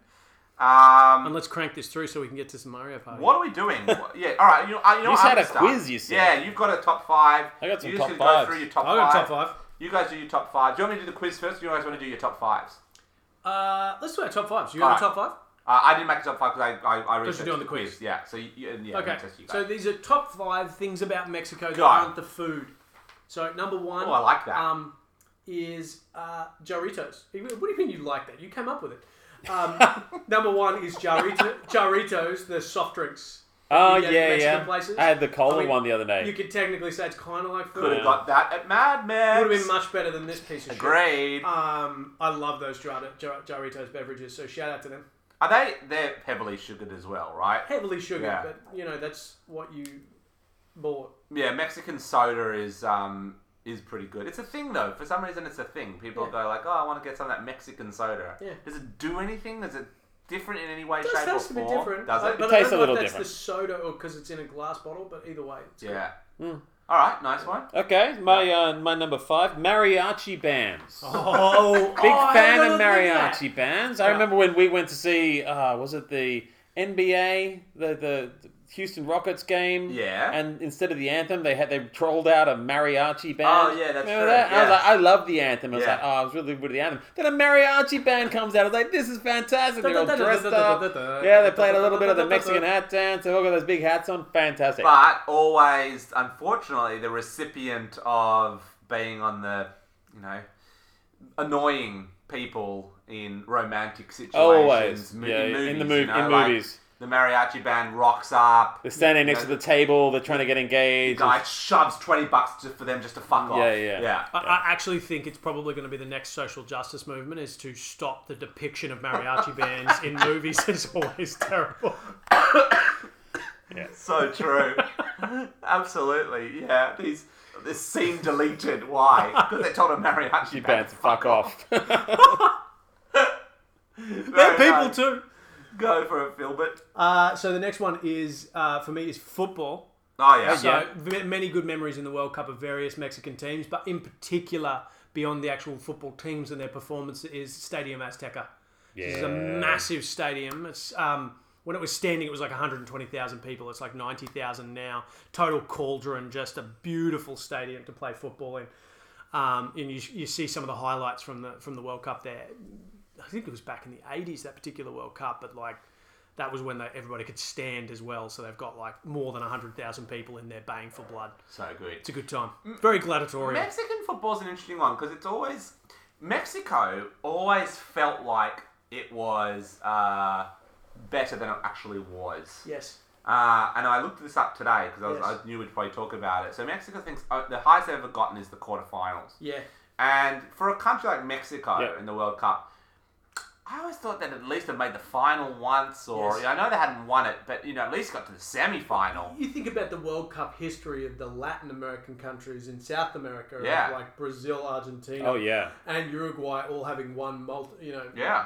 Speaker 2: Um,
Speaker 3: And let's crank this through so we can get to some Mario Party.
Speaker 2: what are we doing? What- yeah, all right. You know, I- you know
Speaker 1: You
Speaker 2: what, I'm
Speaker 1: said
Speaker 2: gonna
Speaker 1: a
Speaker 2: start.
Speaker 1: quiz, you said.
Speaker 2: Yeah, you've got a top five.
Speaker 1: I got some
Speaker 2: you
Speaker 1: top
Speaker 2: just gotta
Speaker 1: fives.
Speaker 2: Go through your top
Speaker 3: I
Speaker 2: five.
Speaker 3: got top five.
Speaker 2: You guys do your top five. Do you want me to do the quiz first? Or do you guys want to do your top fives?
Speaker 3: Uh, let's do our top fives. You got a
Speaker 2: Alright.
Speaker 3: top five?
Speaker 2: Uh, I didn't make a top five because I I, I researched
Speaker 3: you're doing the quiz.
Speaker 2: Yeah. So you, you- yeah,
Speaker 3: Okay,
Speaker 2: I test you guys.
Speaker 3: so these are top five things about Mexico that
Speaker 2: Go on.
Speaker 3: aren't the food. So number one,
Speaker 2: Oh, I like that.
Speaker 3: Um, is uh, jarritos. What do you mean you like that? You came up with it. Um, number one is jarrito, jarritos, the soft drinks.
Speaker 1: Oh,
Speaker 3: You get
Speaker 1: yeah,
Speaker 3: Mexican
Speaker 1: yeah.
Speaker 3: places.
Speaker 1: I had the cola
Speaker 3: I mean,
Speaker 1: one the other day.
Speaker 3: You could technically say it's kind of like
Speaker 2: Could
Speaker 3: food.
Speaker 2: have got that at Mad Max.
Speaker 3: Would have been much better than this piece of
Speaker 2: Great.
Speaker 3: shit. Um, I love those jar- jar- jarritos beverages. So shout out to them.
Speaker 2: Are they? They're heavily sugared as well, right?
Speaker 3: Heavily sugared,
Speaker 2: Yeah.
Speaker 3: but you know that's what you bought.
Speaker 2: Yeah, Mexican soda is um is pretty good. It's a thing though. For some reason, it's a thing. People
Speaker 3: Yeah.
Speaker 2: go like, "Oh, I want to get some of that Mexican soda."
Speaker 3: Yeah.
Speaker 2: Does it do anything? Is it different in any way,
Speaker 3: It
Speaker 2: shape,
Speaker 3: does taste a
Speaker 2: or
Speaker 3: bit
Speaker 2: form?
Speaker 3: different.
Speaker 2: Does
Speaker 3: I-
Speaker 2: it?
Speaker 3: But
Speaker 1: It tastes
Speaker 3: I
Speaker 1: a
Speaker 3: don't know
Speaker 1: little
Speaker 3: if that's
Speaker 1: different.
Speaker 3: the soda or because it's in a glass bottle, but either way. It's good.
Speaker 2: yeah.
Speaker 1: Hmm.
Speaker 2: All right. Nice one.
Speaker 1: Okay, my uh, my number five, mariachi bands.
Speaker 3: Oh,
Speaker 1: Big
Speaker 3: oh, I
Speaker 1: fan
Speaker 3: never
Speaker 1: of
Speaker 3: knew that.
Speaker 1: mariachi bands. I remember when we went to see, uh, was it the NBA, the, the the Houston Rockets game?
Speaker 2: Yeah.
Speaker 1: And instead of the anthem, they had they trolled out a mariachi band.
Speaker 2: Oh, yeah, that's true,
Speaker 1: remember That? I was
Speaker 2: yeah.
Speaker 1: like, I love the anthem. I was
Speaker 2: Yeah.
Speaker 1: like, oh, I was really good at the anthem. Then a mariachi band comes out. I was like, this is fantastic. They're all dressed up. Yeah, they played a little bit of the Mexican hat dance. They all got those big hats on. Fantastic.
Speaker 2: But always, unfortunately, the recipient of being on the, you know, annoying people in romantic situations.
Speaker 1: Always.
Speaker 2: mo-
Speaker 1: Yeah,
Speaker 2: in, movies,
Speaker 1: in the
Speaker 2: you
Speaker 1: mov-
Speaker 2: know,
Speaker 1: in
Speaker 2: like,
Speaker 1: movies.
Speaker 2: the mariachi band rocks up.
Speaker 1: They're standing next
Speaker 2: you
Speaker 1: to
Speaker 2: know,
Speaker 1: the table. They're trying to get engaged.
Speaker 2: guy shoves twenty bucks just for them just to fuck off.
Speaker 1: Yeah, yeah.
Speaker 2: yeah.
Speaker 3: I, I actually think it's probably going to be the next social justice movement is to stop the depiction of mariachi bands in movies. It's always terrible.
Speaker 2: So true. Absolutely. Yeah. These this scene deleted. Why? Because they told a mariachi band
Speaker 1: Bands,
Speaker 2: to
Speaker 1: fuck off.
Speaker 2: Very
Speaker 3: People
Speaker 2: nice.
Speaker 3: too.
Speaker 2: Go for it, Filbert.
Speaker 3: Uh, so the next one is uh, for me is football.
Speaker 2: Oh yeah.
Speaker 3: So
Speaker 1: Yeah.
Speaker 3: v- many good memories in the World Cup of various Mexican teams, but in particular beyond the actual football teams and their performance is Stadium Azteca. This is a massive stadium. It's um, when it was standing, it was like 120,000 people. It's like 90,000 now. Total cauldron, just a beautiful stadium to play football in. Um, and you, you see some of the highlights from the from the World Cup there. I think it was back in the 80s that particular World Cup, but like that was when they, everybody could stand as well. So they've got like more than 100,000 people in there baying for blood.
Speaker 2: So good.
Speaker 3: It's a good time.
Speaker 2: Mm.
Speaker 3: Very gladiatorial.
Speaker 2: Mexican football's an interesting one because it's always Mexico always felt like it was uh, better than it actually was.
Speaker 3: Yes.
Speaker 2: Uh, and I looked this up today because I, was
Speaker 3: Yes.
Speaker 2: I knew we'd probably talk about it. So Mexico thinks uh, the highest they've ever gotten is the quarterfinals.
Speaker 3: Yeah.
Speaker 2: And for a country like Mexico
Speaker 1: Yeah.
Speaker 2: in the World Cup, I always thought that at least they made the final once, or
Speaker 5: Yes.
Speaker 2: I know they hadn't won it, but you know at least got to the semi-final.
Speaker 5: You think about the World Cup history of the Latin American countries in South America, of
Speaker 2: Yeah.
Speaker 5: like Brazil, Argentina,
Speaker 1: oh yeah,
Speaker 5: and Uruguay, all having one multi. You know,
Speaker 2: Yeah,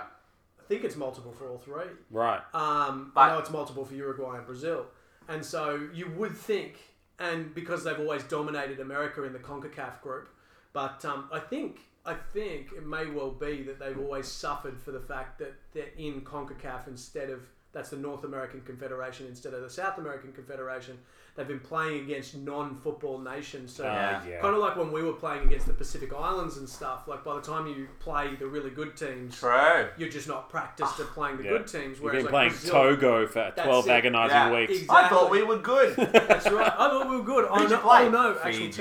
Speaker 5: I think it's multiple for all three.
Speaker 1: right.
Speaker 5: Um,
Speaker 2: But-
Speaker 5: I know it's multiple for Uruguay and Brazil, and so you would think, and because they've always dominated America in the Concacaf group, but um, I think I think it may well be that they've always suffered for the fact that they're in Concacaf instead of that's the North American Confederation instead of the South American Confederation. They've been playing against non-football nations, so
Speaker 1: Yeah. yeah.
Speaker 5: kind of like when we were playing against the Pacific Islands and stuff. Like by the time you play the really good teams,
Speaker 2: true.
Speaker 5: you're just not practiced at playing the
Speaker 1: Yeah.
Speaker 5: good teams.
Speaker 1: We've
Speaker 5: Whereas
Speaker 1: been
Speaker 5: like
Speaker 1: playing
Speaker 5: Brazil,
Speaker 1: Togo for twelve
Speaker 5: it.
Speaker 1: agonizing
Speaker 2: Yeah.
Speaker 1: weeks.
Speaker 5: Ex-
Speaker 2: I thought we were good.
Speaker 5: That's right. I thought we were good. Oh
Speaker 2: Who'd you
Speaker 5: no!
Speaker 2: play?
Speaker 5: Oh no! Actual team.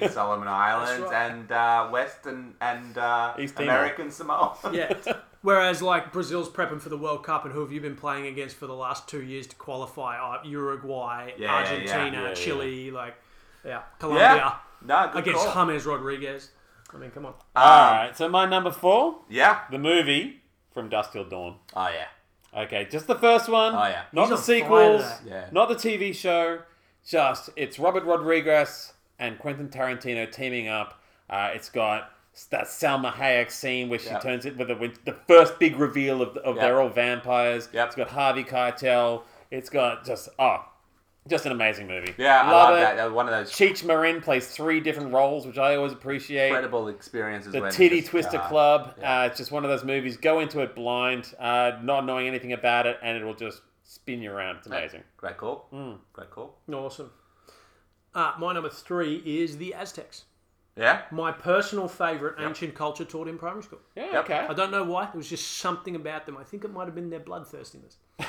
Speaker 2: Fiji, Solomon Islands,
Speaker 5: right.
Speaker 2: and uh, West and, and uh,
Speaker 1: East Timor.
Speaker 2: American Samoa.
Speaker 5: Yeah.
Speaker 3: Whereas, like, Brazil's prepping for the World Cup, and who have you been playing against for the last two years to qualify? Uh, Uruguay,
Speaker 2: Yeah,
Speaker 3: Argentina,
Speaker 2: yeah,
Speaker 1: yeah.
Speaker 3: Chile, like, yeah,
Speaker 2: Yeah.
Speaker 3: Colombia.
Speaker 2: No, good
Speaker 3: Against
Speaker 2: call. Um,
Speaker 3: James Rodriguez. I mean, come on.
Speaker 5: Ah.
Speaker 1: All right. So my number four,
Speaker 2: Yeah.
Speaker 1: the movie from Dusk Till Dawn.
Speaker 2: Oh yeah.
Speaker 1: Okay, just the first one.
Speaker 2: Oh, yeah.
Speaker 1: Not
Speaker 3: He's
Speaker 1: the
Speaker 3: on fire
Speaker 1: sequels.
Speaker 3: today.
Speaker 2: Yeah.
Speaker 1: Not the TV show. Just it's Robert Rodriguez and Quentin Tarantino teaming up. Uh, it's got s- that Salma Hayek scene where she
Speaker 2: Yeah.
Speaker 1: turns it with the, with the first big reveal of, of
Speaker 2: Yeah.
Speaker 1: they're all vampires.
Speaker 2: Yep.
Speaker 1: It's got Harvey Keitel. It's got just oh, just an amazing movie.
Speaker 2: Yeah, I love that. That was One of those
Speaker 1: Cheech Marin plays three different roles, which I always appreciate.
Speaker 2: incredible experiences.
Speaker 1: The
Speaker 2: when
Speaker 1: Titty
Speaker 2: just,
Speaker 1: Twister
Speaker 2: uh,
Speaker 1: Club.
Speaker 2: yeah.
Speaker 1: Uh, it's just one of those movies. Go into it blind, uh, not knowing anything about it, and it will just spin you around. It's amazing.
Speaker 2: Great call.
Speaker 1: Hmm.
Speaker 2: Great call.
Speaker 3: Awesome. Uh, my number three is the Aztecs.
Speaker 2: Yeah.
Speaker 3: My personal favourite ancient culture taught in primary school.
Speaker 1: Yeah,
Speaker 2: Yep.
Speaker 1: okay.
Speaker 3: I don't know why. There was just something about them. I think it might have been their bloodthirstiness.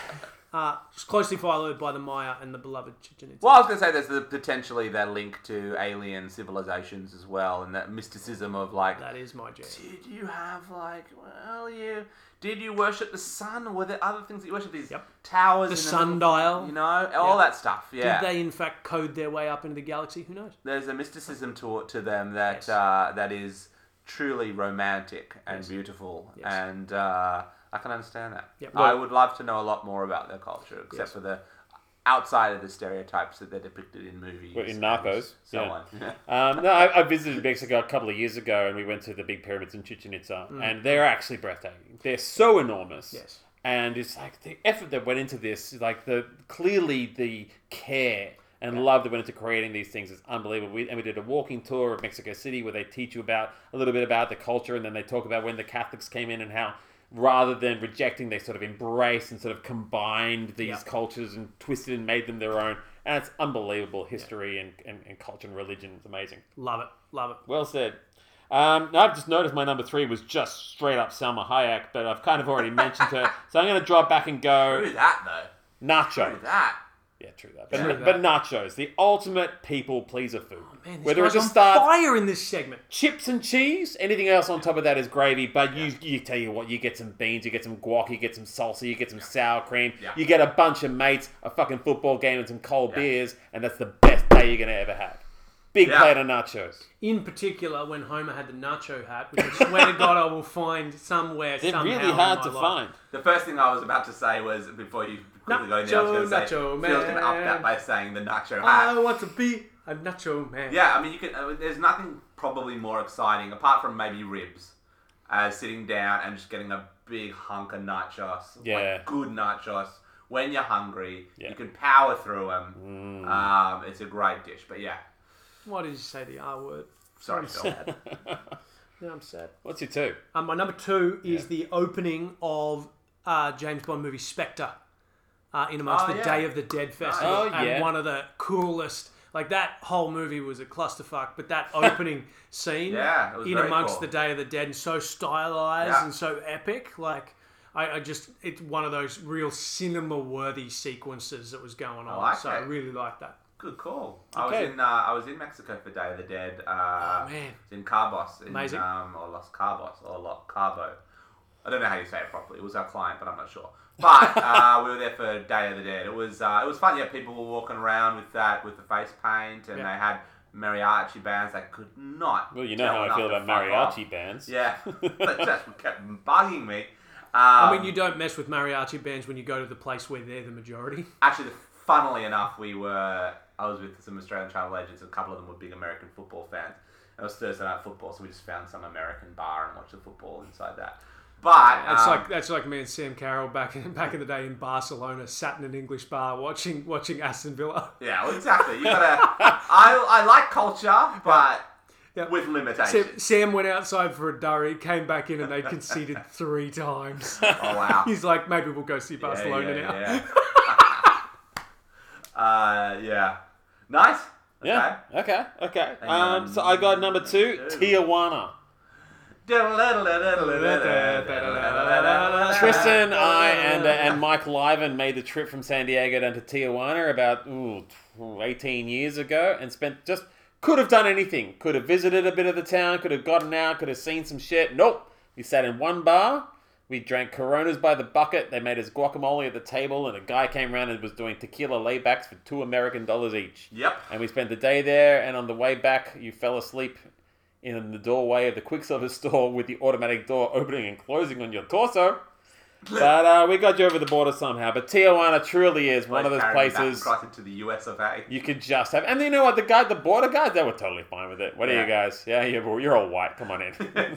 Speaker 3: uh, it's closely followed by the Maya and the beloved Chichen Itza.
Speaker 2: Well, I was going to say there's the, potentially their link to alien civilizations as well, and that mysticism of like,
Speaker 3: That is my jam.
Speaker 2: did you have like, well, you did you worship the sun? Were there other things that you worship? These
Speaker 3: Yep.
Speaker 2: towers,
Speaker 3: The
Speaker 2: and
Speaker 3: sundial.
Speaker 2: you know, all
Speaker 3: Yeah.
Speaker 2: that stuff. Yeah,
Speaker 3: Did they in fact code their way up into the galaxy? Who knows?
Speaker 2: there's a mysticism to to them that
Speaker 3: Yes.
Speaker 2: uh, that is truly romantic and beautiful,
Speaker 3: Yes.
Speaker 2: and uh, I can understand that.
Speaker 3: Yep.
Speaker 2: I would love to know a lot more about their culture, except for the outside of the stereotypes that they're depicted in movies,
Speaker 1: Well,
Speaker 2: and
Speaker 1: in Narcos,
Speaker 2: so
Speaker 1: yeah.
Speaker 2: on.
Speaker 1: Um, no, I, I visited Mexico a couple of years ago, and we went to the big pyramids in Chichen Itza,
Speaker 2: Mm.
Speaker 1: and they're actually breathtaking. They're so enormous.
Speaker 3: Yes.
Speaker 1: And it's like the effort that went into this, like the clearly the care and love that went into creating these things is unbelievable. We, and we did a walking tour of Mexico City where they teach you about a little bit about the culture, and then they talk about when the Catholics came in and how. Rather than rejecting, they sort of embraced and sort of combined these
Speaker 3: Yeah.
Speaker 1: cultures and twisted and made them their own. And it's unbelievable history and, and, and culture and religion. It's amazing.
Speaker 3: Love it. Love it.
Speaker 1: Well said. Um, now I've just noticed my number three was just straight up Selma Hayek, but I've kind of already mentioned her, so I'm going to drop back and go
Speaker 2: Through that though,
Speaker 1: nacho.
Speaker 2: through that.
Speaker 1: Yeah, true that. But,
Speaker 3: True that.
Speaker 1: but nachos, the ultimate people pleaser food.
Speaker 3: Man, this
Speaker 1: Whether it
Speaker 3: guy's
Speaker 1: just
Speaker 3: on
Speaker 1: starts
Speaker 3: fire in this segment.
Speaker 1: chips and cheese, anything else on top of that is gravy. But you, you tell you what, you get some beans, you get some guac, you get some salsa, you get some sour cream,
Speaker 2: Yeah.
Speaker 1: you get a bunch of mates, a fucking football game, and some cold
Speaker 2: Yeah.
Speaker 1: beers, and that's the best day you're going to ever have. Big
Speaker 2: Yeah.
Speaker 1: plate of nachos.
Speaker 3: In particular, when Homer had the nacho hat, which I swear to God I will find somewhere.
Speaker 1: They're
Speaker 3: somehow
Speaker 1: really
Speaker 3: in
Speaker 1: hard
Speaker 3: my
Speaker 1: to
Speaker 3: life.
Speaker 1: find.
Speaker 2: The first thing I was about to say was before you quickly go in there, I was going to say
Speaker 3: Nacho,
Speaker 2: Phil's going to up
Speaker 3: man.
Speaker 2: that by saying the nacho hat.
Speaker 3: I want Ah, to be a nacho man.
Speaker 2: Yeah, I mean, you can. I mean, there's nothing probably more exciting apart from maybe ribs, as sitting down and just getting a big hunk of nachos.
Speaker 1: Yeah.
Speaker 2: like good nachos. When you're hungry,
Speaker 1: Yeah. Mm.
Speaker 2: you can power through them. Um, it's a great dish, but yeah.
Speaker 3: Why did you say the R word?
Speaker 2: Sorry, Phil.
Speaker 3: Now I'm sad.
Speaker 1: What's your two?
Speaker 3: Um, my number two is the opening of uh, James Bond movie Spectre, uh, in amongst
Speaker 2: Oh,
Speaker 3: the
Speaker 2: yeah.
Speaker 3: Day of the Dead festival,
Speaker 1: Oh, yeah.
Speaker 3: and one of the coolest. Like that whole movie was a clusterfuck, but that opening scene,
Speaker 2: Yeah, it was
Speaker 3: in
Speaker 2: very
Speaker 3: amongst
Speaker 2: cool.
Speaker 3: the Day of the Dead, and so stylized
Speaker 2: Yeah.
Speaker 3: and so epic. Like I, I just, it's one of those real cinema-worthy sequences that was going on.
Speaker 2: like
Speaker 3: so I
Speaker 2: it.
Speaker 3: really like that.
Speaker 2: Good call. I
Speaker 1: Okay.
Speaker 2: was in uh, I was in Mexico for Day of the Dead. Uh,
Speaker 3: Oh, man.
Speaker 2: it's in Carbos. In,
Speaker 3: Amazing.
Speaker 2: Um, or Los Carbos or Los Carbo. I don't know how you say it properly. It was our client, but I'm not sure. But uh, we were there for Day of the Dead. It was uh, it was fun. Yeah, people were walking around with that with the face paint, and
Speaker 3: Yeah.
Speaker 2: they had mariachi bands. They could not.
Speaker 1: Well, you know
Speaker 2: tell
Speaker 1: how I
Speaker 2: enough
Speaker 1: feel
Speaker 2: to
Speaker 1: about
Speaker 2: fuck off.
Speaker 1: mariachi bands.
Speaker 2: Yeah, they just kept bugging me. Um,
Speaker 3: I mean, you don't mess with mariachi bands when you go to the place where they're the majority.
Speaker 2: Actually, funnily enough, we were. I was with some Australian travel agents. A couple of them were big American football fans. It was Thursday night football, so we just found some American bar and watched the football inside that. But
Speaker 3: That's
Speaker 2: um,
Speaker 3: like that's like me and Sam Carroll back in back in the day in Barcelona, sat in an English bar watching watching Aston Villa.
Speaker 2: yeah, well, exactly. You gotta. I I like culture, but
Speaker 3: Yeah.
Speaker 2: with limitations.
Speaker 3: Sam, Sam went outside for a durry, came back in, and they conceded three times.
Speaker 2: Oh wow.
Speaker 3: He's like, maybe we'll go see Barcelona
Speaker 2: yeah,
Speaker 3: now.
Speaker 2: yeah, yeah. uh, yeah. Nice.
Speaker 1: Yeah. Okay. Okay. Um,
Speaker 2: on.
Speaker 1: so I got number two,
Speaker 2: Two.
Speaker 1: Tijuana.
Speaker 2: Okay.
Speaker 1: Tristan,
Speaker 2: Ah.
Speaker 1: I, and uh, and Mike Lyvan made the trip from San Diego down to Tijuana about ooh, tw- 18 years ago, and spent just could have done anything. Could have visited a bit of the town. Could have gotten out. Could have seen some shit. Nope. We sat in one bar. We drank Coronas by the bucket. They made us guacamole at the table, and a guy came around and was doing tequila laybacks for two American dollars each.
Speaker 2: Yep.
Speaker 1: And we spent the day there, and on the way back, you fell asleep in the doorway of the Quicksilver store with the automatic door opening and closing on your torso. But uh, we got you over the border somehow. But Tijuana truly is one of those
Speaker 2: Carrying that
Speaker 1: places
Speaker 2: Across into the US of A.
Speaker 1: you could just have. And you know what? The guy, the border guys, they were totally fine with it. What are
Speaker 2: Yeah.
Speaker 1: you guys? Yeah, you're, you're all white. Come on in. it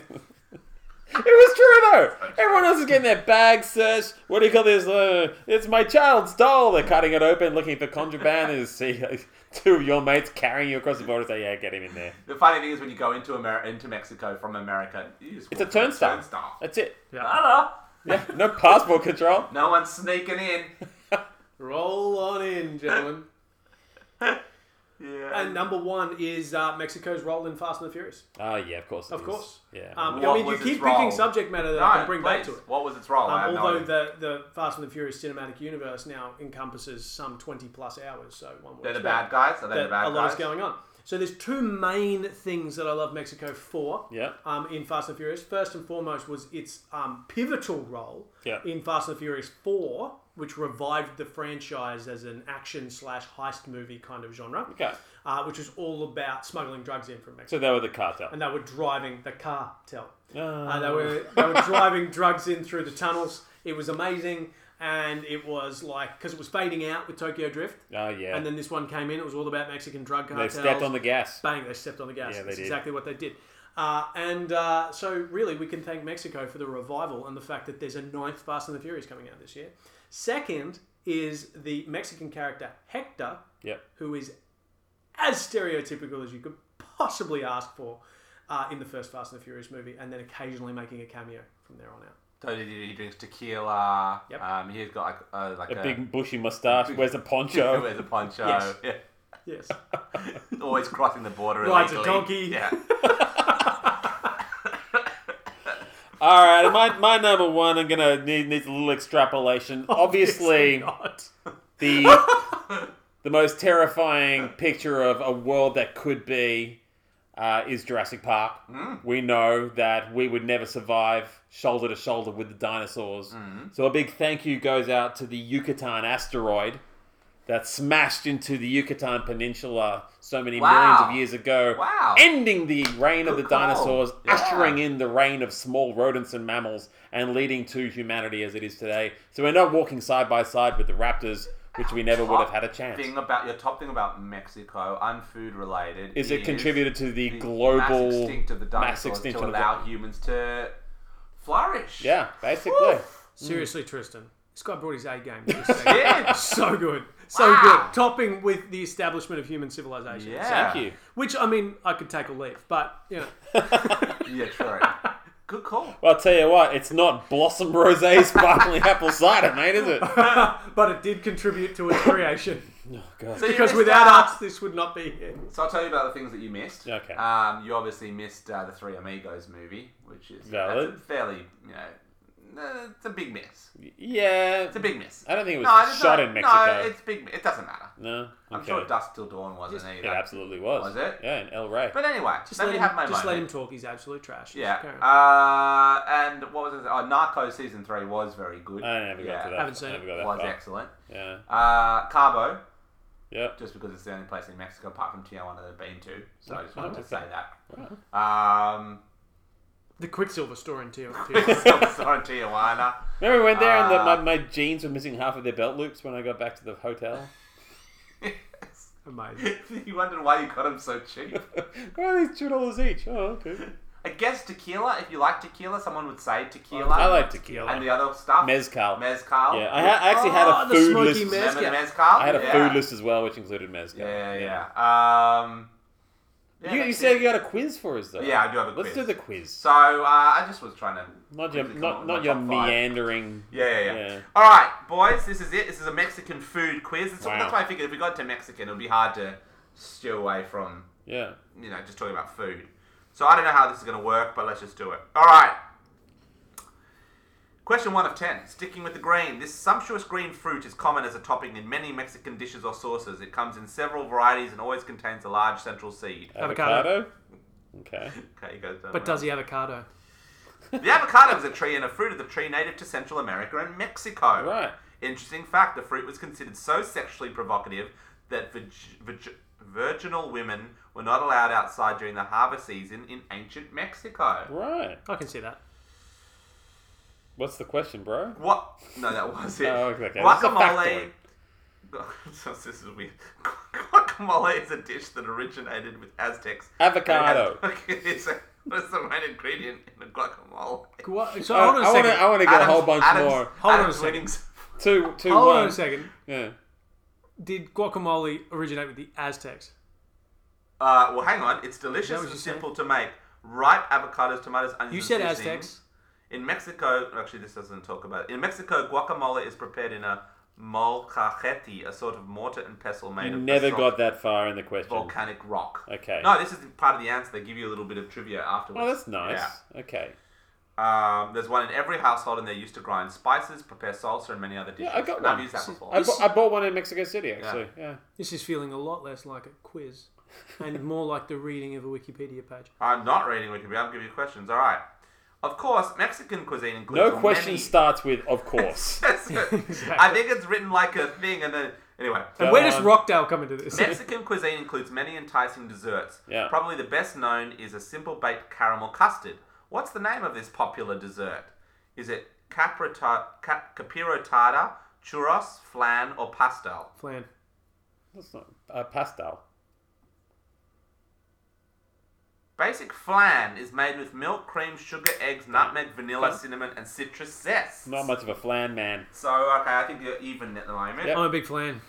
Speaker 1: was true though. Everyone else is getting their bags searched. What do you call this? Uh, it's my child's doll. They're cutting it open, looking for contraband, and you see like, two of your mates carrying you across the border. Say, yeah, get him in there.
Speaker 2: The funny thing is when you go into America, into Mexico from America, you just
Speaker 1: It's a
Speaker 2: walk through
Speaker 1: turnstile.
Speaker 2: Turnstile.
Speaker 1: That's it.
Speaker 2: Hello.
Speaker 1: Yeah, no passport control.
Speaker 2: No one's sneaking in.
Speaker 5: Roll on in, gentlemen.
Speaker 2: Yeah.
Speaker 5: and number one is uh, Mexico's role in Fast and the Furious.
Speaker 1: Oh yeah, of course. it
Speaker 5: Of
Speaker 1: is.
Speaker 5: course.
Speaker 1: Yeah.
Speaker 5: Um, I
Speaker 2: What
Speaker 5: mean, you
Speaker 2: was
Speaker 5: keep
Speaker 2: its
Speaker 5: picking
Speaker 2: role?
Speaker 5: subject matter that I
Speaker 2: no,
Speaker 5: can bring back
Speaker 2: please.
Speaker 5: to it.
Speaker 2: What was its role? I have
Speaker 5: Um,
Speaker 2: no
Speaker 5: although
Speaker 2: idea.
Speaker 5: the, the Fast and the Furious cinematic universe now encompasses some 20 plus hours, so one would
Speaker 2: they're the
Speaker 5: expect
Speaker 2: bad guys. Are they
Speaker 5: that
Speaker 2: the bad
Speaker 5: a lot
Speaker 2: guys?
Speaker 5: is going on. So there's two main things that I love Mexico for
Speaker 1: Yeah.
Speaker 5: um, in Fast and Furious. First and foremost was its um, pivotal role
Speaker 1: Yeah.
Speaker 5: in Fast and Furious 4, which revived the franchise as an action slash heist movie kind of genre,
Speaker 1: Okay.
Speaker 5: uh, which was all about smuggling drugs in from Mexico
Speaker 1: So they were the cartel.
Speaker 5: and they were driving the cartel.
Speaker 1: Oh.
Speaker 5: Uh, they were they were driving drugs in through the tunnels. It was amazing, and it was like because it was fading out with Tokyo Drift,
Speaker 1: oh yeah.
Speaker 5: and then this one came in. It was all about Mexican drug
Speaker 1: they
Speaker 5: cartels.
Speaker 1: stepped on the gas.
Speaker 5: bang. They stepped on the gas.
Speaker 1: Yeah, they
Speaker 5: That's
Speaker 1: did.
Speaker 5: exactly what they did. Uh, and uh, so, really, we can thank Mexico for the revival and the fact that there's a ninth Fast and the Furious coming out this year. Second is the Mexican character Hector,
Speaker 1: Yep.
Speaker 5: who is as stereotypical as you could possibly ask for uh, in the first Fast and the Furious movie, and then occasionally making a cameo from there on out.
Speaker 2: So he he drinks tequila.
Speaker 5: Yep.
Speaker 2: Um, he's got like uh, like
Speaker 1: A big bushy mustache. Wears a
Speaker 2: He
Speaker 1: poncho.
Speaker 2: wears a poncho.
Speaker 5: Yes.
Speaker 2: Yeah.
Speaker 5: Yes.
Speaker 2: Always crossing the border
Speaker 5: Rides a
Speaker 2: illegally.
Speaker 5: donkey.
Speaker 2: Yeah.
Speaker 1: All right, and my, my number one. I'm gonna need needs a little extrapolation.
Speaker 2: Oh,
Speaker 1: Obviously,
Speaker 5: not.
Speaker 1: the the most terrifying picture of a world that could be uh, is Jurassic Park.
Speaker 2: Mm.
Speaker 1: We know that we would never survive shoulder to shoulder
Speaker 2: Mm.
Speaker 1: with the dinosaurs. So a big thank you goes out to the Yucatan asteroid that smashed into the Yucatan Peninsula so many
Speaker 2: Wow.
Speaker 1: millions of years ago,
Speaker 2: Wow.
Speaker 1: ending the reign of the
Speaker 2: Good call.
Speaker 1: dinosaurs,
Speaker 2: Yeah.
Speaker 1: ushering in the reign of small rodents and mammals, and leading to humanity as it is today. So we're not walking side by side with the raptors, which we never would have had a chance.
Speaker 2: Thing about your top thing about Mexico, unfood related,
Speaker 1: Is it contributed to the,
Speaker 2: the
Speaker 1: global
Speaker 2: mass extinct of the
Speaker 1: mass
Speaker 2: dinosaurs
Speaker 1: extinction
Speaker 2: to
Speaker 1: of the-
Speaker 2: allow humans to flourish?
Speaker 1: Yeah, basically.
Speaker 2: Woof.
Speaker 3: Seriously, Tristan, this guy brought his A game. to this segment.
Speaker 2: Yeah.
Speaker 3: so good, so
Speaker 2: Wow.
Speaker 3: good. Topping with the establishment of human civilization.
Speaker 2: yeah.
Speaker 1: Thank you.
Speaker 3: Which I mean, I could take a leave, but you know,
Speaker 2: Yeah, true. Good call.
Speaker 1: Well, I'll tell you what, it's not Blossom Rosé Sparkling Apple Cider, mate, is it? Oh,
Speaker 3: but it did contribute to its creation
Speaker 1: God.
Speaker 2: So you
Speaker 3: because
Speaker 2: missed
Speaker 3: without
Speaker 2: out.
Speaker 3: us, this would not be here.
Speaker 2: So I'll tell you about the things that you missed.
Speaker 1: Okay.
Speaker 2: Um, you obviously missed uh, the Three Amigos movie, which is that's a
Speaker 1: Valid.
Speaker 2: fairly, you know, uh, it's a big miss.
Speaker 1: Yeah.
Speaker 2: It's a big miss.
Speaker 1: I don't think it was
Speaker 2: it's
Speaker 1: shot
Speaker 2: not-
Speaker 1: in Mexico.
Speaker 2: No, it's big. It doesn't matter.
Speaker 1: No?
Speaker 2: I'm
Speaker 1: Okay.
Speaker 2: sure Dust Till Dawn wasn't either.
Speaker 1: It absolutely was.
Speaker 2: Was it?
Speaker 1: Yeah, in El Rey.
Speaker 2: But anyway,
Speaker 3: Just
Speaker 2: let
Speaker 3: let
Speaker 2: me
Speaker 3: him,
Speaker 2: have my
Speaker 3: just let him
Speaker 2: moment.
Speaker 3: talk. He's absolute trash.
Speaker 2: Yeah.
Speaker 3: Carry on.
Speaker 2: Uh, and what was it? Oh, Narcos season three was very good.
Speaker 1: I never got to that.
Speaker 3: Haven't seen
Speaker 1: never
Speaker 3: it.
Speaker 1: got that
Speaker 2: Was
Speaker 1: far.
Speaker 2: excellent.
Speaker 1: Yeah.
Speaker 2: Uh, Cabo,
Speaker 1: Yeah.
Speaker 2: just because it's the only place in Mexico apart from Tijuana that I've been to, so I just wanted to
Speaker 1: okay.
Speaker 2: say that. Um,
Speaker 3: the Quicksilver store in Tier.
Speaker 2: Silverstone, Tijuana.
Speaker 1: Remember we went there and the,
Speaker 2: Uh,
Speaker 1: my, my jeans were missing half of their belt loops when I got back to the hotel?
Speaker 3: Amazing.
Speaker 2: you wondered why you got them so cheap.
Speaker 1: Why are these $2 each? Oh, okay.
Speaker 2: I guess tequila. If you like tequila, someone would say tequila.
Speaker 1: I like tequila.
Speaker 2: And the other stuff,
Speaker 1: Mezcal.
Speaker 2: Mezcal.
Speaker 1: Yeah, I, ha- I actually had
Speaker 3: Oh,
Speaker 1: a
Speaker 3: the
Speaker 1: food
Speaker 3: smoky
Speaker 1: list.
Speaker 3: mez-
Speaker 2: Remember the
Speaker 3: Mezcal.
Speaker 2: mezcal.
Speaker 1: I had a
Speaker 2: yeah.
Speaker 1: food list as well, which included mezcal.
Speaker 2: Yeah, yeah. yeah. Um, yeah,
Speaker 1: You, you
Speaker 2: that's
Speaker 1: said
Speaker 2: it.
Speaker 1: you had a quiz for us, though.
Speaker 2: Yeah, I do have a
Speaker 1: Let's
Speaker 2: quiz.
Speaker 1: do the quiz.
Speaker 2: So uh, I just was trying to
Speaker 1: Not your,
Speaker 2: quickly come up
Speaker 1: not,
Speaker 2: with my
Speaker 1: not your
Speaker 2: top five.
Speaker 1: meandering.
Speaker 2: Yeah, yeah, yeah,
Speaker 1: Yeah.
Speaker 2: All right, boys, this is it. This is a Mexican food quiz. That's,
Speaker 1: Wow.
Speaker 2: that's why I figured if we got to Mexican, it would be hard to steer away from
Speaker 1: Yeah.
Speaker 2: you know, just talking about food. So I don't know how this is going to work, but let's just do it. All right. Question one of ten. Sticking with the green, this sumptuous green fruit is common as a topping in many Mexican dishes or sauces. It comes in several varieties and always contains a large central seed.
Speaker 1: Avocado.
Speaker 3: Avocado.
Speaker 1: Okay.
Speaker 2: Okay, you guys done
Speaker 3: But
Speaker 2: well.
Speaker 3: does he avocado?
Speaker 2: The avocado is a tree and a fruit of the tree native to Central America and Mexico.
Speaker 1: Right.
Speaker 2: Interesting fact: the fruit was considered so sexually provocative that virg- virg- virginal women were not allowed outside during the harvest season in ancient Mexico.
Speaker 1: Right.
Speaker 3: I can see that.
Speaker 1: What's the question, bro?
Speaker 2: What? No, that was it.
Speaker 1: Oh, okay, okay.
Speaker 2: Guacamole. this is weird. Guacamole is a dish that originated with Aztecs.
Speaker 1: Avocado.
Speaker 2: It's a, what's the main ingredient in a guacamole?
Speaker 3: What? So
Speaker 1: Oh,
Speaker 3: hold on a
Speaker 1: I want
Speaker 3: second.
Speaker 1: to. I want to get a whole bunch
Speaker 2: Adam's,
Speaker 1: more.
Speaker 3: Hold on a
Speaker 2: Adam's
Speaker 3: second.
Speaker 2: winnings.
Speaker 1: Two, two,
Speaker 3: Hold
Speaker 1: one.
Speaker 3: on a second.
Speaker 1: Yeah.
Speaker 3: Did guacamole originate with the Aztecs?
Speaker 2: Uh, well, hang on. It's delicious
Speaker 3: Is that what
Speaker 2: and
Speaker 3: you said?
Speaker 2: simple to make. Ripe avocados, tomatoes, onions.
Speaker 3: You
Speaker 2: and
Speaker 3: said
Speaker 2: seasonings.
Speaker 3: Aztecs.
Speaker 2: In Mexico, actually, this doesn't talk about it. In Mexico, guacamole is prepared in a molcajete, a sort of mortar and pestle made
Speaker 1: You
Speaker 2: of
Speaker 1: never
Speaker 2: basalt
Speaker 1: got that far in the question.
Speaker 2: volcanic rock.
Speaker 1: Okay.
Speaker 2: No, this is part of the answer. They give you a little bit of trivia afterwards.
Speaker 1: Oh, that's nice.
Speaker 2: Yeah.
Speaker 1: Okay.
Speaker 2: Um, there's one in every household, and they're used to grind spices, prepare salsa, and many other dishes.
Speaker 1: Yeah, I got
Speaker 2: and
Speaker 1: one.
Speaker 2: I've used that before.
Speaker 1: I, bu- I bought one in Mexico City, actually. Yeah.
Speaker 3: This is feeling a lot less like a quiz and more like the reading of a Wikipedia page.
Speaker 2: I'm not reading Wikipedia. I'm giving you questions. All right. Of course, Mexican cuisine includes
Speaker 1: No question
Speaker 2: many-
Speaker 1: starts with "of course."
Speaker 2: That's it. I think it's written like a thing, and then anyway.
Speaker 3: And where
Speaker 1: Go
Speaker 3: does
Speaker 1: on.
Speaker 3: Rockdale come into this?
Speaker 2: Mexican cuisine includes many enticing desserts.
Speaker 1: Yeah.
Speaker 2: Probably the best known is a simple baked caramel custard. What's the name of this popular dessert? Is it caprita- ca- capirotada, churros, flan, or pastel?
Speaker 3: Flan.
Speaker 1: That's not uh, pastel.
Speaker 2: Basic flan is made with milk, cream, sugar, eggs, nutmeg, vanilla, cinnamon, and citrus zest.
Speaker 1: Not much of a flan man.
Speaker 2: So okay, I think you're even at the moment.
Speaker 1: Yep.
Speaker 3: I'm a big flan.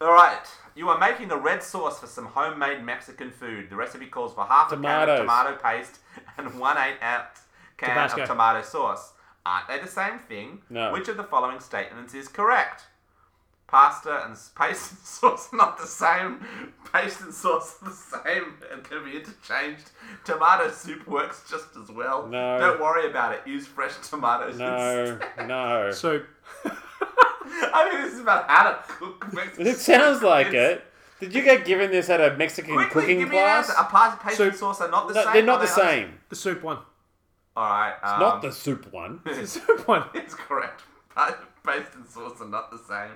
Speaker 2: All right. You are making a red sauce for some homemade Mexican food. The recipe calls for half a
Speaker 1: Tomatoes.
Speaker 2: can of tomato paste and one eight ounce can
Speaker 3: Tabasco.
Speaker 2: of tomato sauce. Aren't they the same thing?
Speaker 1: No.
Speaker 2: Which of the following statements is correct? Pasta and s- paste and sauce are not the same. Paste and sauce are the same and can be interchanged. Tomato soup works just as well.
Speaker 1: No.
Speaker 2: Don't worry about it. Use fresh tomatoes.
Speaker 1: No,
Speaker 2: instead.
Speaker 1: no.
Speaker 3: So
Speaker 2: I mean, this is about how to cook Mexican.
Speaker 1: It sounds like
Speaker 2: It's-
Speaker 1: it. Did you get given this at a Mexican
Speaker 2: Quickly,
Speaker 1: cooking
Speaker 2: give me an
Speaker 1: class?
Speaker 2: answer. Are pasta, paste,
Speaker 3: So-
Speaker 2: and sauce are not the
Speaker 1: No,
Speaker 2: same?
Speaker 1: they're not
Speaker 2: Are
Speaker 1: the
Speaker 2: they other-
Speaker 1: same.
Speaker 3: the soup one.
Speaker 2: All right. Um,
Speaker 1: Not the soup one.
Speaker 3: The soup one.
Speaker 2: It's correct. Pasta, paste, and sauce are not the same.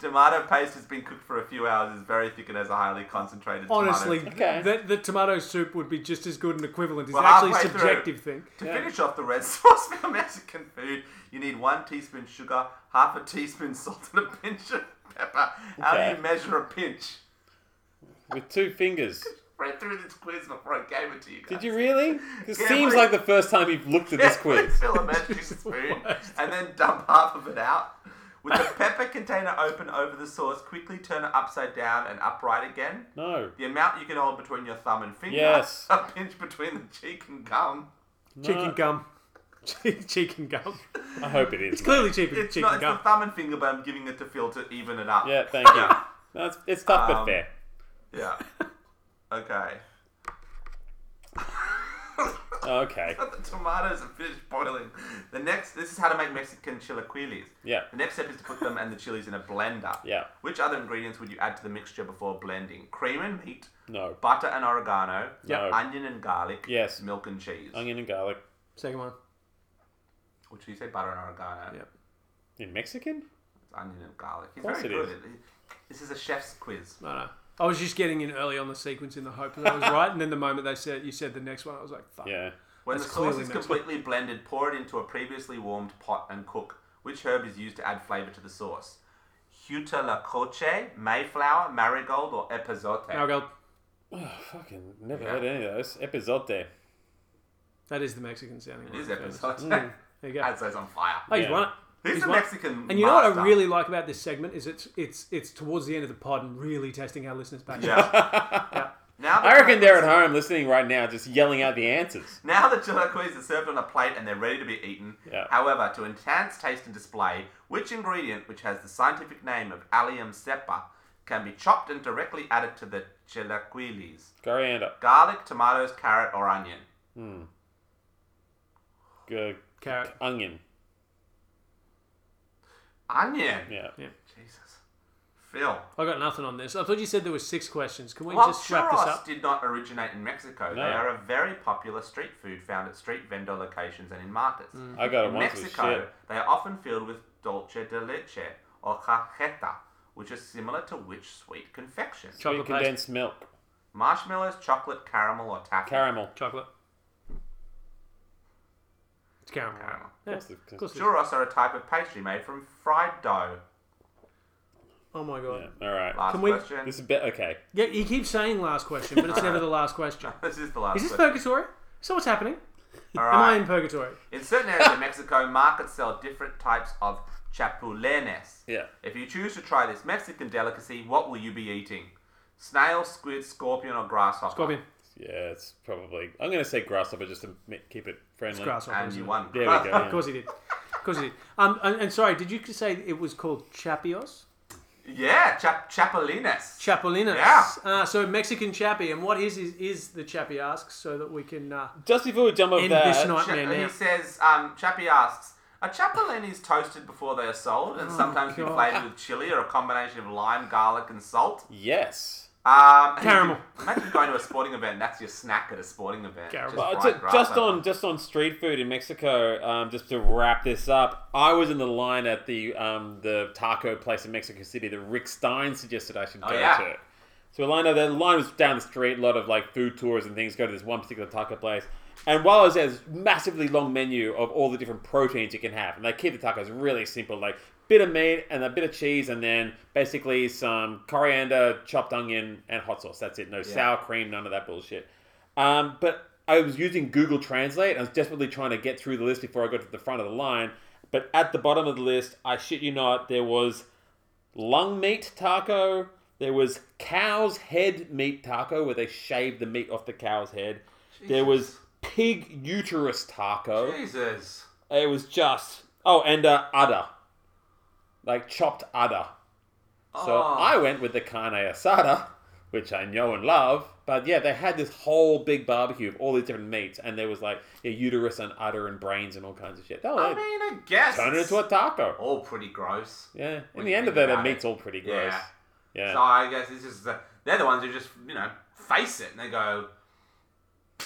Speaker 2: Tomato paste has been cooked for a few hours, is very thick, and has a highly concentrated
Speaker 3: Honestly,
Speaker 2: tomato.
Speaker 1: Okay.
Speaker 3: the, the tomato soup would be just as good an equivalent. It's
Speaker 2: Well,
Speaker 3: actually a
Speaker 2: halfway through.
Speaker 3: subjective thing.
Speaker 2: To finish off the red sauce for Mexican food, you need one teaspoon sugar, half a teaspoon salt, and a pinch of pepper. How do
Speaker 1: Okay.
Speaker 2: you measure a pinch?
Speaker 1: With two fingers.
Speaker 2: Read through this quiz before I gave it to you guys.
Speaker 1: Did you really? This
Speaker 2: Yeah,
Speaker 1: seems
Speaker 2: please.
Speaker 1: like the first time you've looked at this quiz.
Speaker 2: Fill a magic spoon and then dump half of it out. With the pepper container open over the sauce, quickly turn it upside down and upright again.
Speaker 1: No.
Speaker 2: The amount you can hold between your thumb and finger.
Speaker 1: Yes.
Speaker 2: A pinch between the cheek and gum.
Speaker 3: Chicken gum. Chicken gum.
Speaker 1: I hope it is.
Speaker 3: Clearly cheaper than
Speaker 2: It's
Speaker 3: chicken
Speaker 2: not it's
Speaker 3: gum.
Speaker 2: the thumb and finger, but I'm giving it to Phil to even it up.
Speaker 1: Yeah, thank you. That's it's tough but
Speaker 2: Um,
Speaker 1: fair.
Speaker 2: Yeah. Okay.
Speaker 1: Okay.
Speaker 2: Got the tomatoes and fish boiling. The next, this is how to make Mexican chilaquiles.
Speaker 1: Yeah.
Speaker 2: The next step is to put them and the chilies in a blender.
Speaker 1: Yeah.
Speaker 2: Which other ingredients would you add to the mixture before blending? Cream and meat,
Speaker 1: No.
Speaker 2: butter and oregano,
Speaker 1: No.
Speaker 2: onion and garlic,
Speaker 1: Yes.
Speaker 2: milk and cheese.
Speaker 1: Onion and garlic.
Speaker 3: Second one.
Speaker 2: Which you say butter and oregano?
Speaker 3: Yep.
Speaker 1: In Mexican?
Speaker 2: It's onion and garlic. He's
Speaker 1: course
Speaker 2: very
Speaker 1: it
Speaker 2: good.
Speaker 1: is.
Speaker 2: This is a chef's quiz.
Speaker 3: I know. I was just getting in early on the sequence in the hope that I was right, and then the moment they said you said the next one, I was like, "Fuck."
Speaker 1: Yeah.
Speaker 2: When
Speaker 3: That's
Speaker 2: the sauce
Speaker 3: clearly
Speaker 2: is
Speaker 3: Mexican.
Speaker 2: completely blended, pour it into a previously warmed pot and cook. Which herb is used to add flavor to the sauce? Huitlacoche, mayflower, marigold, or epazote?
Speaker 3: Now go.
Speaker 1: Oh, Fucking never
Speaker 2: Yeah.
Speaker 1: heard any of those. Epizote.
Speaker 3: That is the Mexican sounding.
Speaker 2: It is
Speaker 3: one.
Speaker 2: epazote.
Speaker 3: There you go.
Speaker 2: That's on fire.
Speaker 3: Oh, he's
Speaker 1: Yeah.
Speaker 3: won it.
Speaker 2: He's,
Speaker 3: He's
Speaker 2: a
Speaker 3: won it.
Speaker 2: Mexican.
Speaker 3: And you know what I
Speaker 2: master.
Speaker 3: really like about this segment is it's it's it's towards the end of the pod and really testing our listeners' patience.
Speaker 2: Yeah. Now
Speaker 1: I reckon they're at home listening right now, just yelling out the answers.
Speaker 2: Now the chilaquiles are served on a plate and they're ready to be eaten.
Speaker 1: Yeah.
Speaker 2: However, to enhance taste and display, which ingredient, which has the scientific name of Allium cepa, can be chopped and directly added to the chilaquiles?
Speaker 1: Coriander.
Speaker 2: Garlic, tomatoes, carrot, or onion?
Speaker 1: Good.
Speaker 3: Carrot.
Speaker 1: Onion.
Speaker 2: Onion.
Speaker 1: Yeah.
Speaker 3: Yeah.
Speaker 2: Jesus. Phil.
Speaker 3: I got nothing on this. I thought you said there were six questions. Can we
Speaker 2: Well,
Speaker 3: just wrap this
Speaker 2: churros
Speaker 3: up?
Speaker 2: did not originate in Mexico. They
Speaker 1: No.
Speaker 2: are a very popular street food found at street vendor locations and in markets.
Speaker 3: Mm.
Speaker 1: I got it
Speaker 2: In
Speaker 1: once. It was
Speaker 2: Mexico,
Speaker 1: shit.
Speaker 2: they are often filled with dulce de leche or cajeta, which is similar to which sweet confection?
Speaker 1: Sweet
Speaker 3: Chocolate paste.
Speaker 1: condensed milk.
Speaker 2: Marshmallows, chocolate, caramel, or taffy?
Speaker 1: Caramel.
Speaker 3: Chocolate. It's caramel.
Speaker 2: Caramel.
Speaker 3: Yeah,
Speaker 1: Of course it-
Speaker 3: of course it is.
Speaker 2: Churros are a type of pastry made from fried dough.
Speaker 3: Oh my
Speaker 1: Yeah.
Speaker 3: god.
Speaker 1: All right.
Speaker 2: Last
Speaker 3: Can we-
Speaker 2: question.
Speaker 1: This is be- okay.
Speaker 3: Yeah. you keep saying last question, but it's never the last question.
Speaker 2: This is the last
Speaker 3: Is this
Speaker 2: question.
Speaker 3: purgatory? So what's happening?
Speaker 2: All
Speaker 3: Am I
Speaker 2: right.
Speaker 3: in purgatory?
Speaker 2: In certain areas of Mexico, markets sell different types of chapulenes.
Speaker 1: Yeah.
Speaker 2: If you choose to try this Mexican delicacy, what will you be eating? Snail, squid, scorpion, or grasshopper?
Speaker 3: Scorpion.
Speaker 1: Yeah, it's probably. I'm going to say grasshopper just to ma- keep it friendly.
Speaker 3: Grasshopper.
Speaker 2: And
Speaker 3: isn't
Speaker 2: you
Speaker 3: it?
Speaker 2: won.
Speaker 1: There we go.
Speaker 3: Of course he did. Of course he did. Um, and, and sorry, did you say it was called Chapios?
Speaker 2: Yeah, chap- chapulines.
Speaker 3: Chapolinas.
Speaker 2: Yeah.
Speaker 3: Uh, so Mexican Chappy. And what is, is is the Chappy asks so that we can. Uh,
Speaker 1: Just before we jump over
Speaker 3: End this
Speaker 1: that,
Speaker 3: night.
Speaker 2: Cha-
Speaker 3: Nightmare now.
Speaker 2: he says, um, Chappie asks, are chapulines toasted before they are sold
Speaker 1: Oh
Speaker 2: and sometimes be
Speaker 3: God.
Speaker 2: flavored with chili or a combination of lime, garlic, and salt?
Speaker 1: yes.
Speaker 2: Um, and you
Speaker 3: Caramel.
Speaker 2: can- Imagine going to a sporting event. and That's your snack at a sporting event.
Speaker 3: Caramel.
Speaker 2: Just
Speaker 1: Uh,
Speaker 2: fried
Speaker 1: ju- just
Speaker 2: grasshopper.
Speaker 1: on just on street food in Mexico, um, just to wrap this up, I was in the line at the um, the taco place in Mexico City that Rick Stein suggested I should go
Speaker 2: Oh, yeah.
Speaker 1: to. So we lined up. The line was down the street. A lot of like food tours and things go to this one particular taco place. And while I was there, there's a massively long menu of all the different proteins you can have, and they keep the tacos really simple, like bit of meat and a bit of cheese, and then basically some coriander, chopped onion, and hot sauce. That's it. No sour cream, none of that bullshit. Um, but I was using Google Translate. and I was desperately trying to get through the list before I got to the front of the line. But at the bottom of the list, I shit you not, there was lung meat taco. There was cow's head meat taco where they shaved the meat off the cow's head. There was pig uterus taco.
Speaker 2: Jesus.
Speaker 1: It was just oh, and uh, udder, like chopped udder. So
Speaker 2: Oh.
Speaker 1: I went with the carne asada, which I know and love. But yeah, they had this whole big barbecue of all these different meats, and there was like yeah, uterus and udder and brains and all kinds of shit. That
Speaker 2: I
Speaker 1: was
Speaker 2: mean, I guess.
Speaker 1: turn it
Speaker 2: it's
Speaker 1: into a taco.
Speaker 2: All pretty gross.
Speaker 1: Yeah. In
Speaker 2: When
Speaker 1: the
Speaker 2: you
Speaker 1: end of
Speaker 2: think
Speaker 1: it, the
Speaker 2: about it.
Speaker 1: meat's all pretty gross.
Speaker 2: Yeah.
Speaker 1: Yeah.
Speaker 2: So I guess it's just the, they're the ones who just you know face it and they go,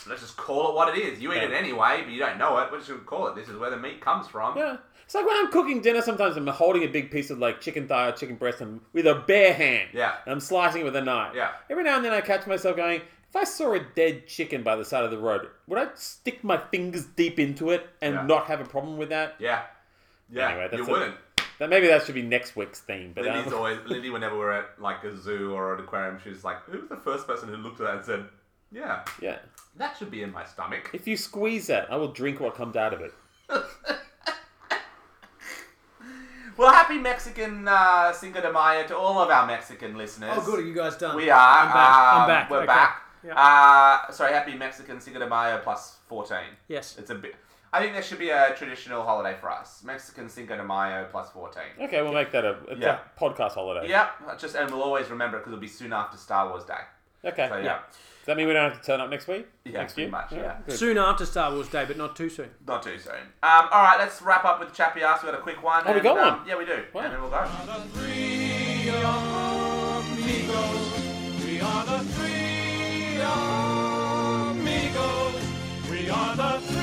Speaker 2: let's just call it what it is. You eat
Speaker 1: Yeah.
Speaker 2: it anyway, but you don't know it. We're just gonna call it. This is where the meat comes from.
Speaker 1: Yeah. It's like when I'm cooking dinner, sometimes I'm holding a big piece of like chicken thigh or chicken breast and with a bare hand.
Speaker 2: Yeah.
Speaker 1: And I'm slicing it with a knife.
Speaker 2: Yeah.
Speaker 1: Every now and then I catch myself going, if I saw a dead chicken by the side of the road, would I stick my fingers deep into it and
Speaker 2: Yeah.
Speaker 1: not have a problem with that?
Speaker 2: Yeah. Yeah.
Speaker 1: Anyway,
Speaker 2: you
Speaker 1: that's a-
Speaker 2: wouldn't.
Speaker 1: That maybe that should be next week's theme. But
Speaker 2: Lindy's
Speaker 1: um,
Speaker 2: always Lindy. Whenever we're at like a zoo or an aquarium, she's like, "Who was the first person who looked at that and said, yeah,
Speaker 1: yeah.
Speaker 2: that should be in my stomach."
Speaker 1: If you squeeze that, I will drink what comes out of it.
Speaker 2: Well, happy Mexican uh, Cinco de Mayo to all of our Mexican listeners.
Speaker 5: Oh, good. Are you guys done?
Speaker 2: We are.
Speaker 3: I'm back. I'm
Speaker 2: um,
Speaker 3: back.
Speaker 2: We're
Speaker 3: Okay.
Speaker 2: back. Uh, sorry, happy Mexican Cinco de Mayo plus 14.
Speaker 3: Yes.
Speaker 2: It's a bit. I think there should be a traditional holiday for us. Mexican Cinco de Mayo plus 14.
Speaker 1: Okay, we'll make that a, it's
Speaker 2: Yeah.
Speaker 1: a podcast holiday.
Speaker 2: Yep, just and we'll always remember it because it'll be soon after Star Wars Day.
Speaker 1: Okay.
Speaker 2: So yeah,
Speaker 1: yeah. Does that mean we don't have to turn up next week?
Speaker 2: yeah,
Speaker 1: next
Speaker 2: pretty
Speaker 1: year?
Speaker 2: much. Yeah,
Speaker 1: Good.
Speaker 3: Soon after Star Wars Day, but not too soon.
Speaker 2: not too soon. Um, all right, let's wrap up with Chappy Ass. We got a quick one.
Speaker 1: Oh, we
Speaker 2: and,
Speaker 1: got
Speaker 2: um,
Speaker 1: one?
Speaker 2: Yeah, we do.
Speaker 1: Wow.
Speaker 2: And then we'll go.
Speaker 4: The three amigos. We are the three amigos. We are the three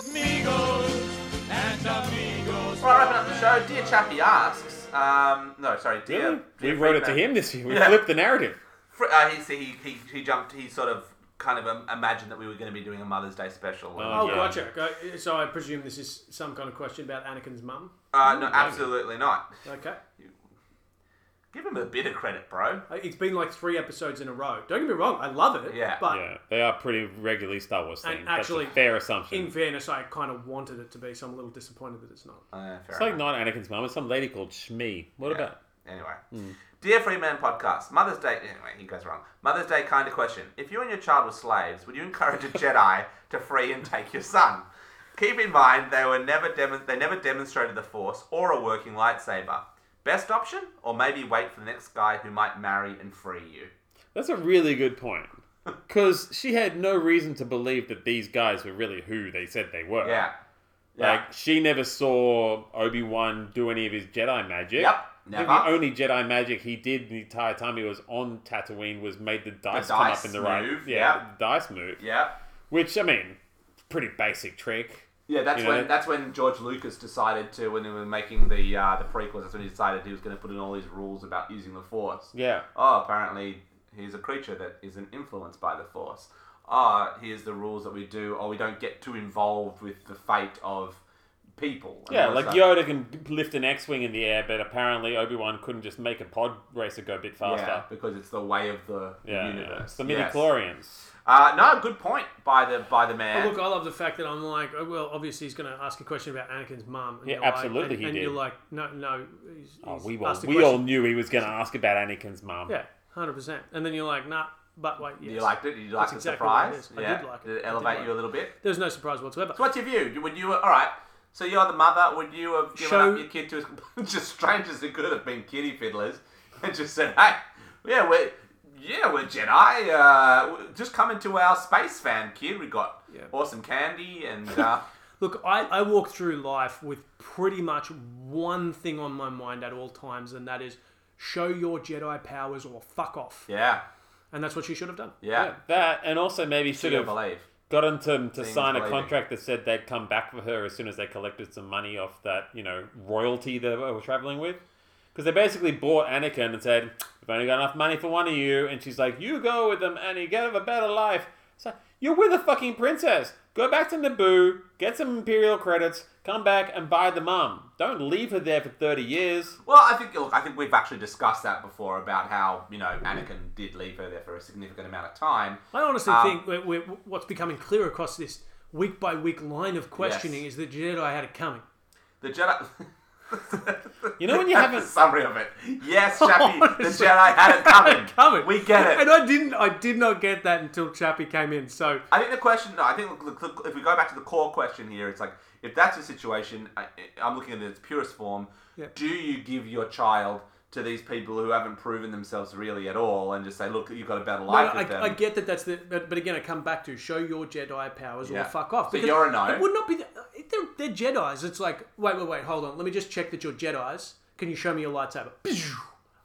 Speaker 4: amigos and amigos.
Speaker 2: All right, wrapping up the show. Dear Chappy asks. Um, no, sorry, dear.
Speaker 1: Really?
Speaker 2: dear
Speaker 1: we wrote it to
Speaker 2: Friedman.
Speaker 1: him this year. We
Speaker 2: Yeah.
Speaker 1: flipped the narrative.
Speaker 2: Fr- Uh, he, so he, he he jumped. He sort of kind of um, imagined that we were going to be doing a Mother's Day special.
Speaker 1: Oh,
Speaker 3: Oh,
Speaker 1: Yeah.
Speaker 3: gotcha. Go- So I presume this is some kind of question about Anakin's mum.
Speaker 2: Uh, no, absolutely not.
Speaker 3: Okay.
Speaker 2: Give him a bit of credit, bro.
Speaker 3: Uh, It's been like three episodes in a row. Don't get me wrong, I love it.
Speaker 2: Yeah.
Speaker 3: But
Speaker 1: Yeah, they are pretty regularly Star Wars
Speaker 3: And
Speaker 1: themed.
Speaker 3: actually,
Speaker 1: That's a fair assumption.
Speaker 3: in fairness, I kind of wanted it to be, so I'm a little disappointed that it's not.
Speaker 2: Uh, fair
Speaker 1: it's
Speaker 2: enough.
Speaker 1: like not Anakin's mum. It's some lady called Shmi. What about?
Speaker 2: Anyway. Dear Freeman Podcast, Mother's Day. Anyway, he goes wrong. Mother's Day kind of question. If you and your child were slaves, would you encourage a Jedi to free and take your son? Keep in mind they were never demon they never demonstrated the Force or a working lightsaber. Best option, or maybe wait for the next guy who might marry and free you.
Speaker 1: That's a really good point. Because she had no reason to believe that these guys were really who they said they were.
Speaker 2: Yeah. Yeah.
Speaker 1: Like, she never saw Obi Wan do any of his Jedi magic.
Speaker 2: Yep,
Speaker 1: I think
Speaker 2: never.
Speaker 1: The only Jedi magic he did the entire time he was on Tatooine was made the dice, come up
Speaker 2: dice
Speaker 1: in the right.
Speaker 2: move, yeah.
Speaker 1: the dice move.
Speaker 2: yeah.
Speaker 1: Which, I mean, pretty basic trick.
Speaker 2: Yeah, that's
Speaker 1: You know,
Speaker 2: when
Speaker 1: that-
Speaker 2: that's when George Lucas decided to when they were making the uh, the prequels. That's when he decided he was going to put in all these rules about using the Force.
Speaker 1: Yeah.
Speaker 2: Oh, apparently he's a creature that isn't influenced by the Force. Ah, here's the rules that we do, or we don't get too involved with the fate of people. And
Speaker 1: Yeah,
Speaker 2: all
Speaker 1: like
Speaker 2: that stuff.
Speaker 1: Yoda can lift an X-wing in the air, but apparently Obi Wan couldn't just make a pod racer go a bit
Speaker 2: Yeah,
Speaker 1: faster.
Speaker 2: because it's the way of the the
Speaker 1: Yeah, yeah,
Speaker 2: universe.
Speaker 1: It's the midi
Speaker 2: Yes.
Speaker 1: chlorians.
Speaker 2: Uh, no, good point by the by the man.
Speaker 3: Oh, look, I love the fact that I'm like, oh, well, obviously he's going to ask a question about Anakin's mum. and
Speaker 1: Yeah,
Speaker 3: you're like-
Speaker 1: absolutely
Speaker 3: and,
Speaker 1: he
Speaker 3: and
Speaker 1: did.
Speaker 3: you're like, no, no. He's,
Speaker 1: Oh,
Speaker 3: he's
Speaker 1: we all
Speaker 3: asked a
Speaker 1: we
Speaker 3: question.
Speaker 1: all knew he was going to ask about Anakin's mum.
Speaker 3: Yeah, hundred percent. And then you're like, nah, but wait, yes.
Speaker 2: you liked it? You liked
Speaker 3: That's
Speaker 2: the
Speaker 3: exactly what it
Speaker 2: surprise?
Speaker 3: is. I
Speaker 2: yeah.
Speaker 3: did like it.
Speaker 2: Did
Speaker 3: I
Speaker 2: it
Speaker 3: did
Speaker 2: elevate
Speaker 3: like
Speaker 2: you a
Speaker 3: it.
Speaker 2: little bit?
Speaker 3: There's no surprise whatsoever.
Speaker 2: So what's your view? You- Would you all right? So you're the mother. Would you have given
Speaker 3: Show-
Speaker 2: up your kid to just strangers who could have been kitty fiddlers and just said, "Hey, yeah, we're yeah, we're Jedi. Uh, w- just come into our space van, kid. We got
Speaker 3: Yeah.
Speaker 2: awesome candy and uh,
Speaker 3: Look, I, I walk through life with pretty much one thing on my mind at all times, and that is show your Jedi powers or fuck off.
Speaker 2: yeah,
Speaker 3: And that's what she should have done.
Speaker 2: yeah."
Speaker 1: Yeah, that and also maybe
Speaker 2: Do
Speaker 1: should
Speaker 2: you
Speaker 1: have
Speaker 2: believe?
Speaker 1: gotten them to
Speaker 2: Things
Speaker 1: sign a
Speaker 2: believing.
Speaker 1: contract that said they'd come back for her as soon as they collected some money off that you know royalty they were traveling with. Because they basically bought Anakin and said, "We've only got enough money for one of you," and she's like, "You go with them, Annie. Get him a better life." So you're with a fucking princess. Go back to Naboo, get some imperial credits, come back and buy the mum. Don't leave her there for thirty years.
Speaker 2: Well, I think look, I think we've actually discussed that before about how you know Anakin did leave her there for a significant amount of time.
Speaker 3: I honestly
Speaker 2: Um,
Speaker 3: think we're, we're, what's becoming clear across this week by week line of questioning is that Jedi had it coming.
Speaker 2: The Jedi.
Speaker 1: You know when you
Speaker 2: That's
Speaker 1: haven't-
Speaker 2: the summary of it. Yes, Chappie, the
Speaker 3: Honestly,
Speaker 2: Jedi had it coming.
Speaker 3: it coming.
Speaker 2: We get
Speaker 3: And
Speaker 2: it.
Speaker 3: I didn't. I did not get that until Chappie came in. So
Speaker 2: I think the question. No, I think look, look, if we go back to the core question here, it's like if that's the situation, I, I'm looking at it in its purest form.
Speaker 3: Yeah.
Speaker 2: Do you give your child to these people who haven't proven themselves really at all and just say, look, you've got a better
Speaker 3: I,
Speaker 2: life with them.
Speaker 3: I, I get that that's the, but, but again, I come back to show your Jedi powers
Speaker 2: Yeah.
Speaker 3: or fuck off.
Speaker 2: So you're a no.
Speaker 3: It would not be. The, they're, they're Jedi's. It's like, wait, wait, wait, hold on. Let me just check that you're Jedi's. Can you show me your lightsaber?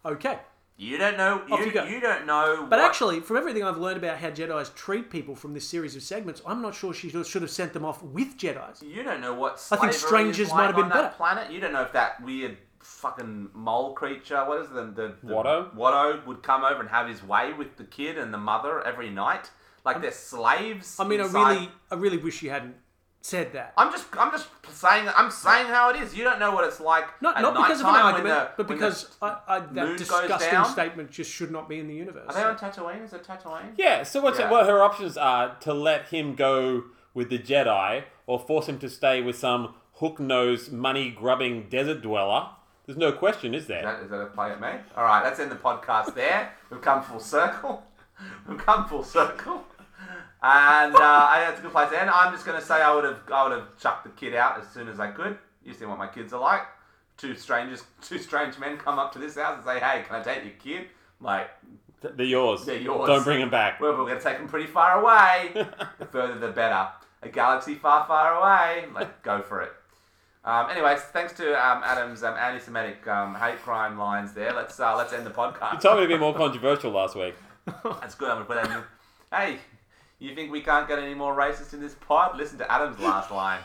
Speaker 3: Okay.
Speaker 2: you don't know. You,
Speaker 3: you go.
Speaker 2: you don't know.
Speaker 3: But
Speaker 2: what-
Speaker 3: actually, from everything I've learned about how Jedi's treat people from this series of segments, I'm not sure she should have sent them off with Jedi's.
Speaker 2: You don't know what
Speaker 3: I
Speaker 2: slavery
Speaker 3: think strangers
Speaker 2: is like
Speaker 3: might have
Speaker 2: on
Speaker 3: been
Speaker 2: that
Speaker 3: better.
Speaker 2: planet. You don't know if that weird fucking mole creature, what is it, the, the, the
Speaker 1: Watto?
Speaker 2: Watto would come over and have his way with the kid and the mother every night. Like they're slaves.
Speaker 3: I mean,
Speaker 2: inside-
Speaker 3: I really, I really wish she hadn't said that.
Speaker 2: I'm just, I'm just saying, I'm saying how it is. You don't know what it's like.
Speaker 3: Not,
Speaker 2: at
Speaker 3: not because of an
Speaker 2: nighttime when
Speaker 3: argument,
Speaker 2: the-
Speaker 3: but
Speaker 2: when
Speaker 3: because
Speaker 2: the,
Speaker 3: I, I,
Speaker 2: moon
Speaker 3: that
Speaker 2: goes
Speaker 3: disgusting
Speaker 2: down.
Speaker 3: statement just should not be in the universe.
Speaker 2: are they on Tatooine? Is it Tatooine?
Speaker 1: Yeah, so what's
Speaker 2: Yeah.
Speaker 1: what her options are to let him go with the Jedi or force him to stay with some hook nosed, money grubbing desert dweller. There's no question, is there?
Speaker 2: That, is that a play at me? All right, let's end the podcast there. We've come full circle. We've come full circle. And uh, I think that's a good place to end. I'm just going to say I would have I would have chucked the kid out as soon as I could. You see what my kids are like. Two strangers, two strange men come up to this house and say, "Hey, can I take your kid?" I'm like,
Speaker 1: Th- They're yours.
Speaker 2: They're yours.
Speaker 1: Don't bring him back.
Speaker 2: well, we're going to take them pretty far away. the further, the better. A galaxy far, far away. I'm Like, go for it. Um, anyways, thanks to um, Adam's um, anti-Semitic um, hate crime lines. There, let's uh, let's end the podcast.
Speaker 1: You told me to be more controversial last week.
Speaker 2: That's good. I'm gonna put that in. Hey, you think we can't get any more racist in this pod? Listen to Adam's last line.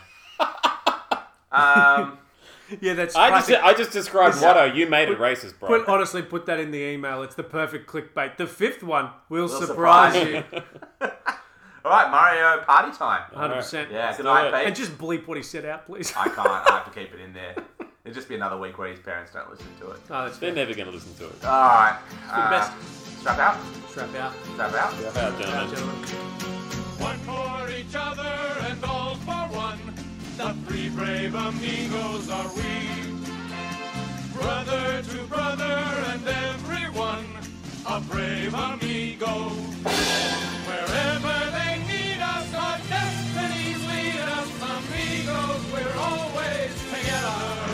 Speaker 2: Um,
Speaker 3: yeah, that's.
Speaker 1: I just,
Speaker 3: classic.
Speaker 1: I just described Watto. You made it racist, bro.
Speaker 3: Put, honestly, put that in the email. It's the perfect clickbait. The fifth one
Speaker 2: Will
Speaker 3: will surprise,
Speaker 2: surprise
Speaker 3: you.
Speaker 2: all right, Mario, party time.
Speaker 3: 100%.
Speaker 2: Yeah, good
Speaker 1: do
Speaker 2: night,
Speaker 1: Uh, it.
Speaker 2: babe.
Speaker 3: And just bleep what he said out, please.
Speaker 2: I can't. I have to keep it in there. It'd just be another week where his parents don't listen to it.
Speaker 3: Oh, that's
Speaker 1: They're never going to listen to it.
Speaker 2: All right. uh,
Speaker 3: best.
Speaker 2: Strap out.
Speaker 3: Trap out.
Speaker 2: Strap out.
Speaker 1: How about,
Speaker 3: All right,
Speaker 1: gentlemen?
Speaker 3: gentlemen.
Speaker 4: One for each other and all for one. The three brave amigos are we. Brother to brother and everyone, a brave amigo. Wherever they need us, our destinies lead us. Amigos, we're always together.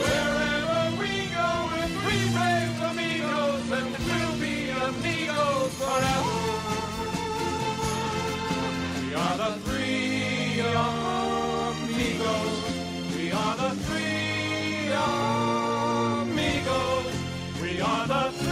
Speaker 4: Wherever we go, we're three brave amigos, and we'll be amigos forever. We are the three amigos. We are the three amigos. We are the three.